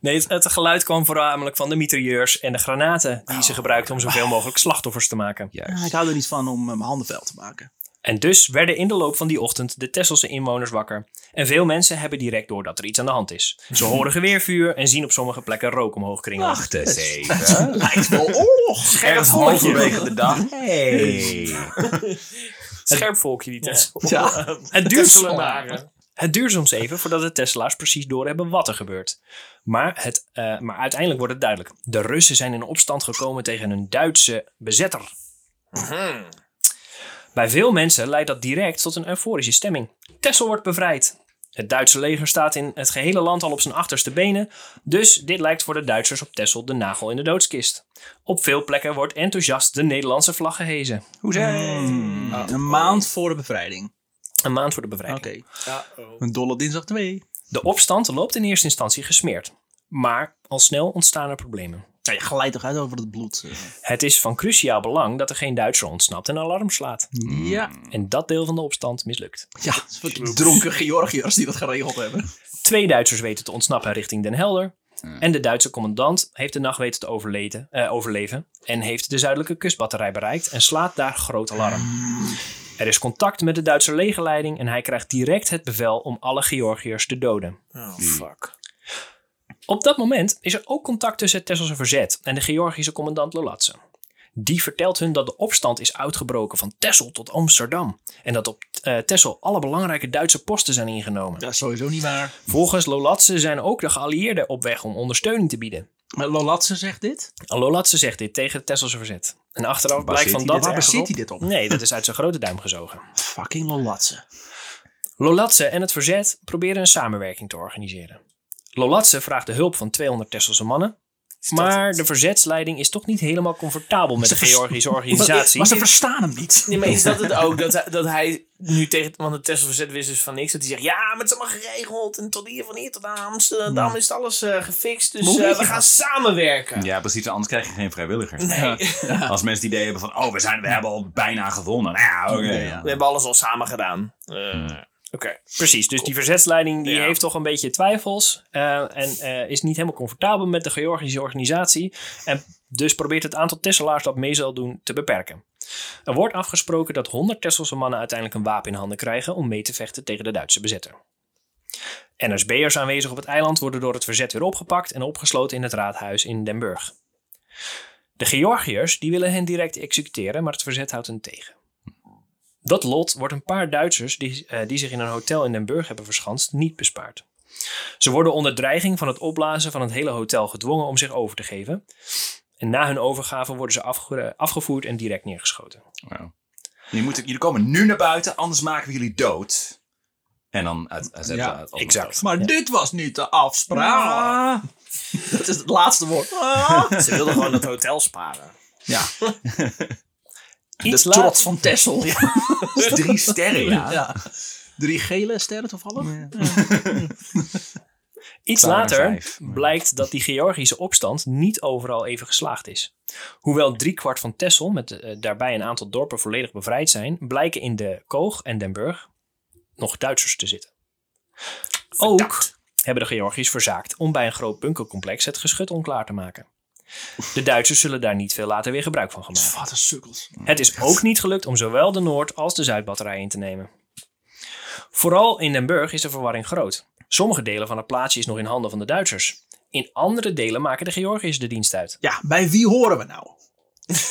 [SPEAKER 4] Nee, het, het geluid kwam voornamelijk van de mitrailleurs en de granaten die
[SPEAKER 1] Oh.
[SPEAKER 4] ze gebruikten om zoveel mogelijk slachtoffers te maken.
[SPEAKER 1] Ja, *laughs* ik hou er niet van om eh, mijn handen vuil te
[SPEAKER 3] *laughs*
[SPEAKER 1] maken.
[SPEAKER 4] En dus werden in de loop van die ochtend de Tesselse inwoners wakker. En veel mensen hebben direct door dat er iets aan de hand is. Ze horen geweervuur en zien op sommige plekken rook omhoog kringelen.
[SPEAKER 2] Wacht
[SPEAKER 1] *laughs*
[SPEAKER 2] eens even.
[SPEAKER 1] Lijkt wel oorlog.
[SPEAKER 2] Ergens halverwege de dag. Hey.
[SPEAKER 3] Scherp volkje die Tessel.
[SPEAKER 1] Ja.
[SPEAKER 4] Het duurt,
[SPEAKER 3] Tesselaren.
[SPEAKER 4] het duurt soms even voordat de Tesselaars precies doorhebben wat er gebeurt. Maar, het, eh, maar uiteindelijk wordt het duidelijk. De Russen zijn in opstand gekomen tegen een Duitse bezetter. Bij veel mensen leidt dat direct tot een euforische stemming. Tessel wordt bevrijd. Het Duitse leger staat in het gehele land al op zijn achterste benen, dus dit lijkt voor de Duitsers op Tessel de nagel in de doodskist. Op veel plekken wordt enthousiast de Nederlandse vlag gehezen.
[SPEAKER 3] Hmm.
[SPEAKER 1] Een maand voor de bevrijding.
[SPEAKER 4] Een maand voor de
[SPEAKER 1] Oké.
[SPEAKER 4] bevrijding.
[SPEAKER 1] Een dolle dinsdag 2.
[SPEAKER 4] De opstand loopt in eerste instantie gesmeerd, maar al snel ontstaan er problemen.
[SPEAKER 1] Ja, je glijdt toch uit over het bloed. eh.
[SPEAKER 4] Het is van cruciaal belang dat er geen Duitser ontsnapt en alarm slaat.
[SPEAKER 1] Hmm. Ja.
[SPEAKER 4] En dat deel van de opstand mislukt.
[SPEAKER 1] Mm. Ja, fucking dronken Georgiërs die dat geregeld hebben.
[SPEAKER 4] Twee Duitsers weten te ontsnappen richting Den Helder. En de Duitse commandant heeft de nacht weten te overleden, eh, overleven. En heeft de zuidelijke kustbatterij bereikt en slaat daar groot alarm. Er is contact met de Duitse legerleiding en hij krijgt direct het bevel om alle Georgiërs te doden.
[SPEAKER 2] Ah.
[SPEAKER 3] Oh,
[SPEAKER 2] Hmm.
[SPEAKER 3] fuck.
[SPEAKER 4] Op dat moment is er ook contact tussen het Tesselse verzet en de Georgische commandant Lolatse. Die vertelt hun dat de opstand is uitgebroken van Tessel tot Amsterdam. En dat op eh, Tessel alle belangrijke Duitse posten zijn ingenomen.
[SPEAKER 1] Dat is sowieso niet waar.
[SPEAKER 4] Volgens Lolatse zijn ook de geallieerden op weg om ondersteuning te bieden.
[SPEAKER 1] Maar Lolatse zegt dit.
[SPEAKER 4] Lolatse zegt dit tegen het Tesselse verzet. En achteraf blijkt
[SPEAKER 2] zit
[SPEAKER 4] van
[SPEAKER 2] hij
[SPEAKER 4] dat...
[SPEAKER 2] dit?
[SPEAKER 1] Waar
[SPEAKER 4] ergens
[SPEAKER 1] zit
[SPEAKER 4] op-
[SPEAKER 1] hij dit op?
[SPEAKER 4] Nee, dat is uit zijn grote duim gezogen.
[SPEAKER 1] Fucking Lolatse.
[SPEAKER 4] Lolatse en het verzet proberen een samenwerking te organiseren. Lolatse vraagt de hulp van 200 Tesselse mannen. Maar de verzetsleiding is toch niet helemaal comfortabel met de Georgische organisatie.
[SPEAKER 1] *laughs* Maar ze verstaan hem niet.
[SPEAKER 3] Nee, maar is dat het ook? Dat hij, dat hij nu tegen... Want de Tesla verzet wist dus van niks. Dat hij zegt, ja, maar het is allemaal geregeld. En tot hier, van hier tot aan Amsterdam is het alles eh, gefixt. Dus eh, we gaan samenwerken.
[SPEAKER 2] Ja, precies. Anders krijg je geen vrijwilligers.
[SPEAKER 3] Nee,
[SPEAKER 2] Als mensen het idee hebben van, oh, we, zijn, we hebben al bijna gewonnen. Nou ja, oké.
[SPEAKER 3] we hebben alles al samen gedaan. Eh, Oké.
[SPEAKER 4] Precies, dus die verzetsleiding die
[SPEAKER 3] Ja.
[SPEAKER 4] heeft toch een beetje twijfels. eh, en eh, is niet helemaal comfortabel met de Georgische organisatie. En dus probeert het aantal Tesselaars dat mee zal doen te beperken. Er wordt afgesproken dat 100 Tesselse mannen uiteindelijk een wapen in handen krijgen om mee te vechten tegen de Duitse bezetter. NSB'ers aanwezig op het eiland worden door het verzet weer opgepakt en opgesloten in het raadhuis in Den Burg. De Georgiërs die willen hen direct executeren, maar het verzet houdt hen tegen. Dat lot wordt een paar Duitsers die, eh, die zich in een hotel in Den Burg hebben verschanst niet bespaard. Ze worden onder dreiging van het opblazen van het hele hotel gedwongen om zich over te geven. En na hun overgave worden ze afge- afgevoerd en direct neergeschoten.
[SPEAKER 2] Wauw. Jullie, moeten, jullie komen nu naar buiten, anders maken we jullie dood. En dan uit, uit, uit,
[SPEAKER 1] Ja,
[SPEAKER 2] uit- uit-
[SPEAKER 4] exact.
[SPEAKER 1] Maar dit was niet de afspraak. Dat is het laatste woord.
[SPEAKER 3] Ze wilden gewoon het hotel
[SPEAKER 2] *laughs*
[SPEAKER 3] sparen.
[SPEAKER 1] Ja, *laughs*
[SPEAKER 4] Iets
[SPEAKER 1] de
[SPEAKER 4] laat-
[SPEAKER 1] trots van Tessel. Ja.
[SPEAKER 2] Drie sterren, ja.
[SPEAKER 1] Ja. Drie gele sterren toevallig. Ja.
[SPEAKER 4] Iets
[SPEAKER 2] Klaar,
[SPEAKER 4] later
[SPEAKER 2] vijf.
[SPEAKER 4] blijkt dat die Georgische opstand niet overal even geslaagd is. Hoewel driekwart van Texel met eh, daarbij een aantal dorpen volledig bevrijd zijn, blijken in de Koog en Den Burg nog Duitsers te zitten. Ook hebben de Georgiërs verzaakt om bij een groot bunkercomplex het geschut onklaar te maken. De Duitsers zullen daar niet veel later weer gebruik van gaan maken.
[SPEAKER 1] Wat een sukkels.
[SPEAKER 4] Het is ook niet gelukt om zowel de Noord- als de Zuidbatterij in te nemen. Vooral in Den Burg is de verwarring groot. Sommige delen van het plaatsje is nog in handen van de Duitsers. In andere delen maken de Georgiërs de dienst uit.
[SPEAKER 1] Ja, bij wie horen we
[SPEAKER 2] *laughs*
[SPEAKER 1] nou?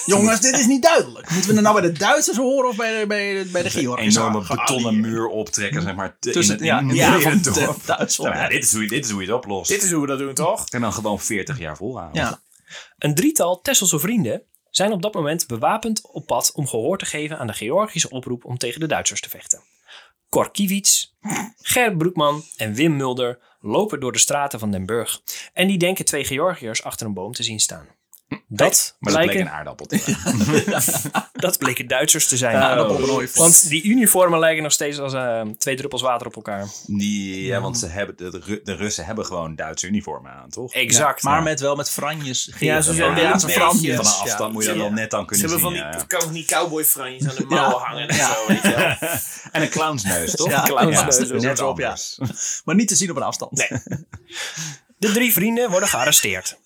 [SPEAKER 1] Jongens, dit is niet duidelijk. Moeten we er nou bij de Duitsers horen of bij de, bij de, bij de
[SPEAKER 2] Een
[SPEAKER 1] Georgiërs?
[SPEAKER 2] enorme
[SPEAKER 1] Ah,
[SPEAKER 2] betonnen muur optrekken, zeg maar. te-
[SPEAKER 1] Tussen-
[SPEAKER 2] in,
[SPEAKER 1] ja,
[SPEAKER 2] in,
[SPEAKER 1] in
[SPEAKER 2] ja,
[SPEAKER 1] het midden
[SPEAKER 2] van
[SPEAKER 1] van
[SPEAKER 2] dorp.
[SPEAKER 1] Duitsland.
[SPEAKER 2] Nou ja, dit, is hoe je, dit is hoe je het oplost.
[SPEAKER 3] Dit is hoe we dat doen, toch?
[SPEAKER 2] En dan gewoon 40 jaar volhouden.
[SPEAKER 1] Ja.
[SPEAKER 4] Een drietal Tesselse vrienden zijn op dat moment bewapend op pad om gehoor te geven aan de Georgische oproep om tegen de Duitsers te vechten. Cor Kiewicz, Ger Broekman en Wim Mulder lopen door de straten van Den Burg en die denken twee Georgiërs achter een boom te zien staan. Dat
[SPEAKER 2] Maar dat bleek
[SPEAKER 4] blijken-
[SPEAKER 2] een aardappel te zijn.
[SPEAKER 4] Dat bleken Duitsers te zijn.
[SPEAKER 2] Oh.
[SPEAKER 1] dat op een hooi vond.
[SPEAKER 4] Want die uniformen lijken nog steeds als eh, twee druppels water op elkaar.
[SPEAKER 2] *laughs* Die, ja, want ze hebben, de, de Ru- de Russen hebben gewoon Duitse uniformen aan, toch?
[SPEAKER 4] Exact.
[SPEAKER 1] Maar met, wel met franjes.
[SPEAKER 3] Ja, zo zijn
[SPEAKER 2] Ja,
[SPEAKER 3] we een
[SPEAKER 2] dat is Frans.
[SPEAKER 3] beetje.
[SPEAKER 2] Van een afstand moet je dat
[SPEAKER 3] Ja.
[SPEAKER 2] wel net aan
[SPEAKER 3] Ze
[SPEAKER 2] kunnen
[SPEAKER 3] hebben van
[SPEAKER 2] zien.
[SPEAKER 3] die,
[SPEAKER 2] ja, ja.
[SPEAKER 3] kan die cowboy franjes aan de mouwen hangen en zo. Weet je
[SPEAKER 2] *laughs*
[SPEAKER 3] wel.
[SPEAKER 2] En een clownsneus, toch?
[SPEAKER 1] Ja, clownsneus,
[SPEAKER 2] Ja,
[SPEAKER 1] zo
[SPEAKER 2] net
[SPEAKER 1] erop, ja.
[SPEAKER 2] anders.
[SPEAKER 1] Maar niet te zien op een afstand. Nee.
[SPEAKER 4] De drie vrienden worden gearresteerd.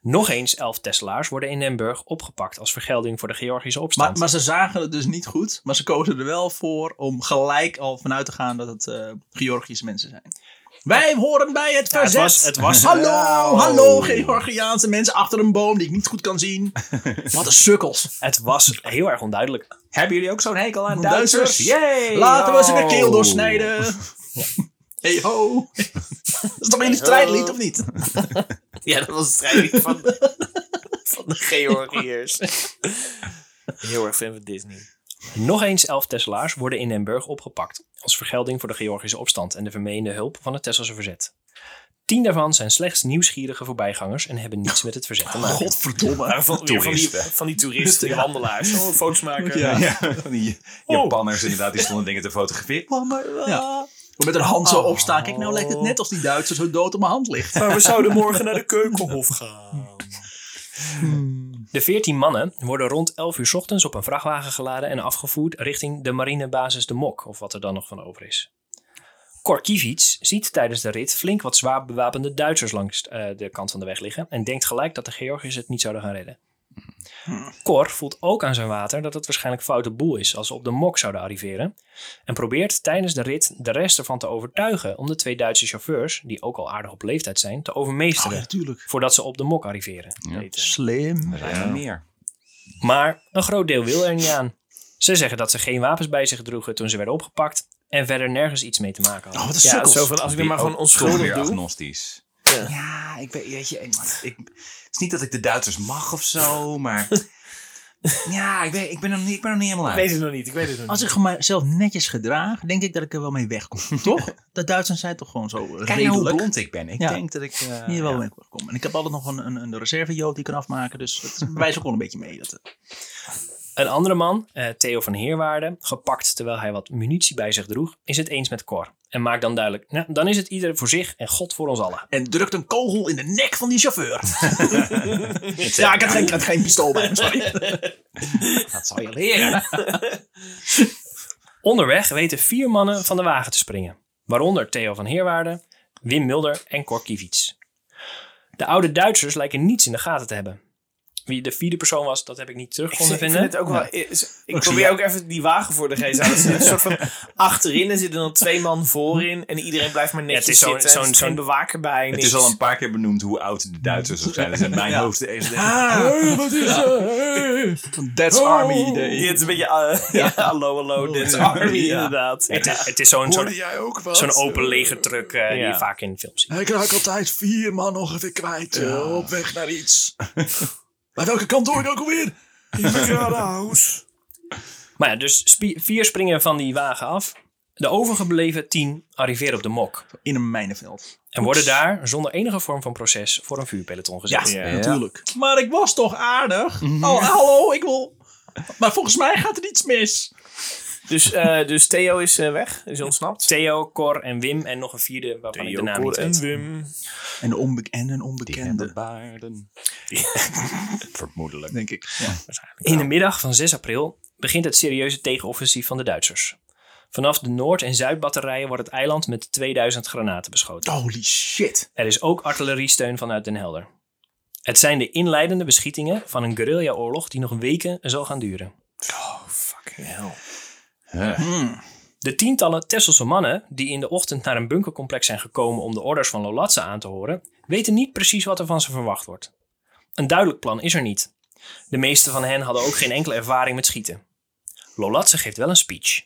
[SPEAKER 4] Nog eens elf Tesselaars worden in Den Burg opgepakt als vergelding voor de Georgische opstand.
[SPEAKER 1] Maar, maar ze zagen het dus niet goed. Maar ze kozen er wel voor om gelijk al vanuit te gaan dat het eh, Georgische mensen zijn. Wij horen bij het
[SPEAKER 4] het
[SPEAKER 1] verzet.
[SPEAKER 4] was- het was-
[SPEAKER 1] hallo, hallo Georgiaanse mensen achter een boom die ik niet goed kan zien. Wat een sukkels.
[SPEAKER 4] Het was heel erg onduidelijk.
[SPEAKER 2] Hebben jullie ook zo'n hekel aan
[SPEAKER 1] Duitsers?
[SPEAKER 2] Duitsers? Yay!
[SPEAKER 1] Laten we ze de
[SPEAKER 2] Oh.
[SPEAKER 1] keel doorsnijden. Hey ho. Dat is toch een strijdlied of niet?
[SPEAKER 3] Ja, dat was het strijdlied van, *laughs* van de
[SPEAKER 2] *laughs*
[SPEAKER 3] Georgiërs. Heel erg fan van Disney.
[SPEAKER 4] Nog eens elf Tesselaars worden in Den Burg opgepakt als vergelding voor de Georgische opstand en de vermeende hulp van het Tesselse verzet. Tien daarvan zijn slechts nieuwsgierige voorbijgangers en hebben niets met het verzet te maken.
[SPEAKER 1] Godverdomme.
[SPEAKER 3] Maar van, weer van, die,
[SPEAKER 2] Toeristen.
[SPEAKER 3] van die toeristen, *laughs* die handelaars. Oh, foto's maken.
[SPEAKER 1] Ja.
[SPEAKER 2] *laughs* Ja, van die Japanners inderdaad, die stonden dingen te fotograferen.
[SPEAKER 1] Ja. Met een hand zo opstaan. Kijk, nou lijkt het net als die Duitser zo dood op mijn hand ligt.
[SPEAKER 3] Maar we zouden morgen naar de keukenhof gaan.
[SPEAKER 4] De veertien mannen worden rond 11 uur 's ochtends op een vrachtwagen geladen en afgevoerd richting de marinebasis De Mok, of wat er dan nog van over is. Korkiewicz ziet tijdens de rit flink wat zwaar bewapende Duitsers langs eh, de kant van de weg liggen en denkt gelijk dat de Georgiërs het niet zouden gaan redden. Cor voelt ook aan zijn water dat het waarschijnlijk foute boel is als ze op de mok zouden arriveren en probeert tijdens de rit de rest ervan te overtuigen om de twee Duitse chauffeurs, die ook al aardig op leeftijd zijn, te overmeesteren
[SPEAKER 1] natuurlijk.
[SPEAKER 4] voordat ze op de mok arriveren. Eten.
[SPEAKER 1] Slim.
[SPEAKER 2] Er zijn er meer.
[SPEAKER 4] Maar een groot deel wil er niet aan. Ze zeggen dat ze geen wapens bij zich droegen toen ze werden opgepakt en verder nergens iets mee te maken hadden. dus
[SPEAKER 1] Oh, wat een
[SPEAKER 3] Ja,
[SPEAKER 1] sukkels.
[SPEAKER 3] zo van, als ik er maar gewoon
[SPEAKER 2] Toch
[SPEAKER 3] onschuldig
[SPEAKER 2] weer
[SPEAKER 3] doe.
[SPEAKER 2] agnostisch. Ja, ik weet, weet je, ik, ik- het is niet dat ik de Duitsers mag of
[SPEAKER 3] *laughs*
[SPEAKER 2] zo, maar ja, ik, weet, ik, ben, nog niet, ik ben nog niet helemaal
[SPEAKER 3] Ik
[SPEAKER 2] uit.
[SPEAKER 3] weet het nog niet, ik weet het nog
[SPEAKER 1] Als
[SPEAKER 3] niet.
[SPEAKER 1] ik mezelf netjes gedraag, denk ik dat ik er wel mee wegkom. toch? De Duitsers zijn toch gewoon zo eh,
[SPEAKER 2] Kijk nou hoe
[SPEAKER 1] redelijk.
[SPEAKER 2] blond ik ben. Ik
[SPEAKER 1] Ja.
[SPEAKER 2] denk dat ik... eh,
[SPEAKER 1] Hier wel
[SPEAKER 2] ja.
[SPEAKER 1] mee wegkom. En ik heb altijd nog een, een, een reservejood die ik kan afmaken. Dus dat *laughs* wijst ook wel een beetje mee. Dat, eh,
[SPEAKER 4] Een andere man, eh, Theo van Heerwaarde, gepakt terwijl hij wat munitie bij zich droeg, is het eens met Cor. En maakt dan duidelijk, nou, dan is het ieder voor zich en God voor ons allen.
[SPEAKER 1] en drukt een kogel in de nek van die chauffeur. ja, ik had geen, ik had geen pistool bij me, sorry.
[SPEAKER 2] Dat zal je leren.
[SPEAKER 4] Onderweg weten vier mannen van de wagen te springen. Waaronder Theo van Heerwaarde, Wim Mulder en Cor Kiewicz. De oude Duitsers lijken niets in de gaten te hebben. Wie de vierde persoon was, dat heb ik niet terug
[SPEAKER 3] Ik,
[SPEAKER 4] konden
[SPEAKER 3] vind- ik
[SPEAKER 4] vinden.
[SPEAKER 3] vind het ook wel... is- Ik
[SPEAKER 1] ja.
[SPEAKER 3] probeer ook even die wagen voor de geest aan te zetten. Een soort van *laughs* achterin en zitten dan twee man voorin. En iedereen blijft maar netjes
[SPEAKER 4] het is zo'n-
[SPEAKER 3] zitten. Zo'n
[SPEAKER 4] zo'n-
[SPEAKER 3] zo'n
[SPEAKER 4] zo'n-
[SPEAKER 3] bewaker bij.
[SPEAKER 2] Het
[SPEAKER 3] niks.
[SPEAKER 2] is al een paar keer benoemd hoe oud de Duitsers ook zijn. Dat is in mijn hoofd de eerste.
[SPEAKER 3] Ah.
[SPEAKER 1] That's Army idee.
[SPEAKER 3] *laughs* Ja, het is een beetje... eh, *laughs* ja, hallo, hallo, dit is Army,
[SPEAKER 1] Ja.
[SPEAKER 3] inderdaad.
[SPEAKER 4] Het is, het is zo'n zo'n-
[SPEAKER 2] jij ook wat?
[SPEAKER 4] zo'n open lege truck eh, die
[SPEAKER 3] Ja.
[SPEAKER 4] je vaak in films ziet.
[SPEAKER 1] eh, Ik raak altijd vier man ongeveer kwijt op weg naar iets. Bij welke kant door ik ook alweer?
[SPEAKER 3] Gradaus.
[SPEAKER 4] Maar ja, dus spie- vier springen van die wagen af. De overgebleven tien arriveren op de mok.
[SPEAKER 1] In een mijnenveld.
[SPEAKER 4] En worden daar zonder enige vorm van proces voor een vuurpeloton gezet.
[SPEAKER 1] Ja,
[SPEAKER 2] Ja.
[SPEAKER 1] natuurlijk.
[SPEAKER 6] Maar ik was toch aardig? Oh, hallo, ik wil... Maar volgens mij gaat er iets mis.
[SPEAKER 3] Dus, eh, dus Theo is eh, weg, is ontsnapt.
[SPEAKER 4] Theo, Cor en Wim en nog een vierde waarvan ik de naam niet weet.
[SPEAKER 3] Wim.
[SPEAKER 1] En, de onbe- en een
[SPEAKER 2] En de
[SPEAKER 1] onbekende,
[SPEAKER 2] baarden. *laughs* Vermoedelijk.
[SPEAKER 1] denk ik. Ja.
[SPEAKER 4] In de middag van 6 april begint het serieuze tegenoffensief van de Duitsers. Vanaf de Noord- en Zuidbatterijen wordt het eiland met 2000 granaten beschoten.
[SPEAKER 1] Holy shit.
[SPEAKER 4] Er is ook artilleriesteun vanuit Den Helder. Het zijn de inleidende beschietingen van een guerrillaoorlog die nog weken zal gaan duren. De tientallen Tesselse mannen die in de ochtend naar een bunkercomplex zijn gekomen om de orders van Lolatse aan te horen, weten niet precies wat er van ze verwacht wordt. Een duidelijk plan is er niet. De meeste van hen hadden ook geen enkele ervaring met schieten. Lolatse geeft wel een speech.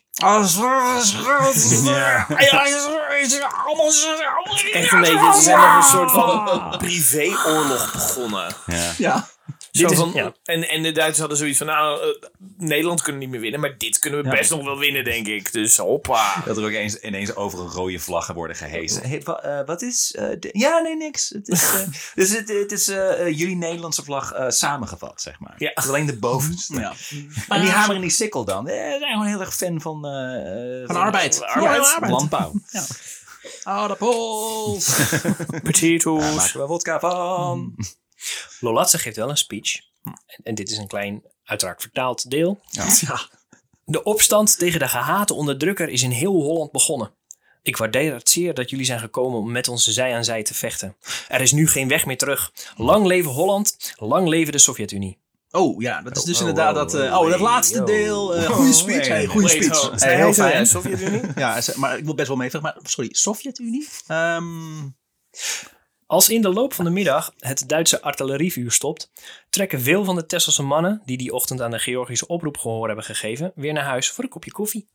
[SPEAKER 3] Echt een beetje, ze zijn nog een soort *laughs* van privéoorlog begonnen.
[SPEAKER 1] Ja.
[SPEAKER 3] Zo
[SPEAKER 4] Dit is-
[SPEAKER 3] van,
[SPEAKER 4] ja.
[SPEAKER 3] en, en de Duitsers hadden zoiets van, nou, eh, Nederland kunnen niet meer winnen, maar dit kunnen we best nog wel winnen, denk ik. Dus hoppa.
[SPEAKER 2] Dat er ook eens, ineens over een rode vlaggen worden gehezen. Hey, wa- eh, wat is... eh, de- ja, nee, niks. Het is, *laughs* eh, dus het, het is eh, eh, jullie Nederlandse vlag eh, samengevat, zeg maar.
[SPEAKER 4] Ja.
[SPEAKER 2] Het is alleen de bovenste.
[SPEAKER 1] ja.
[SPEAKER 2] En die hamer en die sikkel dan. Eh, Ze zijn gewoon heel erg fan van... eh, van,
[SPEAKER 6] arbeid.
[SPEAKER 2] arbeid.
[SPEAKER 6] Ja, arbeid.
[SPEAKER 2] Landbouw.
[SPEAKER 6] Aardappels.
[SPEAKER 2] Daar
[SPEAKER 3] Potatoes.
[SPEAKER 2] maken we wodka van.
[SPEAKER 4] Lolatse geeft wel een speech. En dit is een klein, uiteraard vertaald deel. De opstand tegen de gehate onderdrukker is in heel Holland begonnen. Ik waardeer het zeer dat jullie zijn gekomen om met onze zij aan zij te vechten. Er is nu geen weg meer terug. Lang leven Holland, lang leven de Sovjet-Unie.
[SPEAKER 1] Oh ja, dat is dus
[SPEAKER 2] Oh,
[SPEAKER 1] inderdaad
[SPEAKER 2] oh,
[SPEAKER 1] dat... eh,
[SPEAKER 2] oh,
[SPEAKER 1] oh, dat
[SPEAKER 2] hey,
[SPEAKER 1] laatste
[SPEAKER 2] yo.
[SPEAKER 1] deel. eh
[SPEAKER 2] Oh,
[SPEAKER 1] goede speech.
[SPEAKER 2] hey,
[SPEAKER 1] hey, goede
[SPEAKER 3] Wait,
[SPEAKER 1] speech.
[SPEAKER 3] oh,
[SPEAKER 1] Eh,
[SPEAKER 3] zei hij
[SPEAKER 1] heel
[SPEAKER 3] zo, hè,
[SPEAKER 1] fijn.
[SPEAKER 3] Sovjet-Unie?
[SPEAKER 1] Ja, ze- maar ik wil best wel meevragen. Maar sorry, Sovjet-Unie? Ehm,
[SPEAKER 4] Als in de loop van de middag het Duitse artillerievuur stopt, trekken veel van de Tesselse mannen, die die ochtend aan de Georgische oproep gehoor hebben gegeven, weer naar huis voor een kopje koffie.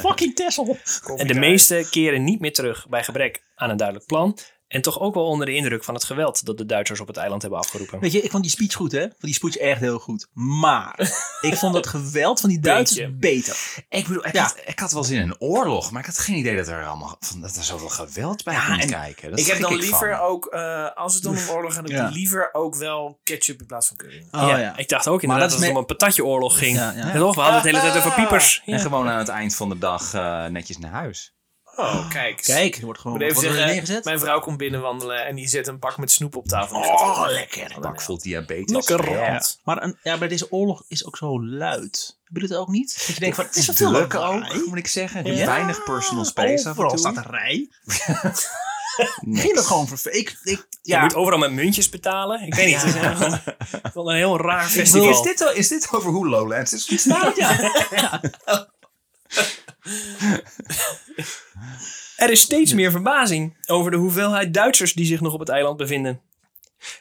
[SPEAKER 6] Fucking Tessel.
[SPEAKER 4] En de meeste keren niet meer terug bij gebrek aan een duidelijk plan. En toch ook wel onder de indruk van het geweld dat de Duitsers op het eiland hebben afgeroepen.
[SPEAKER 1] Weet je, ik vond die speech goed, hè? Ik vond die speech echt heel goed.
[SPEAKER 3] *laughs*
[SPEAKER 1] Maar ik vond het geweld van die Duitsers
[SPEAKER 4] Beetje.
[SPEAKER 1] beter.
[SPEAKER 2] *laughs* Ik bedoel, ik,
[SPEAKER 1] Ja.
[SPEAKER 2] had, ik had wel zin in een oorlog, maar ik had geen idee dat er allemaal van, dat er zoveel geweld bij komt
[SPEAKER 1] en
[SPEAKER 2] kijken. Dat
[SPEAKER 3] Ik heb
[SPEAKER 2] schrik
[SPEAKER 3] dan liever
[SPEAKER 2] van.
[SPEAKER 3] ook, eh, als het dan om oorlog gaat, dan
[SPEAKER 1] Ja.
[SPEAKER 3] liever ook wel ketchup in plaats van curry.
[SPEAKER 1] Oh ja.
[SPEAKER 4] Ik dacht ook
[SPEAKER 1] dat
[SPEAKER 4] inderdaad dat,
[SPEAKER 1] is
[SPEAKER 4] het
[SPEAKER 1] me-
[SPEAKER 4] om een patatjeoorlog ging.
[SPEAKER 1] Ja, ja.
[SPEAKER 4] Ja, Toch? We hadden het de hele tijd
[SPEAKER 3] Ah.
[SPEAKER 4] over piepers. Ja.
[SPEAKER 2] En gewoon aan het eind van de dag eh, netjes naar huis.
[SPEAKER 3] Oh, kijk.
[SPEAKER 1] Kijk, er wordt gewoon
[SPEAKER 3] Ik moet
[SPEAKER 1] wordt
[SPEAKER 3] even
[SPEAKER 1] er
[SPEAKER 3] zeggen,
[SPEAKER 1] neergezet.
[SPEAKER 3] mijn vrouw komt binnenwandelen en die zet een pak met snoep op tafel.
[SPEAKER 2] Oh, lekker. Bak vol diabetes. Ja.
[SPEAKER 1] Maar een, ja, bij deze oorlog is ook zo luid. Heb je het ook niet? Dat je denkt van, het is wel veel
[SPEAKER 2] Druk
[SPEAKER 1] lawaai.
[SPEAKER 2] ook, moet ik zeggen.
[SPEAKER 1] Ja.
[SPEAKER 2] Weinig personal space af en
[SPEAKER 1] Overal
[SPEAKER 2] toe.
[SPEAKER 1] staat een
[SPEAKER 2] *laughs*
[SPEAKER 1] rij.
[SPEAKER 2] Niks.
[SPEAKER 1] Ik vind het gewoon vervelend. Ik, ik,
[SPEAKER 4] Je
[SPEAKER 1] ja,
[SPEAKER 4] moet overal met muntjes betalen. Ik weet niet. Het is een- wel een heel raar festival.
[SPEAKER 2] Is dit, wel- is dit over hoe Lowlands is *laughs*
[SPEAKER 1] Nou,
[SPEAKER 2] ontstaan?
[SPEAKER 4] Er is steeds meer verbazing over de hoeveelheid Duitsers die zich nog op het eiland bevinden.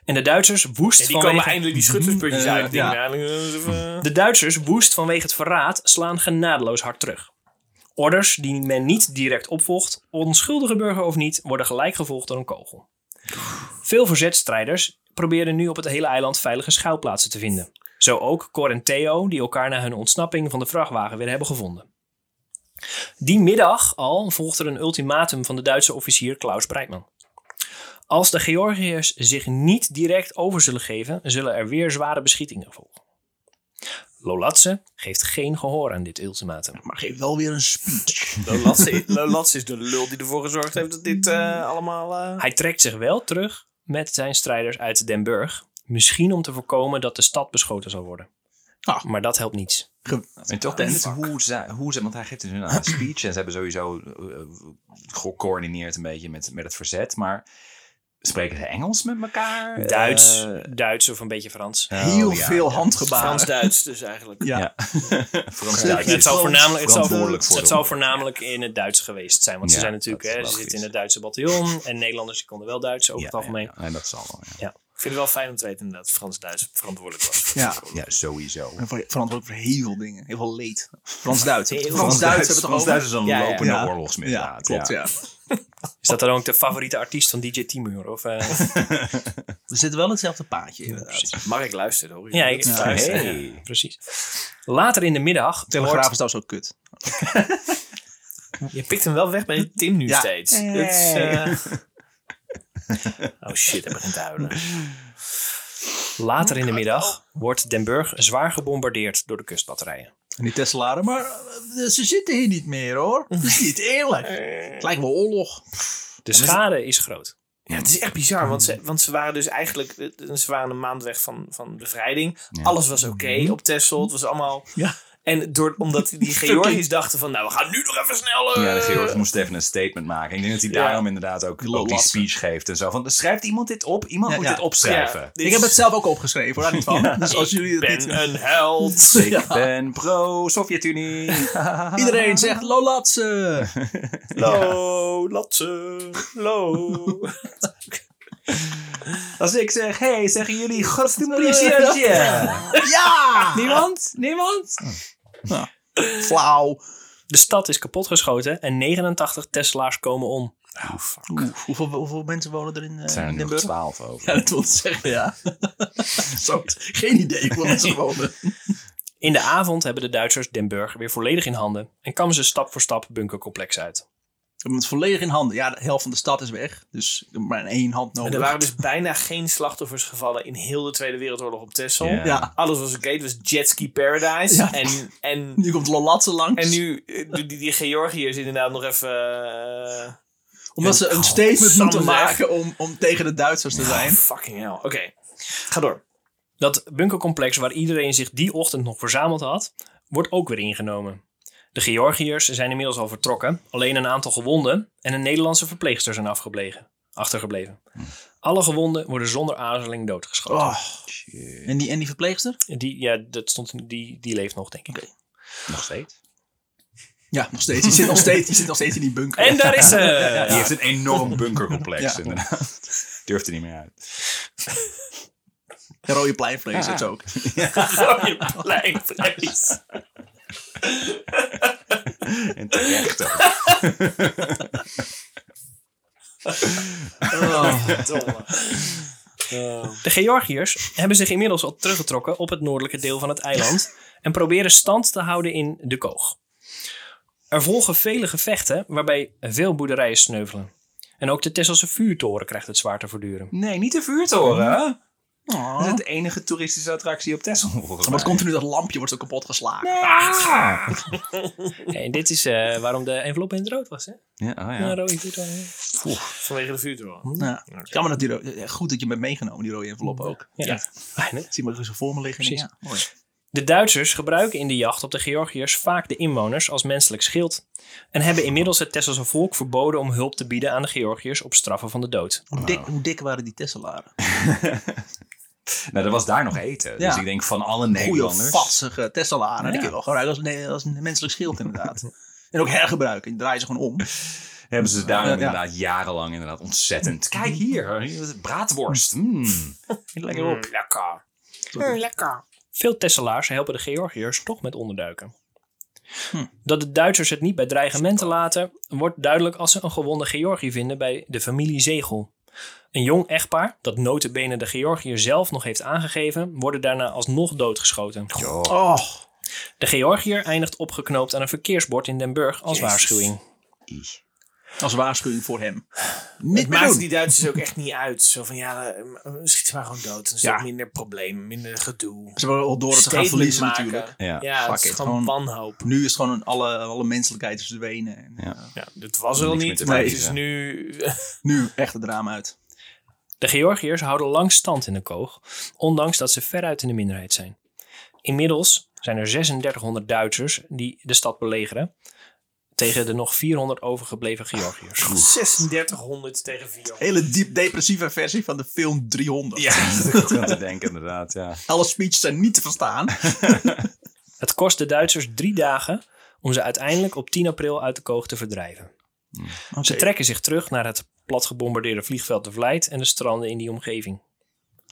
[SPEAKER 4] En de Duitsers woest
[SPEAKER 3] En die
[SPEAKER 4] vanwege...
[SPEAKER 3] komen eindelijk die schuttersputjes
[SPEAKER 1] Eh,
[SPEAKER 3] uit.
[SPEAKER 1] ja.
[SPEAKER 3] Ja. Ja.
[SPEAKER 4] De Duitsers, woest vanwege het verraad, slaan genadeloos hard terug. Orders die men niet direct opvolgt, onschuldige burger of niet, worden gelijk gevolgd door een kogel. Veel verzetstrijders proberen nu op het hele eiland veilige schuilplaatsen te vinden. Zo ook Cor en Theo, die elkaar na hun ontsnapping van de vrachtwagen weer hebben gevonden. Die middag al volgt er een ultimatum van de Duitse officier Klaus Breitmann. Als de Georgiërs zich niet direct over zullen geven, zullen er weer zware beschietingen volgen. Lolatse geeft geen gehoor aan dit ultimatum.
[SPEAKER 1] maar geef wel weer een speech.
[SPEAKER 3] Lolats is de lul die ervoor gezorgd heeft dat dit eh, allemaal... eh,
[SPEAKER 4] Hij trekt zich wel terug met zijn strijders uit Den Burg. Misschien om te voorkomen dat de stad beschoten zal worden.
[SPEAKER 1] Ah.
[SPEAKER 4] Maar dat helpt niets.
[SPEAKER 2] En toch
[SPEAKER 1] Tent.
[SPEAKER 2] niet hoe ze, hoe ze, want hij geeft dus een eh, speech en ze hebben sowieso eh, gecoördineerd een beetje met, met het verzet, maar spreken ze Engels met elkaar?
[SPEAKER 4] Duits,
[SPEAKER 2] Eh,
[SPEAKER 4] Duits of een beetje Frans.
[SPEAKER 2] oh,
[SPEAKER 1] Heel
[SPEAKER 2] ja.
[SPEAKER 1] veel handgebaren.
[SPEAKER 3] Frans-Duits dus eigenlijk.
[SPEAKER 1] Ja.
[SPEAKER 2] Ja. Frans
[SPEAKER 1] Ja,
[SPEAKER 2] Duits.
[SPEAKER 4] Het zou, voornamelijk, het, zou,
[SPEAKER 2] Verantwoordelijk voor
[SPEAKER 4] het
[SPEAKER 2] de
[SPEAKER 4] zou
[SPEAKER 2] oorlog.
[SPEAKER 4] voornamelijk in het Duits geweest zijn. Want ze
[SPEAKER 2] Ja,
[SPEAKER 4] zijn natuurlijk,
[SPEAKER 2] dat is
[SPEAKER 4] hè, ze
[SPEAKER 2] logisch.
[SPEAKER 4] zitten in het Duitse bataljon. En Nederlanders die konden wel Duits over
[SPEAKER 2] Ja,
[SPEAKER 4] het algemeen.
[SPEAKER 2] Ja, ja. En dat zal wel. Ja,
[SPEAKER 3] Ik vind het wel fijn om te weten inderdaad dat Frans-Duits verantwoordelijk was.
[SPEAKER 1] Ja.
[SPEAKER 2] ja sowieso.
[SPEAKER 1] En ver- verantwoordelijk voor heel veel dingen. Heel veel leed. Frans-Duits.
[SPEAKER 3] Heel
[SPEAKER 1] Frans-Duits hebben we toch
[SPEAKER 2] Frans
[SPEAKER 1] over?
[SPEAKER 2] Duits is een
[SPEAKER 3] Ja, ja.
[SPEAKER 2] lopende
[SPEAKER 1] Ja.
[SPEAKER 2] oorlogsmisdaad.
[SPEAKER 1] Ja, klopt, ja.
[SPEAKER 4] Is dat dan ook de favoriete artiest van DJ Timur? Of, eh,
[SPEAKER 1] We zitten wel in hetzelfde paadje inderdaad.
[SPEAKER 3] Mark luistert hoor.
[SPEAKER 4] ja, ik,
[SPEAKER 1] Ja,
[SPEAKER 4] luister,
[SPEAKER 2] hey.
[SPEAKER 4] ja, precies. Later in de middag
[SPEAKER 1] Telegraaf
[SPEAKER 4] hoort,
[SPEAKER 1] is trouwens ook kut.
[SPEAKER 3] Je pikt hem wel weg bij Tim nu
[SPEAKER 1] Ja.
[SPEAKER 3] steeds. Dat is, eh, Oh shit, hij begint te huilen.
[SPEAKER 4] later in de middag wordt Den Burg zwaar gebombardeerd door de kustbatterijen.
[SPEAKER 1] En die Teslaren, maar eh, ze zitten hier niet meer *laughs* hoor. Dat is niet eerlijk. Het lijkt wel oorlog.
[SPEAKER 4] De schade is groot.
[SPEAKER 3] Ja, het is echt bizar, want
[SPEAKER 2] Mm.
[SPEAKER 3] ze, want ze waren dus eigenlijk eh, ze waren een maand weg van, van bevrijding.
[SPEAKER 2] Ja.
[SPEAKER 3] Alles was oké op Texel, het was allemaal...
[SPEAKER 1] Ja.
[SPEAKER 3] En door, omdat die Georgiërs dachten van, nou we gaan nu nog even snel... eh,
[SPEAKER 2] Ja, de Georg moest even een statement maken. Ik denk dat hij
[SPEAKER 3] Ja.
[SPEAKER 2] daarom inderdaad ook, ook die
[SPEAKER 1] Last.
[SPEAKER 2] speech geeft en zo. Van, schrijft iemand dit op? Iemand
[SPEAKER 1] Ja,
[SPEAKER 2] moet
[SPEAKER 1] ja.
[SPEAKER 2] dit opschrijven.
[SPEAKER 3] Ja, dit
[SPEAKER 1] Ik heb
[SPEAKER 3] is-
[SPEAKER 1] het zelf ook opgeschreven hoor, daar *laughs* niet van. Dus als jullie het niet...
[SPEAKER 3] ben een
[SPEAKER 1] *laughs*
[SPEAKER 3] held.
[SPEAKER 2] Ik ben pro-Sovjet-Unie.
[SPEAKER 1] Iedereen zegt *laughs* Lolatse.
[SPEAKER 3] Lo, latse, lo.
[SPEAKER 4] *laughs*
[SPEAKER 2] Als ik zeg, hey, zeggen jullie godsdienstpolitie?
[SPEAKER 1] Ja!
[SPEAKER 2] Niemand? Niemand?
[SPEAKER 1] Flauw.
[SPEAKER 4] De stad is kapotgeschoten en 89 Tesla's komen om.
[SPEAKER 1] Oeh, hoeveel, hoeveel mensen wonen er in, eh,
[SPEAKER 2] Er zijn
[SPEAKER 1] in
[SPEAKER 2] er nog
[SPEAKER 1] Limburg?
[SPEAKER 2] twaalf over.
[SPEAKER 1] Ja, dat wil ik zeggen, ja. *laughs* Zo, geen idee hoeveel mensen er *laughs* wonen.
[SPEAKER 4] In de avond hebben de Duitsers Den Burg weer volledig in handen en kammen ze stap voor stap bunkercomplex uit.
[SPEAKER 1] We hebben het volledig in handen. Ja, de helft van de stad is weg. Dus ik heb maar in één hand
[SPEAKER 3] En
[SPEAKER 1] nodig.
[SPEAKER 3] er waren dus bijna geen slachtoffers gevallen in heel de Tweede Wereldoorlog op Texel.
[SPEAKER 2] Ja.
[SPEAKER 1] Ja,
[SPEAKER 3] Alles was oké, het was Jetski Paradise.
[SPEAKER 1] Ja.
[SPEAKER 3] En, en
[SPEAKER 1] nu komt Lolatse langs.
[SPEAKER 3] En nu eh, doen die, die Georgiërs inderdaad nog even. eh,
[SPEAKER 1] Omdat ze een statement
[SPEAKER 3] Godsamme
[SPEAKER 1] moeten
[SPEAKER 3] zeg.
[SPEAKER 1] maken om, om tegen de Duitsers te zijn.
[SPEAKER 3] oh, fucking hell. Oké, ga door.
[SPEAKER 4] Dat bunkercomplex waar iedereen zich die ochtend nog verzameld had, wordt ook weer ingenomen. De Georgiërs zijn inmiddels al vertrokken, alleen een aantal gewonden en een Nederlandse verpleegster zijn afgebleven, achtergebleven. Alle gewonden worden zonder aarzeling doodgeschoten.
[SPEAKER 1] Oh. En, die, en die verpleegster?
[SPEAKER 4] Die, ja, dat stond, die, die leeft nog, denk ik.
[SPEAKER 2] Nog steeds.
[SPEAKER 1] Ja, nog steeds. Die zit nog steeds, die zit nog steeds in die bunker.
[SPEAKER 4] En daar is ze!
[SPEAKER 2] Die heeft een enorm
[SPEAKER 1] *laughs*
[SPEAKER 2] bunkercomplex,
[SPEAKER 1] Ja.
[SPEAKER 2] inderdaad. Durft er niet meer uit.
[SPEAKER 1] De rode pleinvlees is ook.
[SPEAKER 4] Rode pleinvlees.
[SPEAKER 2] En terecht ook.
[SPEAKER 1] Oh.
[SPEAKER 4] De Georgiërs hebben zich inmiddels al teruggetrokken op het noordelijke deel van het eiland en proberen stand te houden in de koog. Er volgen vele gevechten waarbij veel boerderijen sneuvelen. En ook de Tesselse vuurtoren krijgt het zwaar te verduren.
[SPEAKER 2] Nee, niet de vuurtoren. Dat
[SPEAKER 1] Oh.
[SPEAKER 2] is de enige toeristische attractie op Texel, volgens
[SPEAKER 1] Wat
[SPEAKER 2] mij.
[SPEAKER 1] komt er nu? Dat lampje wordt zo kapot geslagen.
[SPEAKER 2] Ah!
[SPEAKER 4] En dit is eh, waarom de envelop in het rood was, hè?
[SPEAKER 2] Ja, oh
[SPEAKER 4] Een
[SPEAKER 2] ja.
[SPEAKER 4] rode vuurtoren.
[SPEAKER 3] *laughs* Vanwege de vuurtoren.
[SPEAKER 1] Ja. Jammer dat die ro- ja, Goed dat je me hebt meegenomen, die rode envelop ook.
[SPEAKER 4] Ja. Fijn, hè?
[SPEAKER 1] Ik zie maar zo voor me liggen. en ik-
[SPEAKER 4] Precies.
[SPEAKER 1] Ja, mooi.
[SPEAKER 4] De Duitsers gebruiken in de jacht op de Georgiërs vaak de inwoners als menselijk schild. En hebben inmiddels het Tesselse volk verboden om hulp te bieden aan de Georgiërs op straffen van de dood.
[SPEAKER 1] Hoe, dik, hoe dik waren die Tesselaren?
[SPEAKER 2] Nou, er was daar nog eten. Dus
[SPEAKER 1] Ja.
[SPEAKER 2] ik denk van alle
[SPEAKER 1] Goeie,
[SPEAKER 2] Nederlanders.
[SPEAKER 1] vassige Tesselaren. Die
[SPEAKER 2] Ja.
[SPEAKER 1] kun je wel gebruiken als, nee, als een menselijk schild inderdaad. *laughs* en ook hergebruiken. Je draait ze gewoon om.
[SPEAKER 2] Hebben ze daarom
[SPEAKER 1] Ja. Mm.
[SPEAKER 2] inderdaad jarenlang inderdaad ontzettend. Kijk hier, hier is braadworst. Mm.
[SPEAKER 3] Lekker op. lekker. lekker.
[SPEAKER 4] Veel Tesselaars helpen de Georgiërs toch met onderduiken. Dat de Duitsers het niet bij dreigementen laten, wordt duidelijk als ze een gewonde Georgië vinden bij de familie Zegel. Een jong echtpaar, dat notabene de Georgiër zelf nog heeft aangegeven, worden daarna alsnog doodgeschoten.
[SPEAKER 1] Oh.
[SPEAKER 4] De Georgiër eindigt opgeknoopt aan een verkeersbord in Den Burg als waarschuwing.
[SPEAKER 1] Als waarschuwing voor hem. Niet meer
[SPEAKER 3] Maakt
[SPEAKER 1] doen.
[SPEAKER 3] die Duitsers ook echt niet uit. Zo van ja, eh, eh, schiet ze maar gewoon dood. Dan is
[SPEAKER 1] Ja.
[SPEAKER 3] er minder probleem, minder gedoe.
[SPEAKER 1] Ze hebben wel door het te gaan
[SPEAKER 3] Statement
[SPEAKER 1] verliezen
[SPEAKER 3] maken.
[SPEAKER 1] natuurlijk.
[SPEAKER 2] Ja.
[SPEAKER 3] Ja,
[SPEAKER 1] Fuck
[SPEAKER 3] het is
[SPEAKER 1] it,
[SPEAKER 3] gewoon
[SPEAKER 1] gewoon-
[SPEAKER 3] wanhoop.
[SPEAKER 1] Nu is het gewoon een alle, alle menselijkheid verdwenen. En,
[SPEAKER 2] Ja.
[SPEAKER 1] eh,
[SPEAKER 3] Ja, dat was er al
[SPEAKER 2] Niks meer
[SPEAKER 3] niet,
[SPEAKER 2] te
[SPEAKER 3] maar het is
[SPEAKER 2] verliezen.
[SPEAKER 3] nu... *laughs*
[SPEAKER 1] nu echt het raam uit.
[SPEAKER 4] De Georgiërs houden lang stand in de koog, ondanks dat ze veruit in de minderheid zijn. Inmiddels zijn er 3600 Duitsers die de stad belegeren tegen de nog 400 overgebleven Georgiërs.
[SPEAKER 3] 3600 tegen 400.
[SPEAKER 1] Hele diep depressieve versie van de film 300.
[SPEAKER 2] Ja, dat kan te denken inderdaad, ja.
[SPEAKER 1] Alle speeches zijn niet te *laughs* verstaan.
[SPEAKER 4] Het kost de Duitsers drie dagen om ze uiteindelijk op 10 april uit de koog te verdrijven. Ze trekken zich terug naar het platgebombardeerde vliegveld de Vlijt en de stranden in die omgeving.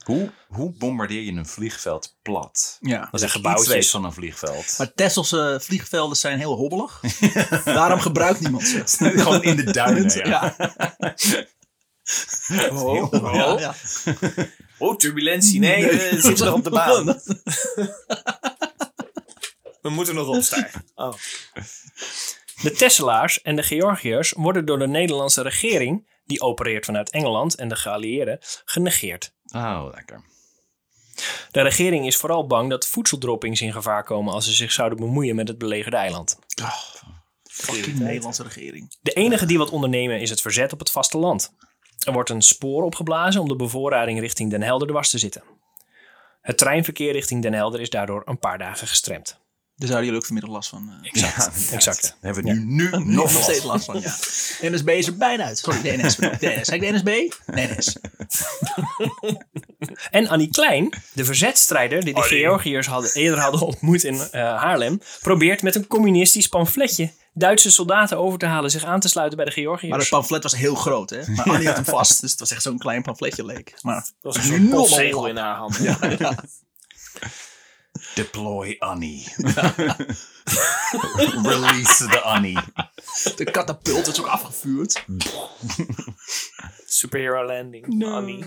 [SPEAKER 2] Hoe, hoe bombardeer je een vliegveld plat?
[SPEAKER 1] Ja.
[SPEAKER 2] Dat is een
[SPEAKER 4] gebouwtjes.
[SPEAKER 2] gebouwtje van een vliegveld.
[SPEAKER 1] Maar Tesselse vliegvelden zijn heel *laughs* hobbelig. Daarom gebruikt niemand ze.
[SPEAKER 2] Gewoon in *laughs* de duinen. Ja.
[SPEAKER 3] Oh, oh. Oh, turbulentie. Nee, we zitten nog op de baan. We moeten nog opstaan. Oh.
[SPEAKER 4] De Tesselaars en de Georgiërs worden door de Nederlandse regering, die opereert vanuit Engeland en de geallieerden, genegeerd.
[SPEAKER 2] Oh, lekker.
[SPEAKER 4] De regering is vooral bang dat voedseldroppings in gevaar komen als ze zich zouden bemoeien met het belegerde eiland.
[SPEAKER 1] Fucking Nederlandse regering.
[SPEAKER 4] De enige die wat ondernemen is het verzet op het vasteland. Er wordt een spoor opgeblazen om de bevoorrading richting Den Helder dwars te zitten. Het treinverkeer richting Den Helder is daardoor een paar dagen gestremd.
[SPEAKER 1] Daar zouden jullie ook vanmiddag last van. eh,
[SPEAKER 4] Exact. exact.
[SPEAKER 2] Dan hebben we nu, nu
[SPEAKER 1] nog
[SPEAKER 2] nog
[SPEAKER 1] steeds
[SPEAKER 2] wat.
[SPEAKER 1] last van, *laughs* ja. De NSB is er bijna uit. Sorry, de NS. bedoel ik. De NS. Zeg ik de NSB? De NS.
[SPEAKER 4] En Annie Klein, de verzetstrijder die de Georgiërs hadden, eerder hadden ontmoet in eh, Haarlem, probeert met een communistisch pamfletje Duitse soldaten over te halen zich aan te sluiten bij de
[SPEAKER 1] Maar
[SPEAKER 4] Georgiërs.
[SPEAKER 1] het pamflet was heel groot, hè? *laughs* Maar Annie had hem vast, dus het was echt zo'n klein pamfletje leek. Maar
[SPEAKER 3] Dat was een soort postzegel in haar hand.
[SPEAKER 2] Deploy Annie. Release de Annie.
[SPEAKER 1] de katapult is ook afgevuurd.
[SPEAKER 3] Superhero landing. Annie.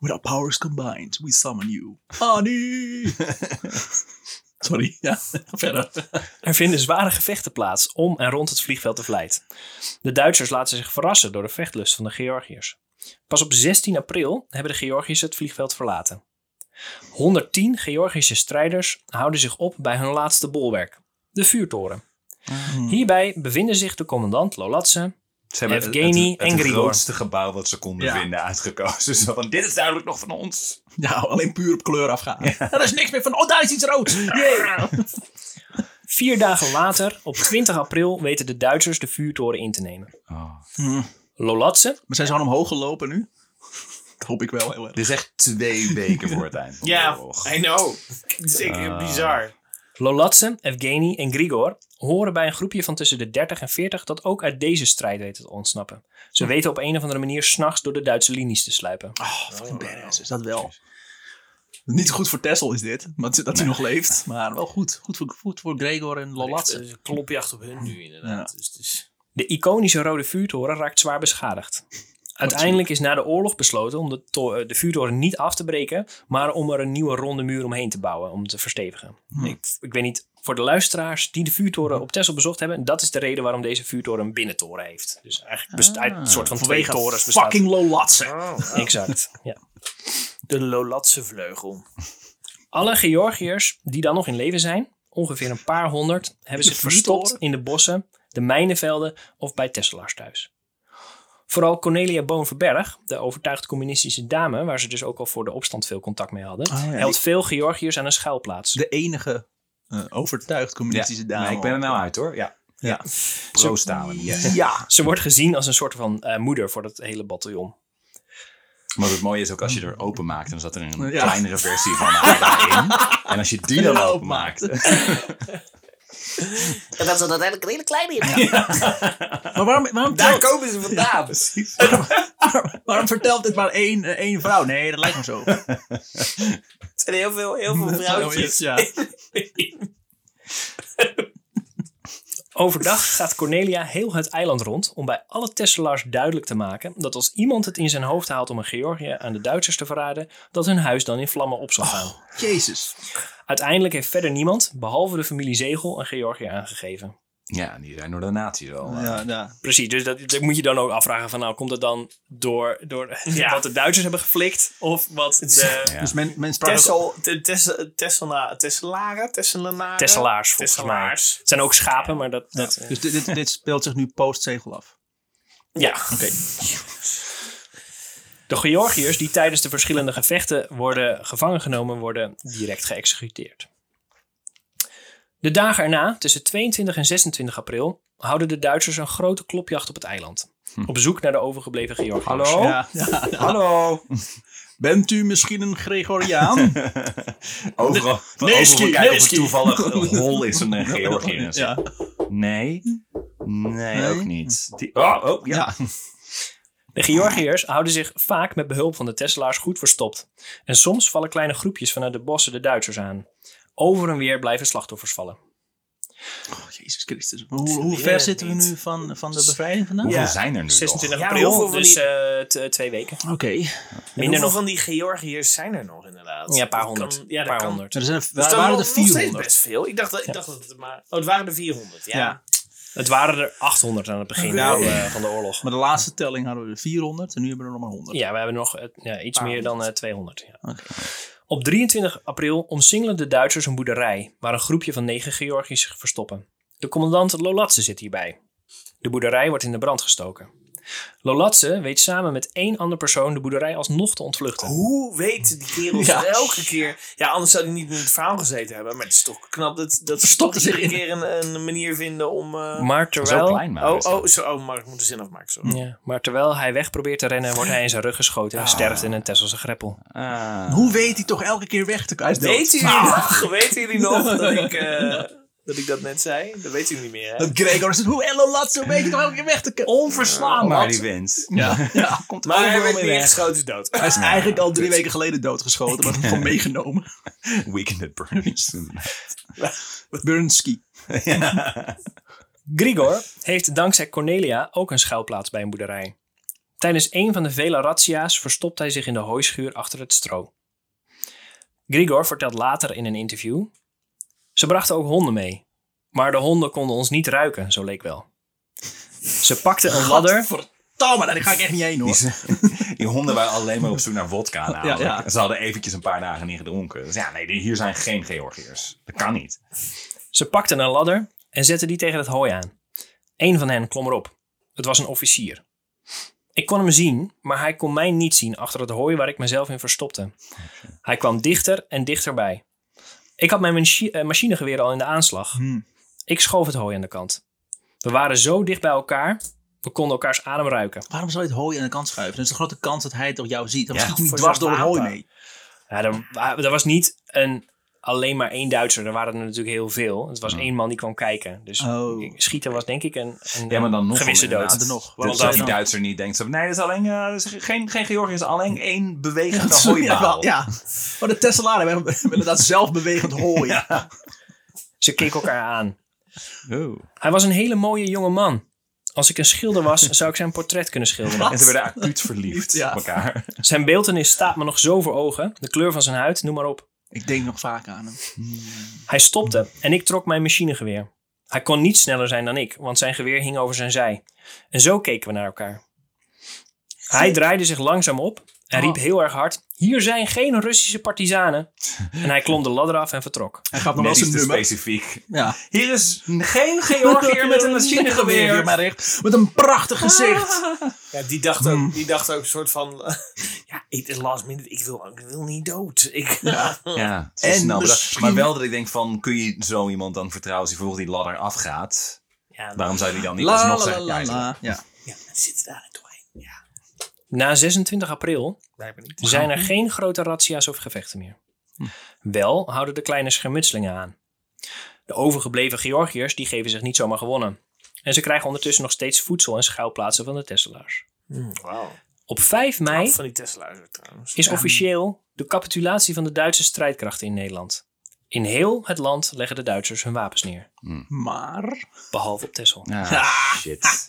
[SPEAKER 1] With our powers combined, we summon you. Annie!
[SPEAKER 2] *laughs*
[SPEAKER 1] Sorry, ja, verder.
[SPEAKER 4] Er vinden zware gevechten plaats om en rond het vliegveld te Vlijt. De Duitsers laten zich verrassen door de vechtlust van de Georgiërs. Pas op 16 april hebben de Georgiërs het vliegveld verlaten. 110 Georgische strijders houden zich op bij hun laatste bolwerk, de vuurtoren. Hierbij bevinden zich de commandant Lolatse,
[SPEAKER 2] Ze hebben het-
[SPEAKER 4] Evgeny
[SPEAKER 2] het, het,
[SPEAKER 4] en Grigor.
[SPEAKER 2] grootste gebouw wat ze konden
[SPEAKER 1] Ja.
[SPEAKER 2] vinden uitgekozen. Zo van, dit is duidelijk nog van ons.
[SPEAKER 1] Ja, alleen puur op kleur afgaan. Er is niks meer van, oh, daar is iets rood.
[SPEAKER 4] Vier dagen later, op 20 april, weten de Duitsers de vuurtoren in te nemen.
[SPEAKER 2] Oh.
[SPEAKER 4] Lolatse,
[SPEAKER 1] Maar zijn ze gewoon omhoog gelopen nu? Dat hoop ik wel heel erg.
[SPEAKER 2] Dit is echt twee weken voor het eind van
[SPEAKER 3] Ja,
[SPEAKER 2] de oorlog.
[SPEAKER 3] I know. *laughs* Zeker
[SPEAKER 2] Ah.
[SPEAKER 3] bizar.
[SPEAKER 4] Lolatse, Evgeny en Grigor horen bij een groepje van tussen de 30 en 40 dat ook uit deze strijd weet te ontsnappen. Ze weten op een of andere manier s'nachts door de Duitse linies te sluipen.
[SPEAKER 1] Oh, fucking badass is dat wel. Niet goed voor Tessel is dit, maar dat hij nog leeft. Maar wel goed. Goed voor, goed voor Gregor en Lolatse.
[SPEAKER 3] Echt, eh, klopjacht op hun nu inderdaad. Dus, het is-
[SPEAKER 4] De iconische rode vuurtoren raakt zwaar beschadigd. Uiteindelijk is na de oorlog besloten om de, to- eh, de vuurtoren niet af te breken, maar om er een nieuwe ronde muur omheen te bouwen om te verstevigen. Ik, ik weet niet, voor de luisteraars die de vuurtoren op Texel bezocht hebben, dat is de reden waarom deze vuurtoren een binnentoren heeft. Dus eigenlijk best- uit een soort van twee torens bestaat.
[SPEAKER 1] Fucking Lolatse.
[SPEAKER 4] Exact, ja.
[SPEAKER 3] de Lolatse vleugel.
[SPEAKER 4] Alle Georgiërs die dan nog in leven zijn, ongeveer een paar honderd, hebben zich verstopt in de bossen, de mijnenvelden of bij Tesselaars thuis. Vooral Cornelia Boonverberg, de overtuigd communistische dame, waar ze dus ook al voor de opstand veel contact mee hadden,
[SPEAKER 1] Oh, ja, die-
[SPEAKER 4] helpt veel Georgiërs aan een schuilplaats.
[SPEAKER 1] de enige eh, overtuigd communistische
[SPEAKER 2] Ja,
[SPEAKER 1] dame.
[SPEAKER 2] maar ik ben er nou uit hoor. Ja.
[SPEAKER 1] Ja.
[SPEAKER 2] Pro-Stalin. yes.
[SPEAKER 1] Ja.
[SPEAKER 4] Ze wordt gezien als een soort van eh, moeder voor dat hele bataljon.
[SPEAKER 2] Maar het mooie is ook als je er open maakt, dan zat er een
[SPEAKER 1] Ja.
[SPEAKER 2] kleinere versie van *laughs* haar in. En als je die dan
[SPEAKER 1] Ja,
[SPEAKER 2] open maakt.
[SPEAKER 5] En dat ze uiteindelijk een hele kleine in
[SPEAKER 1] Maar waarom, waarom,
[SPEAKER 3] Daar
[SPEAKER 1] telt-
[SPEAKER 3] komen ze
[SPEAKER 1] *laughs*
[SPEAKER 3] vandaan.
[SPEAKER 1] waarom vertelt dit maar één, eh, één vrouw? Nee, dat lijkt me zo.
[SPEAKER 3] Het zijn heel veel, heel
[SPEAKER 2] *laughs*
[SPEAKER 3] veel *laughs* vrouwtjes.
[SPEAKER 1] Ja.
[SPEAKER 4] Overdag gaat Cornelia heel het eiland rond om bij alle Tesselaars duidelijk te maken dat als iemand het in zijn hoofd haalt om een Georgië aan de Duitsers te verraden, dat hun huis dan in vlammen op zal
[SPEAKER 1] Oh.
[SPEAKER 4] gaan.
[SPEAKER 1] Jezus.
[SPEAKER 4] Uiteindelijk heeft verder niemand, behalve de familie Zegel, een Georgië aangegeven.
[SPEAKER 2] Ja, die zijn door de naties al. eh,
[SPEAKER 1] Ja, ja.
[SPEAKER 4] Precies, dus dat, dat moet je dan ook afvragen van nou, komt dat dan door, door *laughs* wat de Duitsers hebben geflikt? Of wat de
[SPEAKER 2] Ja.
[SPEAKER 1] Dus men, men sprak ook-
[SPEAKER 3] Tessel, te- Tessel- Tessela, Tesselaren, Tesselenaren.
[SPEAKER 4] Tesselaars volgens mij.
[SPEAKER 3] Tesselaars.
[SPEAKER 4] Het zijn ook schapen, maar dat... dat
[SPEAKER 1] Dus dit, dit, dit speelt zich nu postzegel af.
[SPEAKER 4] ja. De Georgiërs die tijdens de verschillende gevechten worden gevangen genomen, worden direct geëxecuteerd. De dagen erna, tussen 22 en 26 april, houden de Duitsers een grote klopjacht op het eiland. Op zoek naar de overgebleven Georgiërs.
[SPEAKER 2] Hm.
[SPEAKER 3] Oh.
[SPEAKER 2] Hallo?
[SPEAKER 1] Ja.
[SPEAKER 2] Hallo.
[SPEAKER 1] Bent u misschien een *laughs* Gregoriaan?
[SPEAKER 2] eh, *laughs* Overal, van
[SPEAKER 1] Nevsky,
[SPEAKER 2] overal kijken of het
[SPEAKER 1] Nevsky.
[SPEAKER 2] toevallig *laughs* een hol is een eh, Georgië.
[SPEAKER 1] ja.
[SPEAKER 2] Nee. Nee, ook niet. Die, oh, oh, ja.
[SPEAKER 1] Ja.
[SPEAKER 4] De Georgiërs houden zich vaak met behulp van de Tesselaars goed verstopt. En soms vallen kleine groepjes vanuit de bossen de Duitsers aan. Over en weer blijven slachtoffers vallen.
[SPEAKER 1] Oh, Jezus Christus. Maar Hoe, hoe ver zitten we nu van, van de bevrijding vandaan?
[SPEAKER 2] Hoeveel
[SPEAKER 4] Ja.
[SPEAKER 2] zijn er nu
[SPEAKER 4] 26
[SPEAKER 3] Ja,
[SPEAKER 4] april,
[SPEAKER 3] hoeveel van
[SPEAKER 4] dus
[SPEAKER 3] die-
[SPEAKER 4] eh, t- twee weken.
[SPEAKER 1] Oké.
[SPEAKER 4] Minder nog.
[SPEAKER 3] van die Georgiërs zijn er nog inderdaad?
[SPEAKER 4] Ja, een paar
[SPEAKER 3] Dat kan-
[SPEAKER 4] honderd.
[SPEAKER 3] ja, dat
[SPEAKER 4] paar
[SPEAKER 3] kan.
[SPEAKER 4] honderd.
[SPEAKER 1] Dus Er zijn er,
[SPEAKER 3] Dat is dan
[SPEAKER 1] waren
[SPEAKER 3] nog-
[SPEAKER 1] er
[SPEAKER 3] nog steeds
[SPEAKER 1] 400.
[SPEAKER 3] best veel. Ik dacht, dat- ik dacht dat het maar... Oh, het waren er 400, ja.
[SPEAKER 1] Ja.
[SPEAKER 4] Het waren er 800 aan het begin
[SPEAKER 3] Nou,
[SPEAKER 4] eh, van de oorlog.
[SPEAKER 1] Maar de laatste telling hadden we er 400 en nu hebben we er nog maar 100.
[SPEAKER 4] Ja, we hebben nog eh, ja, iets meer dan eh, 200. Ja.
[SPEAKER 1] Oké.
[SPEAKER 4] Op 23 april omsingelen de Duitsers een boerderij waar een groepje van negen Georgiërs zich verstoppen. De commandant Lolatse zit hierbij. De boerderij wordt in de brand gestoken. Lolatse weet samen met één ander persoon de boerderij alsnog te ontvluchten.
[SPEAKER 3] Hoe weten die kerels
[SPEAKER 1] Ja.
[SPEAKER 3] dat elke keer... Ja, anders zou die niet in het verhaal gezeten hebben. Maar het is toch knap dat, dat ze
[SPEAKER 1] Verstopte
[SPEAKER 3] toch
[SPEAKER 1] zich
[SPEAKER 3] iedere keer een, een manier vinden om... eh,
[SPEAKER 4] Maar
[SPEAKER 2] Zo
[SPEAKER 4] terwijl,
[SPEAKER 2] klein maar.
[SPEAKER 3] Oh,
[SPEAKER 2] is het.
[SPEAKER 3] oh, zo, oh, maar ik moet de zin afmaken, sorry.
[SPEAKER 4] ja, maar terwijl hij weg probeert te rennen, wordt hij in zijn rug geschoten en sterft in een Tesselse greppel.
[SPEAKER 2] Ah.
[SPEAKER 1] Hoe weet hij toch elke keer weg te komen? Hij is
[SPEAKER 3] Weten
[SPEAKER 1] dood.
[SPEAKER 3] jullie, nog, weten jullie
[SPEAKER 1] *laughs*
[SPEAKER 3] nog dat ik, eh, dat ik dat net zei? Dat weten jullie niet meer, hè?
[SPEAKER 1] Dat Gregor is het, hoe Ello laat zo weet je toch elke keer weg te komen?
[SPEAKER 2] Onverslaanbaar die wens.
[SPEAKER 1] Ja. ja.
[SPEAKER 3] Maar hij
[SPEAKER 1] overal
[SPEAKER 3] werd
[SPEAKER 1] mee
[SPEAKER 3] niet
[SPEAKER 1] weg.
[SPEAKER 3] geschoten, is dood.
[SPEAKER 1] Hij is eigenlijk al drie weken geleden doodgeschoten, maar
[SPEAKER 2] *laughs*
[SPEAKER 1] gewoon meegenomen.
[SPEAKER 2] *laughs* Weekend at Bernie's.
[SPEAKER 1] Burnski.
[SPEAKER 4] Grigor heeft dankzij Cornelia ook een schuilplaats bij een boerderij. Tijdens een van de vele razzia's verstopt hij zich in de hooischuur achter het stro. Grigor vertelt later in een interview: Ze brachten ook honden mee, maar de honden konden ons niet ruiken, zo leek wel. Ze pakten een ladder.
[SPEAKER 1] Verdomme, daar ga ik echt niet heen hoor.
[SPEAKER 2] Die, *laughs* die honden waren alleen maar op zoek naar wodka namelijk.
[SPEAKER 1] Ja, ja.
[SPEAKER 2] Ze hadden eventjes een paar dagen niet gedronken. Dus ja, nee, hier zijn geen Georgiërs. Dat kan niet.
[SPEAKER 4] Ze pakten een ladder en zetten die tegen het hooi aan. Eén van hen klom erop. Het was een officier. Ik kon hem zien, maar hij kon mij niet zien achter het hooi waar ik mezelf in verstopte. Hij kwam dichter en dichterbij. Ik had mijn machi- eh, machinegeweer al in de aanslag.
[SPEAKER 1] Hmm.
[SPEAKER 4] Ik schoof het hooi aan de kant. We waren zo dicht bij elkaar, we konden elkaars adem ruiken.
[SPEAKER 1] Waarom zou je het hooi aan de kant schuiven? Dan is de grote kans dat hij toch jou ziet. Dan
[SPEAKER 2] Ja,
[SPEAKER 1] schiet hij niet
[SPEAKER 3] voor
[SPEAKER 1] dwars
[SPEAKER 3] zo'n
[SPEAKER 1] door het hooi
[SPEAKER 3] wapen.
[SPEAKER 1] mee.
[SPEAKER 4] Ja, er, wa- er was niet een, alleen maar één Duitser, er waren er natuurlijk heel veel. Het was één man die kwam kijken. Dus
[SPEAKER 1] Oh.
[SPEAKER 4] schieten was denk ik een, een
[SPEAKER 2] Ja, maar dan nog
[SPEAKER 4] gewisse
[SPEAKER 2] wel
[SPEAKER 4] dood.
[SPEAKER 2] inderdaad.
[SPEAKER 1] Dan nog.
[SPEAKER 2] Dat
[SPEAKER 1] Want
[SPEAKER 2] dat
[SPEAKER 1] dan-
[SPEAKER 2] die Duitser niet denkt. Zo, nee, dat is alleen, eh, dat is geen, geen Georgiërs. Alleen één bewegende
[SPEAKER 1] Dat is
[SPEAKER 2] hooibaal.
[SPEAKER 1] *laughs* Ja, maar de Tesselaren hebben *laughs* hebben inderdaad zelfbewegend
[SPEAKER 2] *laughs*
[SPEAKER 1] hooi.
[SPEAKER 4] Ze keken elkaar aan.
[SPEAKER 2] Oh.
[SPEAKER 4] Hij was een hele mooie jonge man. Als ik een schilder was, zou ik zijn portret kunnen schilderen.
[SPEAKER 2] En ze werden acuut verliefd
[SPEAKER 1] Ja.
[SPEAKER 2] op elkaar.
[SPEAKER 4] Zijn beeltenis staat me nog zo voor ogen. De kleur van zijn huid, noem maar op.
[SPEAKER 1] Ik denk nog vaak aan hem.
[SPEAKER 4] Hij stopte en ik trok mijn machinegeweer. Hij kon niet sneller zijn dan ik, want zijn geweer hing over zijn zij. En zo keken we naar elkaar. Hij draaide zich langzaam op en riep heel erg hard: Hier zijn geen Russische partizanen. En hij klom de ladder af en vertrok.
[SPEAKER 1] Hij gaf nog wel
[SPEAKER 2] Net
[SPEAKER 1] zijn
[SPEAKER 2] iets te
[SPEAKER 1] nummer.
[SPEAKER 2] specifiek.
[SPEAKER 1] Ja.
[SPEAKER 2] Hier is geen
[SPEAKER 1] *laughs*
[SPEAKER 2] Georgiër met een machinegeweer.
[SPEAKER 1] maar echt. Met een prachtig gezicht.
[SPEAKER 3] Ja, die dacht
[SPEAKER 1] Hmm.
[SPEAKER 3] ook, die dacht ook een soort van... *laughs* ja, het is last minute. Ik wil, ik wil niet dood. Ik,
[SPEAKER 2] Ja,
[SPEAKER 1] En
[SPEAKER 2] en
[SPEAKER 1] misschien-
[SPEAKER 2] Maar wel dat ik denk van, kun je zo iemand dan vertrouwen als hij bijvoorbeeld die ladder afgaat?
[SPEAKER 3] Ja,
[SPEAKER 2] Waarom zou hij dan niet
[SPEAKER 1] La
[SPEAKER 2] alsnog
[SPEAKER 1] la la
[SPEAKER 2] zeggen, ja,
[SPEAKER 1] la
[SPEAKER 2] hij is
[SPEAKER 1] la. Ja.
[SPEAKER 3] ja zit er daar doorheen. Ja,
[SPEAKER 4] Na 26 april
[SPEAKER 3] blijkbaar niet.
[SPEAKER 4] zijn er geen grote razzia's of gevechten meer. Wel houden de kleine schermutselingen aan. De overgebleven Georgiërs die geven zich niet zomaar gewonnen. En ze krijgen ondertussen nog steeds voedsel en schuilplaatsen van de Tesselaars.
[SPEAKER 2] Mm.
[SPEAKER 3] Wauw.
[SPEAKER 4] Op 5 mei
[SPEAKER 3] Af van die Tesla trouwens.
[SPEAKER 4] is officieel de capitulatie van de Duitse strijdkrachten in Nederland. In heel het land leggen de Duitsers hun wapens neer.
[SPEAKER 1] Maar.
[SPEAKER 4] Behalve op Tessel.
[SPEAKER 2] Ah, shit.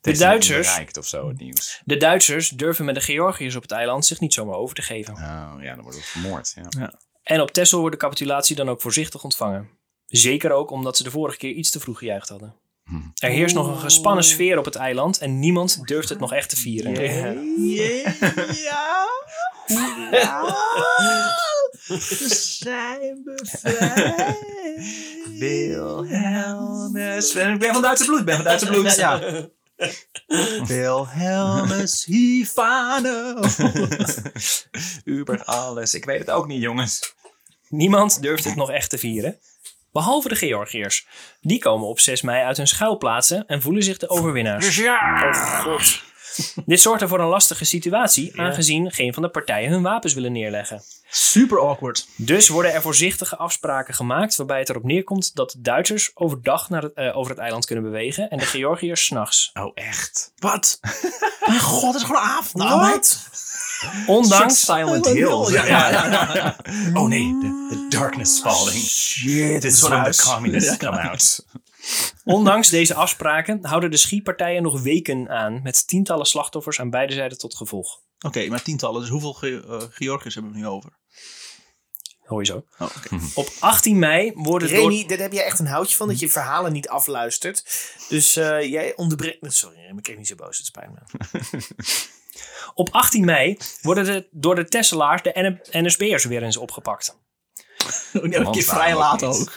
[SPEAKER 4] De Duitsers,
[SPEAKER 2] Rijkt of zo, het nieuws.
[SPEAKER 4] de Duitsers durven met de Georgiërs op het eiland zich niet zomaar over te geven.
[SPEAKER 2] Oh, ja, dan wordt het vermoord. Ja.
[SPEAKER 4] En op Texel wordt de capitulatie dan ook voorzichtig ontvangen. Zeker ook omdat ze de vorige keer iets te vroeg gejuicht hadden. Er heerst nog een gespannen sfeer op het eiland en niemand durft het nog echt te vieren.
[SPEAKER 1] Ja. *laughs* We zijn bevrijd.
[SPEAKER 2] Wilhelmus. Ik ben van Duitse bloed, ik ben van Duitse bloed.
[SPEAKER 1] Ja. Wilhelmus Hivano.
[SPEAKER 2] Uber alles. Ik weet het ook niet, jongens.
[SPEAKER 4] Niemand durft het nog echt te vieren. Behalve de Georgiërs. Die komen op 6 mei uit hun schuilplaatsen en voelen zich de overwinnaars.
[SPEAKER 3] Oh god.
[SPEAKER 4] Dit zorgde voor een lastige situatie, aangezien geen van de partijen hun wapens willen neerleggen.
[SPEAKER 1] Super awkward.
[SPEAKER 4] Dus worden er voorzichtige afspraken gemaakt waarbij het erop neerkomt dat de Duitsers overdag naar het, eh, over het eiland kunnen bewegen en de Georgiërs s'nachts.
[SPEAKER 2] Oh, echt?
[SPEAKER 1] Wat? Mijn god, het is gewoon avond.
[SPEAKER 3] Wat?
[SPEAKER 4] Ondanks,
[SPEAKER 2] Silent Hill. Ja, ja, Oh nee, the, the darkness is falling.
[SPEAKER 1] Shit,
[SPEAKER 2] This is when the communists come out.
[SPEAKER 4] *laughs* ondanks deze afspraken houden de schietpartijen nog weken aan met tientallen slachtoffers aan beide zijden tot gevolg.
[SPEAKER 1] Oké, maar tientallen. Dus hoeveel Ge eh, Georgiërs hebben we nu over?
[SPEAKER 2] Oh,
[SPEAKER 4] Hoor je zo.
[SPEAKER 1] Oh, oké.
[SPEAKER 4] Op 18 mei worden door...
[SPEAKER 3] Remy, daar heb jij echt een houtje van,
[SPEAKER 2] Hm.
[SPEAKER 3] dat je verhalen niet afluistert. Dus eh, jij onderbreekt me. Sorry, Remy, ik kreeg niet zo boos, het spijt me.
[SPEAKER 4] Op 18 mei worden de, door de Tesselaars de N- NSB'ers weer eens opgepakt.
[SPEAKER 1] Een keer vrij laat ook.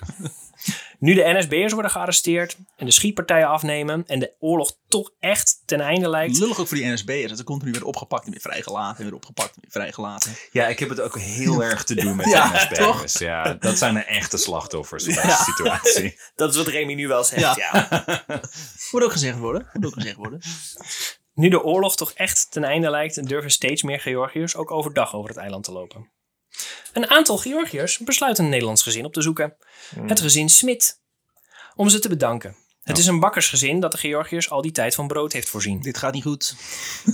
[SPEAKER 4] Nu de NSB'ers worden gearresteerd en de schietpartijen afnemen en de oorlog toch echt ten einde lijkt,
[SPEAKER 1] Lullig ook voor die NSB'ers. Dat er continu weer opgepakt en weer vrijgelaten. En weer opgepakt en weer vrijgelaten.
[SPEAKER 2] Ja, ik heb het ook heel erg te doen met
[SPEAKER 1] Ja,
[SPEAKER 2] ja, Ja, dat zijn de echte slachtoffers van deze situatie.
[SPEAKER 3] Dat is wat Remy nu wel zegt, ja.
[SPEAKER 1] Moet ook gezegd worden. Moet ook gezegd worden. *laughs*
[SPEAKER 4] nu de oorlog toch echt ten einde lijkt, durven steeds meer Georgiërs ook overdag over het eiland te lopen. Een aantal Georgiërs besluit een Nederlands gezin op te zoeken. Het gezin Smit. Om ze te bedanken. Het is een bakkersgezin dat de Georgiërs al die tijd van brood heeft
[SPEAKER 1] *laughs*
[SPEAKER 4] voorzien.
[SPEAKER 1] Dit gaat niet goed.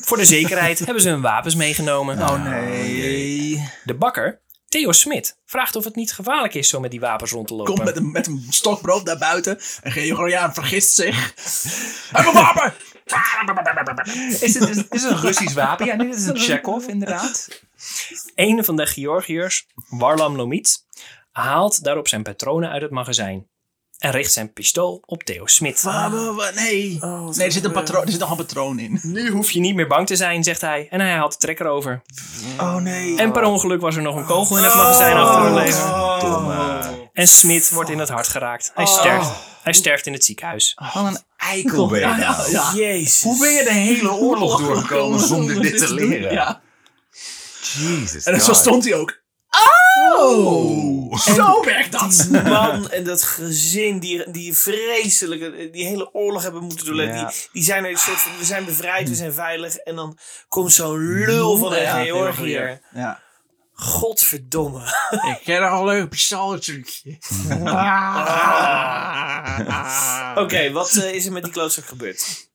[SPEAKER 4] Voor de zekerheid hebben ze hun wapens meegenomen.
[SPEAKER 1] Oh nee.
[SPEAKER 4] De bakker, Theo Smit, vraagt of het niet gevaarlijk is zo met die wapens rond te lopen.
[SPEAKER 1] Komt met een, met een stokbrood naar buiten. En Georgiaan vergist zich. Hij wil wapen!
[SPEAKER 2] Is het is, is het een Russisch wapen? Ja, nee, dit is een *laughs* Chekhov inderdaad.
[SPEAKER 4] Een van de Georgiërs, Warlam Lomiet, haalt daarop zijn patronen uit het magazijn. En richt zijn pistool op Theo Smit.
[SPEAKER 1] Wapen, wa- Ah, Nee. nee, er zit, een patroon, er zit nog een patroon in.
[SPEAKER 4] Nu hoef je niet meer bang te zijn, zegt hij. En hij haalt de trekker over.
[SPEAKER 1] Oh nee. Oh.
[SPEAKER 4] En per ongeluk was er nog een kogel in het magazijn achtergebleven.
[SPEAKER 2] Domme.
[SPEAKER 4] En Smit wordt in het hart geraakt. Hij
[SPEAKER 1] Oh.
[SPEAKER 4] sterft. Hij sterft in het ziekenhuis.
[SPEAKER 2] Wat een eikel ben je nou.
[SPEAKER 1] Ja.
[SPEAKER 3] Jezus.
[SPEAKER 2] Hoe ben je de hele oorlog doorgekomen zonder dit te
[SPEAKER 1] doen,
[SPEAKER 2] leren?
[SPEAKER 1] Ja.
[SPEAKER 2] Jezus. nou,
[SPEAKER 1] En zo
[SPEAKER 2] God.
[SPEAKER 1] stond hij ook. Oh! Zo werkt dat!
[SPEAKER 3] Die man en dat gezin, die, die vreselijke, die hele oorlog hebben moeten doorleven.
[SPEAKER 2] Ja.
[SPEAKER 3] Die, die zijn er een soort van, we zijn bevrijd, we zijn veilig. En dan komt
[SPEAKER 2] Hm.
[SPEAKER 3] zo'n lul van een
[SPEAKER 1] Ja,
[SPEAKER 3] Georgiër.
[SPEAKER 1] Ja.
[SPEAKER 3] Godverdomme.
[SPEAKER 1] Ik ken nog een leuk pistooltrucje.
[SPEAKER 3] Oké, wat eh, is er met die klootzak gebeurd?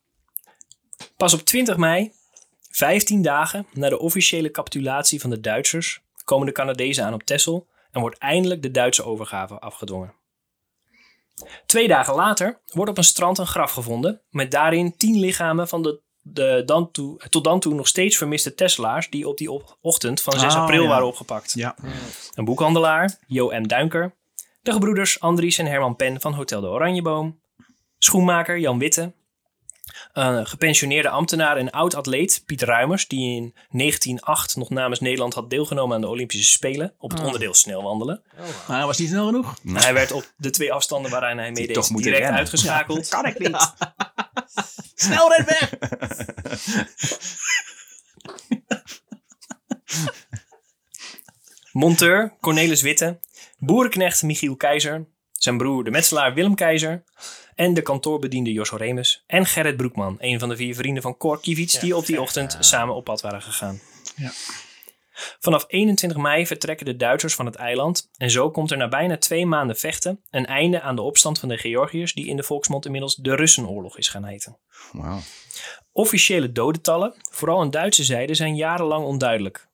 [SPEAKER 4] Pas op 20 mei, 15 dagen na de officiële capitulatie van de Duitsers, komen de Canadezen aan op Texel en wordt eindelijk de Duitse overgave afgedwongen. Twee dagen later wordt op een strand een graf gevonden met daarin tien lichamen van de, de dan toe, tot dan toe nog steeds vermiste Tesla's die op die op- ochtend van 6
[SPEAKER 1] Oh,
[SPEAKER 4] april
[SPEAKER 1] ja.
[SPEAKER 4] waren opgepakt.
[SPEAKER 1] Ja.
[SPEAKER 4] Een boekhandelaar, Jo M. Duinker, de gebroeders Andries en Herman Pen van Hotel de Oranjeboom, schoenmaker Jan Witte, een gepensioneerde ambtenaar en oud-atleet Piet Ruimers, die in 1908 nog namens Nederland had deelgenomen aan de Olympische Spelen op het
[SPEAKER 2] Ah.
[SPEAKER 4] onderdeel snelwandelen.
[SPEAKER 1] Maar hij was niet snel genoeg.
[SPEAKER 4] Hij werd op de twee afstanden waaraan hij
[SPEAKER 2] Nou. toch
[SPEAKER 4] meedeed
[SPEAKER 2] moeten
[SPEAKER 4] direct
[SPEAKER 2] rennen.
[SPEAKER 4] uitgeschakeld.
[SPEAKER 1] Kan ik niet. Snel red weg!
[SPEAKER 4] Monteur Cornelis Witte, boerenknecht Michiel Keizer, zijn broer de metselaar Willem Keizer en de kantoorbediende Jos Remus en Gerrit Broekman, een van de vier vrienden van Cor Kiewicz die op die ochtend samen op pad waren gegaan. Vanaf 21 mei vertrekken de Duitsers van het eiland en zo komt er na bijna twee maanden vechten een einde aan de opstand van de Georgiërs die in de volksmond inmiddels de Russenoorlog is gaan heten.
[SPEAKER 2] Wauw.
[SPEAKER 4] Officiële dodentallen, vooral aan Duitse zijde, zijn jarenlang onduidelijk.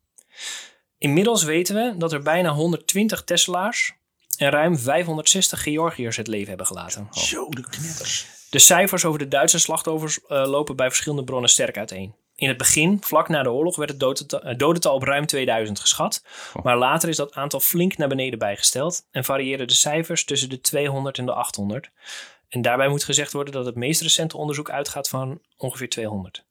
[SPEAKER 4] Inmiddels weten we dat er bijna 120 Tesla's en ruim 560 Georgiërs het leven hebben gelaten.
[SPEAKER 1] Zo, de knetters.
[SPEAKER 4] De cijfers over de Duitse slachtoffers eh, lopen bij verschillende bronnen sterk uiteen. In het begin, vlak na de oorlog, werd het dodental, eh, dodental op ruim 2000 geschat. Maar later is dat aantal flink naar beneden bijgesteld en variëren de cijfers tussen de 200 en de 800. En daarbij moet gezegd worden dat het meest recente onderzoek uitgaat van ongeveer 200.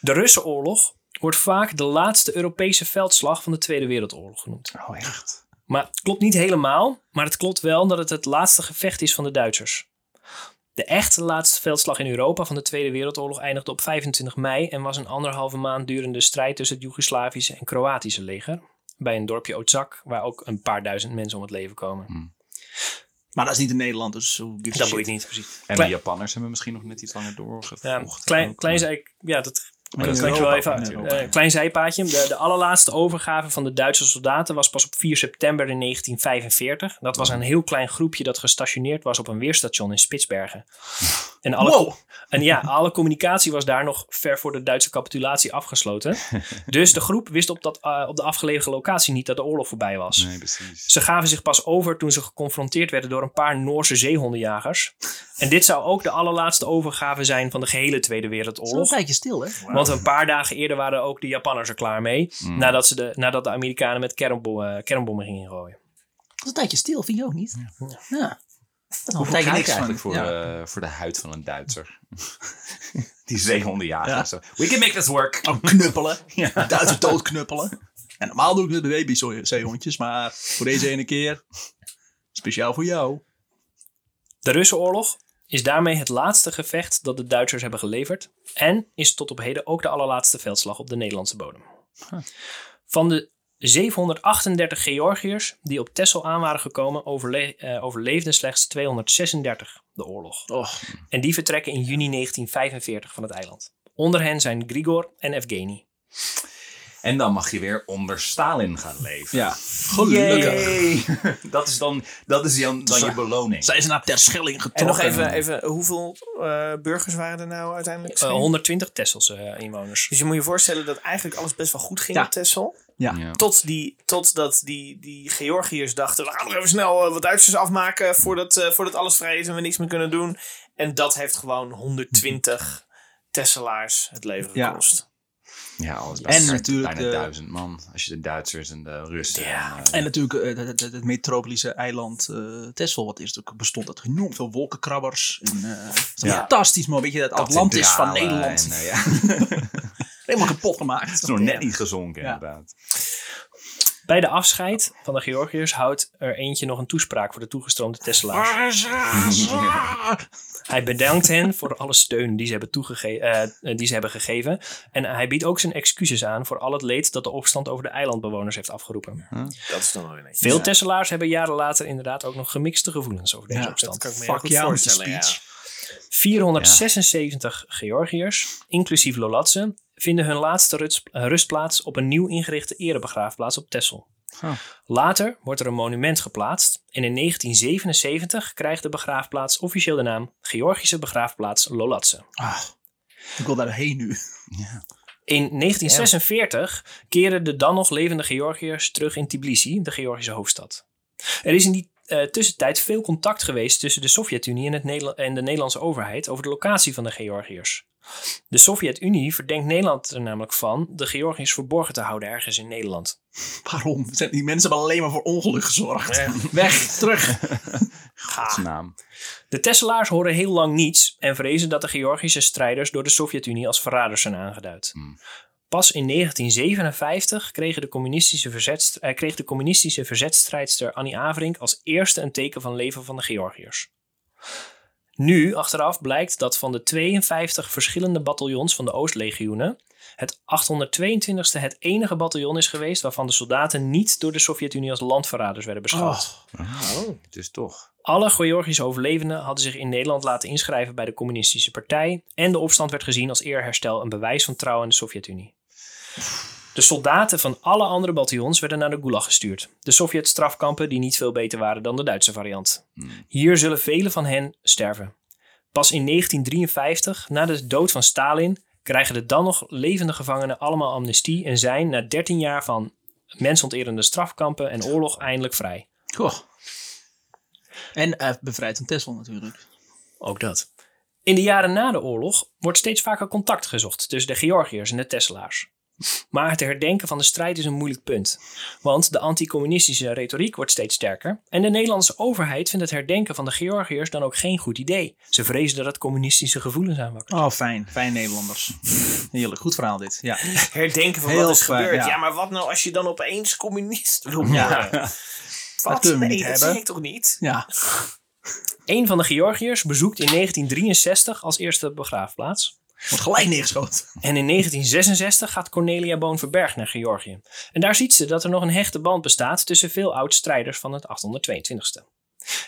[SPEAKER 4] De Russenoorlog wordt vaak de laatste Europese veldslag van de Tweede Wereldoorlog genoemd.
[SPEAKER 2] Oh, echt?
[SPEAKER 4] Maar het klopt niet helemaal, maar het klopt wel dat het het laatste gevecht is van de Duitsers. De echte laatste veldslag in Europa van de Tweede Wereldoorlog eindigde op 25 mei en was een anderhalve maand durende strijd tussen het Joegoslavische en Kroatische leger. Bij een dorpje Otzak, waar ook een paar duizend mensen om het leven komen.
[SPEAKER 1] Maar dat is niet in Nederland, dus hoe gives a
[SPEAKER 4] Dat
[SPEAKER 1] shit.
[SPEAKER 4] boeit niet, precies.
[SPEAKER 2] En de
[SPEAKER 4] Klein-
[SPEAKER 2] Japanners hebben misschien nog net iets langer doorgevochten.
[SPEAKER 4] Ja, klein, klein zei ik, ja, dat
[SPEAKER 1] Maar
[SPEAKER 4] dat
[SPEAKER 1] in
[SPEAKER 4] kan je wel
[SPEAKER 1] Europa-
[SPEAKER 4] even uit.
[SPEAKER 1] in Europa.
[SPEAKER 4] Eh, klein zijpaadje. De, de allerlaatste overgave van de Duitse soldaten was pas op 4 september in 1945. Dat was een heel klein groepje dat gestationeerd was op een weerstation in Spitsbergen. En alle, en ja, alle communicatie was daar nog ver voor de Duitse capitulatie *laughs* afgesloten. Dus de groep wist op, dat, eh, op de afgelegen locatie niet dat de oorlog voorbij was.
[SPEAKER 2] Nee, precies.
[SPEAKER 4] Ze gaven zich pas over toen ze geconfronteerd werden door een paar Noorse zeehondenjagers. En dit zou ook de allerlaatste overgave zijn van de gehele Tweede
[SPEAKER 1] Wel een
[SPEAKER 4] Wereldoorlog.
[SPEAKER 1] tijdje stil, hè?
[SPEAKER 4] Want een paar dagen eerder waren ook de Japanners er klaar mee.
[SPEAKER 2] Mm.
[SPEAKER 4] Nadat, ze de, nadat de Amerikanen met kernbom, eh, kernbommen gingen gooien.
[SPEAKER 1] Dat is een tijdje stil, vind je ook niet? Ja. Dat hoeft eigenlijk
[SPEAKER 2] Kijk, niks
[SPEAKER 1] niks van.
[SPEAKER 2] eigenlijk voor,
[SPEAKER 1] Ja.
[SPEAKER 2] eh, voor de huid van een Duitser. *laughs* Die zeehondenjager. of zo. We can make this work.
[SPEAKER 1] Oh,
[SPEAKER 3] *laughs*
[SPEAKER 1] knuppelen. Duitse doodknuppelen. En normaal doe ik dat bij babyzeehondjes, maar voor deze ene keer, speciaal voor jou.
[SPEAKER 4] De Russenoorlog is daarmee het laatste gevecht dat de Duitsers hebben geleverd. En is tot op heden ook de allerlaatste veldslag op de Nederlandse bodem. Van de 738 Georgiërs die op Texel aan waren gekomen, overle- eh, overleefden slechts 236 de oorlog.
[SPEAKER 3] Oh,
[SPEAKER 1] Och.
[SPEAKER 4] En die vertrekken in juni 1945 van het eiland. Onder hen zijn Grigor en eh, Evgeni.
[SPEAKER 2] En dan mag je weer onder Stalin gaan leven.
[SPEAKER 1] Ja, gelukkig.
[SPEAKER 2] Yay. *laughs* Dat is dan, dat is dan, dan je beloning.
[SPEAKER 1] Zij zijn naar Terschelling
[SPEAKER 3] En nog
[SPEAKER 1] getrokken.
[SPEAKER 3] even, even hoeveel eh, burgers waren er nou uiteindelijk?
[SPEAKER 4] Eh, 120 Tesselse eh, inwoners.
[SPEAKER 3] Dus je moet je voorstellen dat eigenlijk alles best wel goed ging
[SPEAKER 1] Ja.
[SPEAKER 3] op Texel.
[SPEAKER 1] Ja.
[SPEAKER 2] Ja.
[SPEAKER 3] Tot die, totdat die, die Georgiërs dachten, we gaan nog even snel eh, wat Duitsers afmaken voordat, eh, voordat alles vrij is en we niks meer kunnen doen. En dat heeft gewoon 120 Tesselaars het leven
[SPEAKER 1] Ja.
[SPEAKER 3] gekost.
[SPEAKER 2] Ja, alles bij
[SPEAKER 1] En
[SPEAKER 2] elkaar
[SPEAKER 1] natuurlijk
[SPEAKER 2] bijna
[SPEAKER 1] de-
[SPEAKER 2] duizend man. Als je de Duitsers en de Russen... en, eh,
[SPEAKER 1] En natuurlijk eh, het, het, het metropolische eiland eh Texel, wat eerst ook bestond uit enorm veel wolkenkrabbers. En, eh, het is
[SPEAKER 2] Ja.
[SPEAKER 1] Fantastisch mooi, weet je, dat Atlantis van
[SPEAKER 2] kathedralen
[SPEAKER 1] Nederland.
[SPEAKER 2] En, eh, ja, *laughs* het
[SPEAKER 1] Helemaal kapot gemaakt.
[SPEAKER 3] *laughs*
[SPEAKER 2] is nog net niet gezonken
[SPEAKER 1] Ja.
[SPEAKER 2] inderdaad.
[SPEAKER 4] Bij de afscheid van de Georgiërs houdt er eentje nog een toespraak voor de toegestroomde Tesselaars. Hij bedankt hen voor alle steun die ze hebben, toegege- eh, eh, die ze hebben gegeven. En hij biedt ook zijn excuses aan voor al het leed dat de opstand over de eilandbewoners heeft afgeroepen.
[SPEAKER 3] Dat is dan wel weer netjes.
[SPEAKER 4] Veel Tesselaars hebben jaren later inderdaad ook nog gemixte gevoelens over deze opstand.
[SPEAKER 3] kan ik me heel goed voorstellen, ja.
[SPEAKER 4] 476 Georgiërs, inclusief Lolatse, vinden hun laatste ruts- eh, rustplaats op een nieuw ingerichte erebegraafplaats op Texel. Later wordt er een monument geplaatst en in 1977 krijgt de begraafplaats officieel de naam Georgische Begraafplaats Lolatse.
[SPEAKER 1] Ah, Ik wil daarheen nu.
[SPEAKER 4] In 1946 keren de dan nog levende Georgiërs terug in Tbilisi, de Georgische hoofdstad. Er is in die eh, tussentijd veel contact geweest tussen de Sovjet-Unie en, het Nederla- en de Nederlandse overheid over de locatie van de Georgiërs. De Sovjet-Unie verdenkt Nederland er namelijk van de Georgiërs verborgen te houden ergens in Nederland.
[SPEAKER 1] Waarom? Zijn die mensen hebben alleen maar voor ongeluk gezorgd. *laughs* Weg, terug.
[SPEAKER 2] Godsnaam.
[SPEAKER 4] De Tesselaars horen heel lang niets en vrezen dat de Georgische strijders door de Sovjet-Unie als verraders zijn aangeduid.
[SPEAKER 2] Hmm.
[SPEAKER 4] Pas in 1957 kregen de communistische verzetst- eh, kreeg de communistische verzetstrijdster Annie Averink als eerste een teken van leven van de Georgiërs. Nu, achteraf, blijkt dat van de 52 verschillende bataljons van de Oostlegioenen het 822e het enige bataljon is geweest waarvan de soldaten niet door de Sovjet-Unie als landverraders werden beschouwd.
[SPEAKER 2] Dus toch.
[SPEAKER 4] Alle Georgische overlevenden hadden zich in Nederland laten inschrijven bij de Communistische Partij en de opstand werd gezien als eerherstel een bewijs van trouw aan de Sovjet-Unie. De soldaten van alle andere bataljons werden naar de Gulag gestuurd, de Sovjet-strafkampen die niet veel beter waren dan de Duitse variant. Hier zullen velen van hen sterven. Pas in 1953, na de dood van Stalin, krijgen de dan nog levende gevangenen allemaal amnestie en zijn na 13 jaar van mensonterende strafkampen en oorlog eindelijk vrij.
[SPEAKER 1] Goh. En eh, bevrijd een Tesla natuurlijk.
[SPEAKER 4] Ook dat. In de jaren na de oorlog wordt steeds vaker contact gezocht tussen de Georgiërs en de Tesselaars. Maar het herdenken van de strijd is een moeilijk punt. Want de anticommunistische retoriek wordt steeds sterker. En de Nederlandse overheid vindt het herdenken van de Georgiërs dan ook geen goed idee. Ze vrezen dat het communistische gevoelens aanwakkert.
[SPEAKER 1] Oh, fijn. Fijn Nederlanders. Heerlijk. Goed verhaal dit. Ja.
[SPEAKER 3] Herdenken van
[SPEAKER 1] Heel
[SPEAKER 3] wat is
[SPEAKER 1] zwaar,
[SPEAKER 3] gebeurd.
[SPEAKER 1] ja.
[SPEAKER 3] Ja. maar wat nou als je dan opeens communist wil worden?
[SPEAKER 1] *laughs*
[SPEAKER 3] Wat?
[SPEAKER 1] kunnen we
[SPEAKER 3] nee,
[SPEAKER 1] niet
[SPEAKER 3] dat
[SPEAKER 1] hebben.
[SPEAKER 3] zeg ik toch niet?
[SPEAKER 1] ja.
[SPEAKER 4] Een van de Georgiërs bezoekt in 1963 als eerste de begraafplaats.
[SPEAKER 1] Wordt gelijk neergeschoten.
[SPEAKER 4] En in 1966 gaat Cornelia Boonverberg naar Georgië. En daar ziet ze dat er nog een hechte band bestaat tussen veel oud-strijders van het 822e.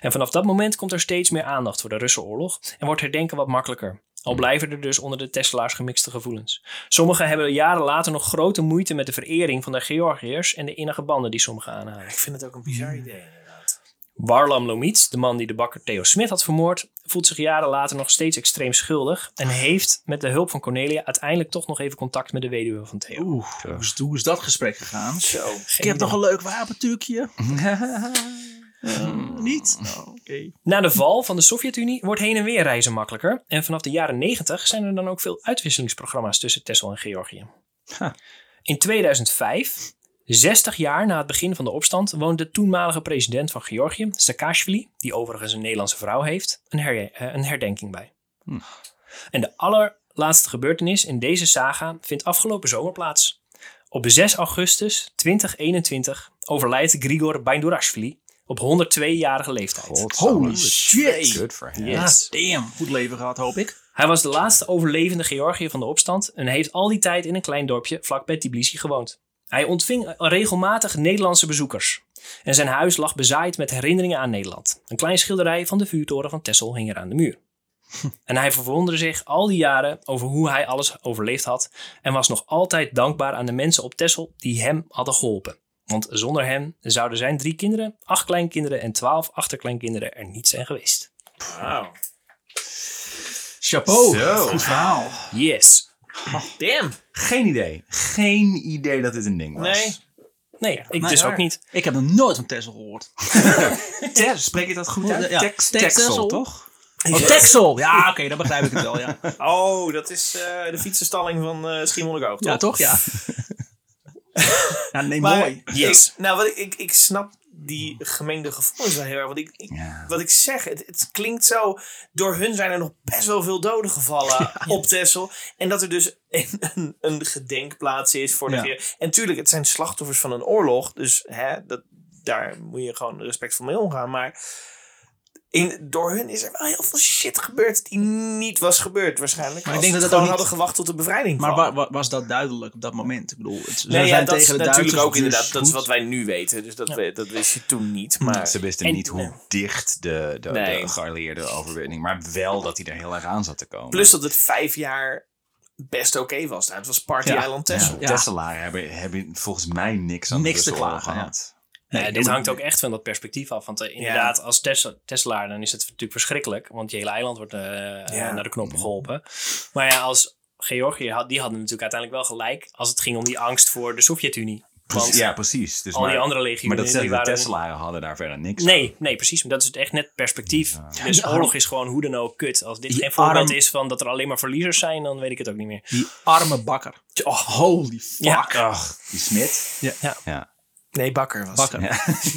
[SPEAKER 4] En vanaf dat moment komt er steeds meer aandacht voor de Russenoorlog en wordt herdenken wat makkelijker. Al blijven er dus onder de Teslaars gemixte gevoelens. Sommigen hebben jaren later nog grote moeite met de verering van de Georgiërs en de innige banden die sommigen aanhalen.
[SPEAKER 3] Ik vind het ook een bizar
[SPEAKER 1] Hmm.
[SPEAKER 3] idee, inderdaad.
[SPEAKER 4] Warlam Lomits, de man die de bakker Theo Smit had vermoord, voelt zich jaren later nog steeds extreem schuldig en heeft met de hulp van Cornelia uiteindelijk toch nog even contact met de weduwe van Theo.
[SPEAKER 1] Oeh, hoe is, hoe is dat gesprek gegaan?
[SPEAKER 3] Zo.
[SPEAKER 1] Ik heb nog een leuk wapentukje. *laughs* niet? Nou, Oké.
[SPEAKER 4] Na de val van de Sovjet-Unie wordt heen en weer reizen makkelijker. En vanaf de jaren 90 zijn er dan ook veel uitwisselingsprogramma's tussen Texel en Georgië. In 2005, 60 jaar na het begin van de opstand, woont de toenmalige president van Georgië, Saakashvili, die overigens een Nederlandse vrouw heeft, een, her- eh, een herdenking bij. En de allerlaatste gebeurtenis in deze saga vindt afgelopen zomer plaats. Op 6 augustus 2021 overlijdt Grigor Baindurashvili op 102-jarige leeftijd.
[SPEAKER 1] Holy shit.
[SPEAKER 2] Good for him.
[SPEAKER 4] Yes.
[SPEAKER 1] Damn, goed leven gehad, hoop ik.
[SPEAKER 4] Hij was de laatste overlevende Georgië van de opstand en heeft al die tijd in een klein dorpje vlakbij Tbilisi gewoond. Hij ontving regelmatig Nederlandse bezoekers. En zijn huis lag bezaaid met herinneringen aan Nederland. Een klein schilderij van de vuurtoren van Texel hing er aan de muur. En hij verwonderde zich al die jaren over hoe hij alles overleefd had en was nog altijd dankbaar aan de mensen op Texel die hem hadden geholpen. Want zonder hem zouden zijn drie kinderen, acht kleinkinderen en twaalf achterkleinkinderen er niet zijn geweest.
[SPEAKER 3] Wauw.
[SPEAKER 1] Chapeau.
[SPEAKER 2] Zo.
[SPEAKER 1] Oh, Goed verhaal.
[SPEAKER 4] Yes.
[SPEAKER 3] Damn.
[SPEAKER 2] Geen idee. Geen idee dat dit een ding was.
[SPEAKER 3] Nee.
[SPEAKER 4] Nee, ik
[SPEAKER 1] maar
[SPEAKER 4] dus
[SPEAKER 1] waar.
[SPEAKER 4] ook niet.
[SPEAKER 1] Ik heb nog nooit van Texel *laughs* gehoord.
[SPEAKER 2] Ter, spreek je dat goed uit?
[SPEAKER 1] Ja,
[SPEAKER 2] Tex-
[SPEAKER 1] Texel,
[SPEAKER 2] Texel, toch?
[SPEAKER 1] Oh, Texel. Ja, oké, dan begrijp ik het wel, ja.
[SPEAKER 3] Oh, dat is eh, de fietsenstalling van eh Schiermonnikoog, toch?
[SPEAKER 1] Ja, toch? Ja. ja nee,
[SPEAKER 3] Maar-
[SPEAKER 1] mooi.
[SPEAKER 4] Yes.
[SPEAKER 3] Ik- nou, wat ik, ik, ik snap die gemengde gevoelens wel heel erg. Want ik, ik-
[SPEAKER 2] Ja.
[SPEAKER 3] wat ik zeg, het, het klinkt zo... Door hun zijn er nog best wel veel doden
[SPEAKER 1] *laughs*
[SPEAKER 3] gevallen op Texel. En dat er dus een, een, een gedenkplaats is voor de
[SPEAKER 1] Ja.
[SPEAKER 3] Geer- En tuurlijk, het zijn slachtoffers van een oorlog. Dus hè, dat, daar moet je gewoon respectvol mee omgaan. Maar in, door hun is er wel heel veel shit gebeurd die niet was gebeurd waarschijnlijk.
[SPEAKER 1] Maar
[SPEAKER 3] Maar
[SPEAKER 1] ik
[SPEAKER 3] ik
[SPEAKER 1] denk dat
[SPEAKER 3] dat
[SPEAKER 1] dat
[SPEAKER 3] gewoon
[SPEAKER 1] ook niet-
[SPEAKER 3] hadden gewacht tot de bevrijding
[SPEAKER 1] Maar
[SPEAKER 3] van.
[SPEAKER 1] wa- wa- was dat duidelijk op dat moment? Ik bedoel, het, ze
[SPEAKER 3] Nee, ja,
[SPEAKER 1] zijn
[SPEAKER 3] dat is
[SPEAKER 1] tegen de
[SPEAKER 3] natuurlijk
[SPEAKER 1] Duitsers,
[SPEAKER 3] ook
[SPEAKER 1] dus
[SPEAKER 3] inderdaad. Dat is
[SPEAKER 1] goed. Hmm.
[SPEAKER 3] wat wij nu weten. Dus dat, we, dat wist je toen niet. Maar
[SPEAKER 2] Ze wisten
[SPEAKER 4] En- eh,
[SPEAKER 2] niet hoe dicht de, de,
[SPEAKER 3] Nee.
[SPEAKER 2] de geallieerde overwinning, maar wel dat hij er heel erg aan zat te komen.
[SPEAKER 3] Plus dat het vijf jaar best oké was. Nou, het was Party
[SPEAKER 1] Ja.
[SPEAKER 3] Island
[SPEAKER 2] ja,
[SPEAKER 3] Texel.
[SPEAKER 1] Ja.
[SPEAKER 2] Tesselaren hebben, hebben volgens mij niks aan
[SPEAKER 1] Niks
[SPEAKER 2] de
[SPEAKER 1] te
[SPEAKER 2] Russen
[SPEAKER 1] klagen,
[SPEAKER 2] gehad.
[SPEAKER 4] Nee,
[SPEAKER 1] Nee,
[SPEAKER 4] dit
[SPEAKER 1] maar-
[SPEAKER 4] hangt ook echt van dat perspectief af. Want eh, inderdaad, als Tesla, Teslaar, dan is het natuurlijk verschrikkelijk. Want je hele eiland wordt eh, eh, naar de knoppen geholpen. Maar ja, als Georgië, had, die hadden natuurlijk uiteindelijk wel gelijk. Als het ging om die angst voor de Sovjet-Unie. Want
[SPEAKER 2] ja, precies. Dus
[SPEAKER 4] al die andere legioenen,
[SPEAKER 2] Maar dat
[SPEAKER 4] die
[SPEAKER 2] zeggen de
[SPEAKER 4] waren-
[SPEAKER 2] Tesselaren hadden daar verder niks
[SPEAKER 4] Nee, nee, precies. Maar dat is het echt net perspectief. Dus oorlog is gewoon hoe dan ook kut. Als dit
[SPEAKER 1] Die
[SPEAKER 4] geen voorbeeld
[SPEAKER 1] arm-
[SPEAKER 4] is van dat er alleen maar verliezers zijn, dan weet ik het ook niet meer.
[SPEAKER 1] Die arme bakker. Oh, holy fuck.
[SPEAKER 4] Ja.
[SPEAKER 2] Ach, die smit.
[SPEAKER 1] Ja.
[SPEAKER 4] Ja.
[SPEAKER 2] ja.
[SPEAKER 3] Nee, Bakker was
[SPEAKER 1] Bakker.
[SPEAKER 2] *laughs* Ja.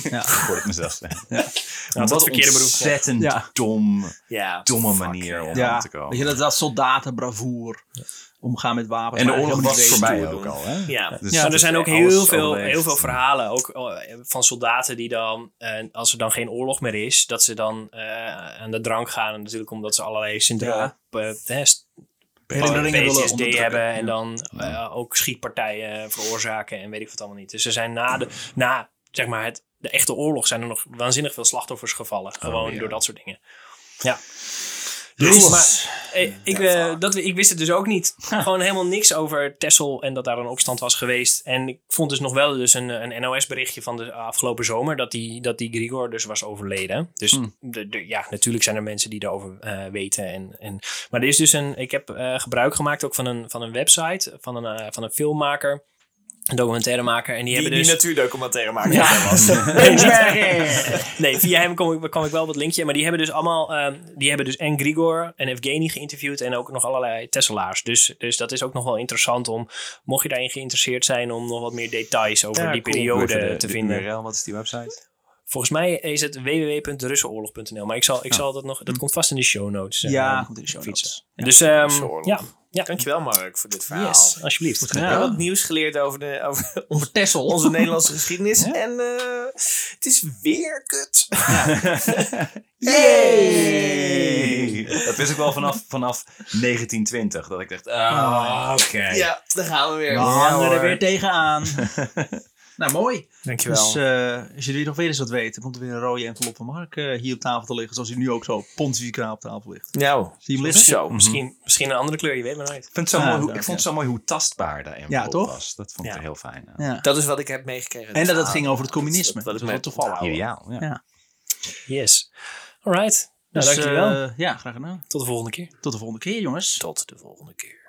[SPEAKER 1] Ja.
[SPEAKER 2] Ik hoor het mezelf zeggen.
[SPEAKER 4] Nou, dat
[SPEAKER 2] Wat
[SPEAKER 4] verkeerde
[SPEAKER 2] een
[SPEAKER 4] beroep.
[SPEAKER 2] ontzettend
[SPEAKER 1] Ja.
[SPEAKER 2] dom,
[SPEAKER 3] Ja,
[SPEAKER 2] domme
[SPEAKER 3] fuck,
[SPEAKER 2] manier om aan
[SPEAKER 1] Ja,
[SPEAKER 2] te komen.
[SPEAKER 1] weet je, dat, dat soldatenbravoer. Omgaan met wapens.
[SPEAKER 2] en de
[SPEAKER 1] maar
[SPEAKER 2] oorlog
[SPEAKER 1] helemaal
[SPEAKER 2] was
[SPEAKER 1] niet
[SPEAKER 2] voorbij
[SPEAKER 1] weten hoe
[SPEAKER 2] ook
[SPEAKER 1] doen.
[SPEAKER 2] al. Hè?
[SPEAKER 3] Ja.
[SPEAKER 2] *laughs* Dus
[SPEAKER 4] Ja,
[SPEAKER 2] dat
[SPEAKER 4] er
[SPEAKER 2] is
[SPEAKER 4] zijn ook
[SPEAKER 2] alles
[SPEAKER 4] heel veel,
[SPEAKER 2] overleefd.
[SPEAKER 4] heel veel verhalen ook eh, van soldaten die dan, eh, als er dan geen oorlog meer is, dat ze dan eh, aan de drank gaan. En natuurlijk omdat ze allerlei syndromen, eh, hè, st-
[SPEAKER 1] Herinneringen willen
[SPEAKER 4] PTSD
[SPEAKER 1] onderdrukken.
[SPEAKER 4] hebben en dan eh, ook schietpartijen veroorzaken en weet ik wat allemaal niet. Dus er zijn na, de, na zeg maar het, de echte oorlog zijn er nog waanzinnig veel slachtoffers
[SPEAKER 2] Oh,
[SPEAKER 4] gevallen. Gewoon door dat soort dingen. Ja. Dus, maar, eh, ik, eh, dat, ik wist het dus ook *laughs* niet. Gewoon helemaal niks over Texel en dat daar een opstand was geweest. En ik vond dus nog wel dus een, een NOS-berichtje van de afgelopen zomer dat die, dat die Grigor dus was overleden. Dus de, de- ja, natuurlijk zijn er mensen die daarover eh, weten. En, en, maar er is dus een, ik heb eh, gebruik gemaakt ook van een, van een website van een, eh, van een filmmaker, een documentairemaker. En die,
[SPEAKER 3] Die,
[SPEAKER 4] hebben
[SPEAKER 3] die
[SPEAKER 4] dus... *laughs*
[SPEAKER 3] natuurdocumentaire maken.
[SPEAKER 4] Nee, via hem kwam ik, kwam ik wel op het linkje. Maar die hebben dus allemaal... ehm, die hebben dus en Grigor en Evgeny geïnterviewd... en ook nog allerlei Tesselaars. Dus, dus dat is ook nog wel interessant om... mocht je daarin geïnteresseerd zijn... om nog wat meer details over
[SPEAKER 3] Ja,
[SPEAKER 4] die
[SPEAKER 3] cool.
[SPEAKER 4] periode
[SPEAKER 2] Even de-
[SPEAKER 4] te
[SPEAKER 2] de
[SPEAKER 4] vinden.
[SPEAKER 2] URL, wat is die website?
[SPEAKER 4] Volgens mij is het www.russenoorlog.nl. Maar ik zal, ik zal dat nog... Dat komt vast in de show notes. eh,
[SPEAKER 1] Ja,
[SPEAKER 4] dan
[SPEAKER 1] komt in de show
[SPEAKER 4] fietsen.
[SPEAKER 1] notes.
[SPEAKER 4] Dus ehm
[SPEAKER 3] Russenoorlog.
[SPEAKER 4] ja, ja.
[SPEAKER 3] Dankjewel, Mark, voor dit verhaal.
[SPEAKER 4] Yes, alsjeblieft.
[SPEAKER 3] We hebben wat nieuws geleerd over, de,
[SPEAKER 1] *laughs*
[SPEAKER 3] over onze,
[SPEAKER 1] Texel.
[SPEAKER 3] onze Nederlandse geschiedenis. En eh, het is weer kut.
[SPEAKER 2] Dat wist ik wel vanaf, vanaf 1920. eh, Dat ik dacht, ah,
[SPEAKER 3] *laughs*
[SPEAKER 2] oké.
[SPEAKER 3] Ja, daar gaan we weer.
[SPEAKER 1] We hangen er weer tegenaan. Nou, mooi.
[SPEAKER 3] Dankjewel.
[SPEAKER 1] Dus eh, als jullie nog weer eens wat weten, komt er weer een rode envelop van Mark eh, hier op tafel te liggen. Zoals hij nu ook zo pontificaal op tafel ligt.
[SPEAKER 3] nou,
[SPEAKER 1] Zie je hem liggen?
[SPEAKER 3] zo.
[SPEAKER 4] Misschien, misschien een andere kleur, je weet maar nooit.
[SPEAKER 2] Ik, vind het zo
[SPEAKER 1] Ah,
[SPEAKER 2] mooi hoe,
[SPEAKER 1] leuk,
[SPEAKER 2] ik vond het
[SPEAKER 1] ja.
[SPEAKER 2] zo mooi hoe tastbaar de envelop
[SPEAKER 1] Ja, toch?
[SPEAKER 2] was. Dat vond ik
[SPEAKER 4] Ja.
[SPEAKER 2] heel fijn. ja.
[SPEAKER 1] Ja.
[SPEAKER 3] Dat is wat ik heb meegekregen.
[SPEAKER 1] En dat het
[SPEAKER 3] Ah,
[SPEAKER 1] ging over het
[SPEAKER 3] dat is
[SPEAKER 1] communisme.
[SPEAKER 3] Wat
[SPEAKER 1] Dat
[SPEAKER 3] ik
[SPEAKER 1] is wel
[SPEAKER 3] me
[SPEAKER 1] toevallig.
[SPEAKER 3] onthouden.
[SPEAKER 2] Ideaal, ja.
[SPEAKER 1] Ja.
[SPEAKER 4] Yes. All right.
[SPEAKER 1] Dus,
[SPEAKER 4] Nou, dankjewel.
[SPEAKER 1] eh, ja, graag gedaan.
[SPEAKER 4] Tot de volgende keer.
[SPEAKER 1] Tot de volgende keer, jongens.
[SPEAKER 4] Tot de volgende keer.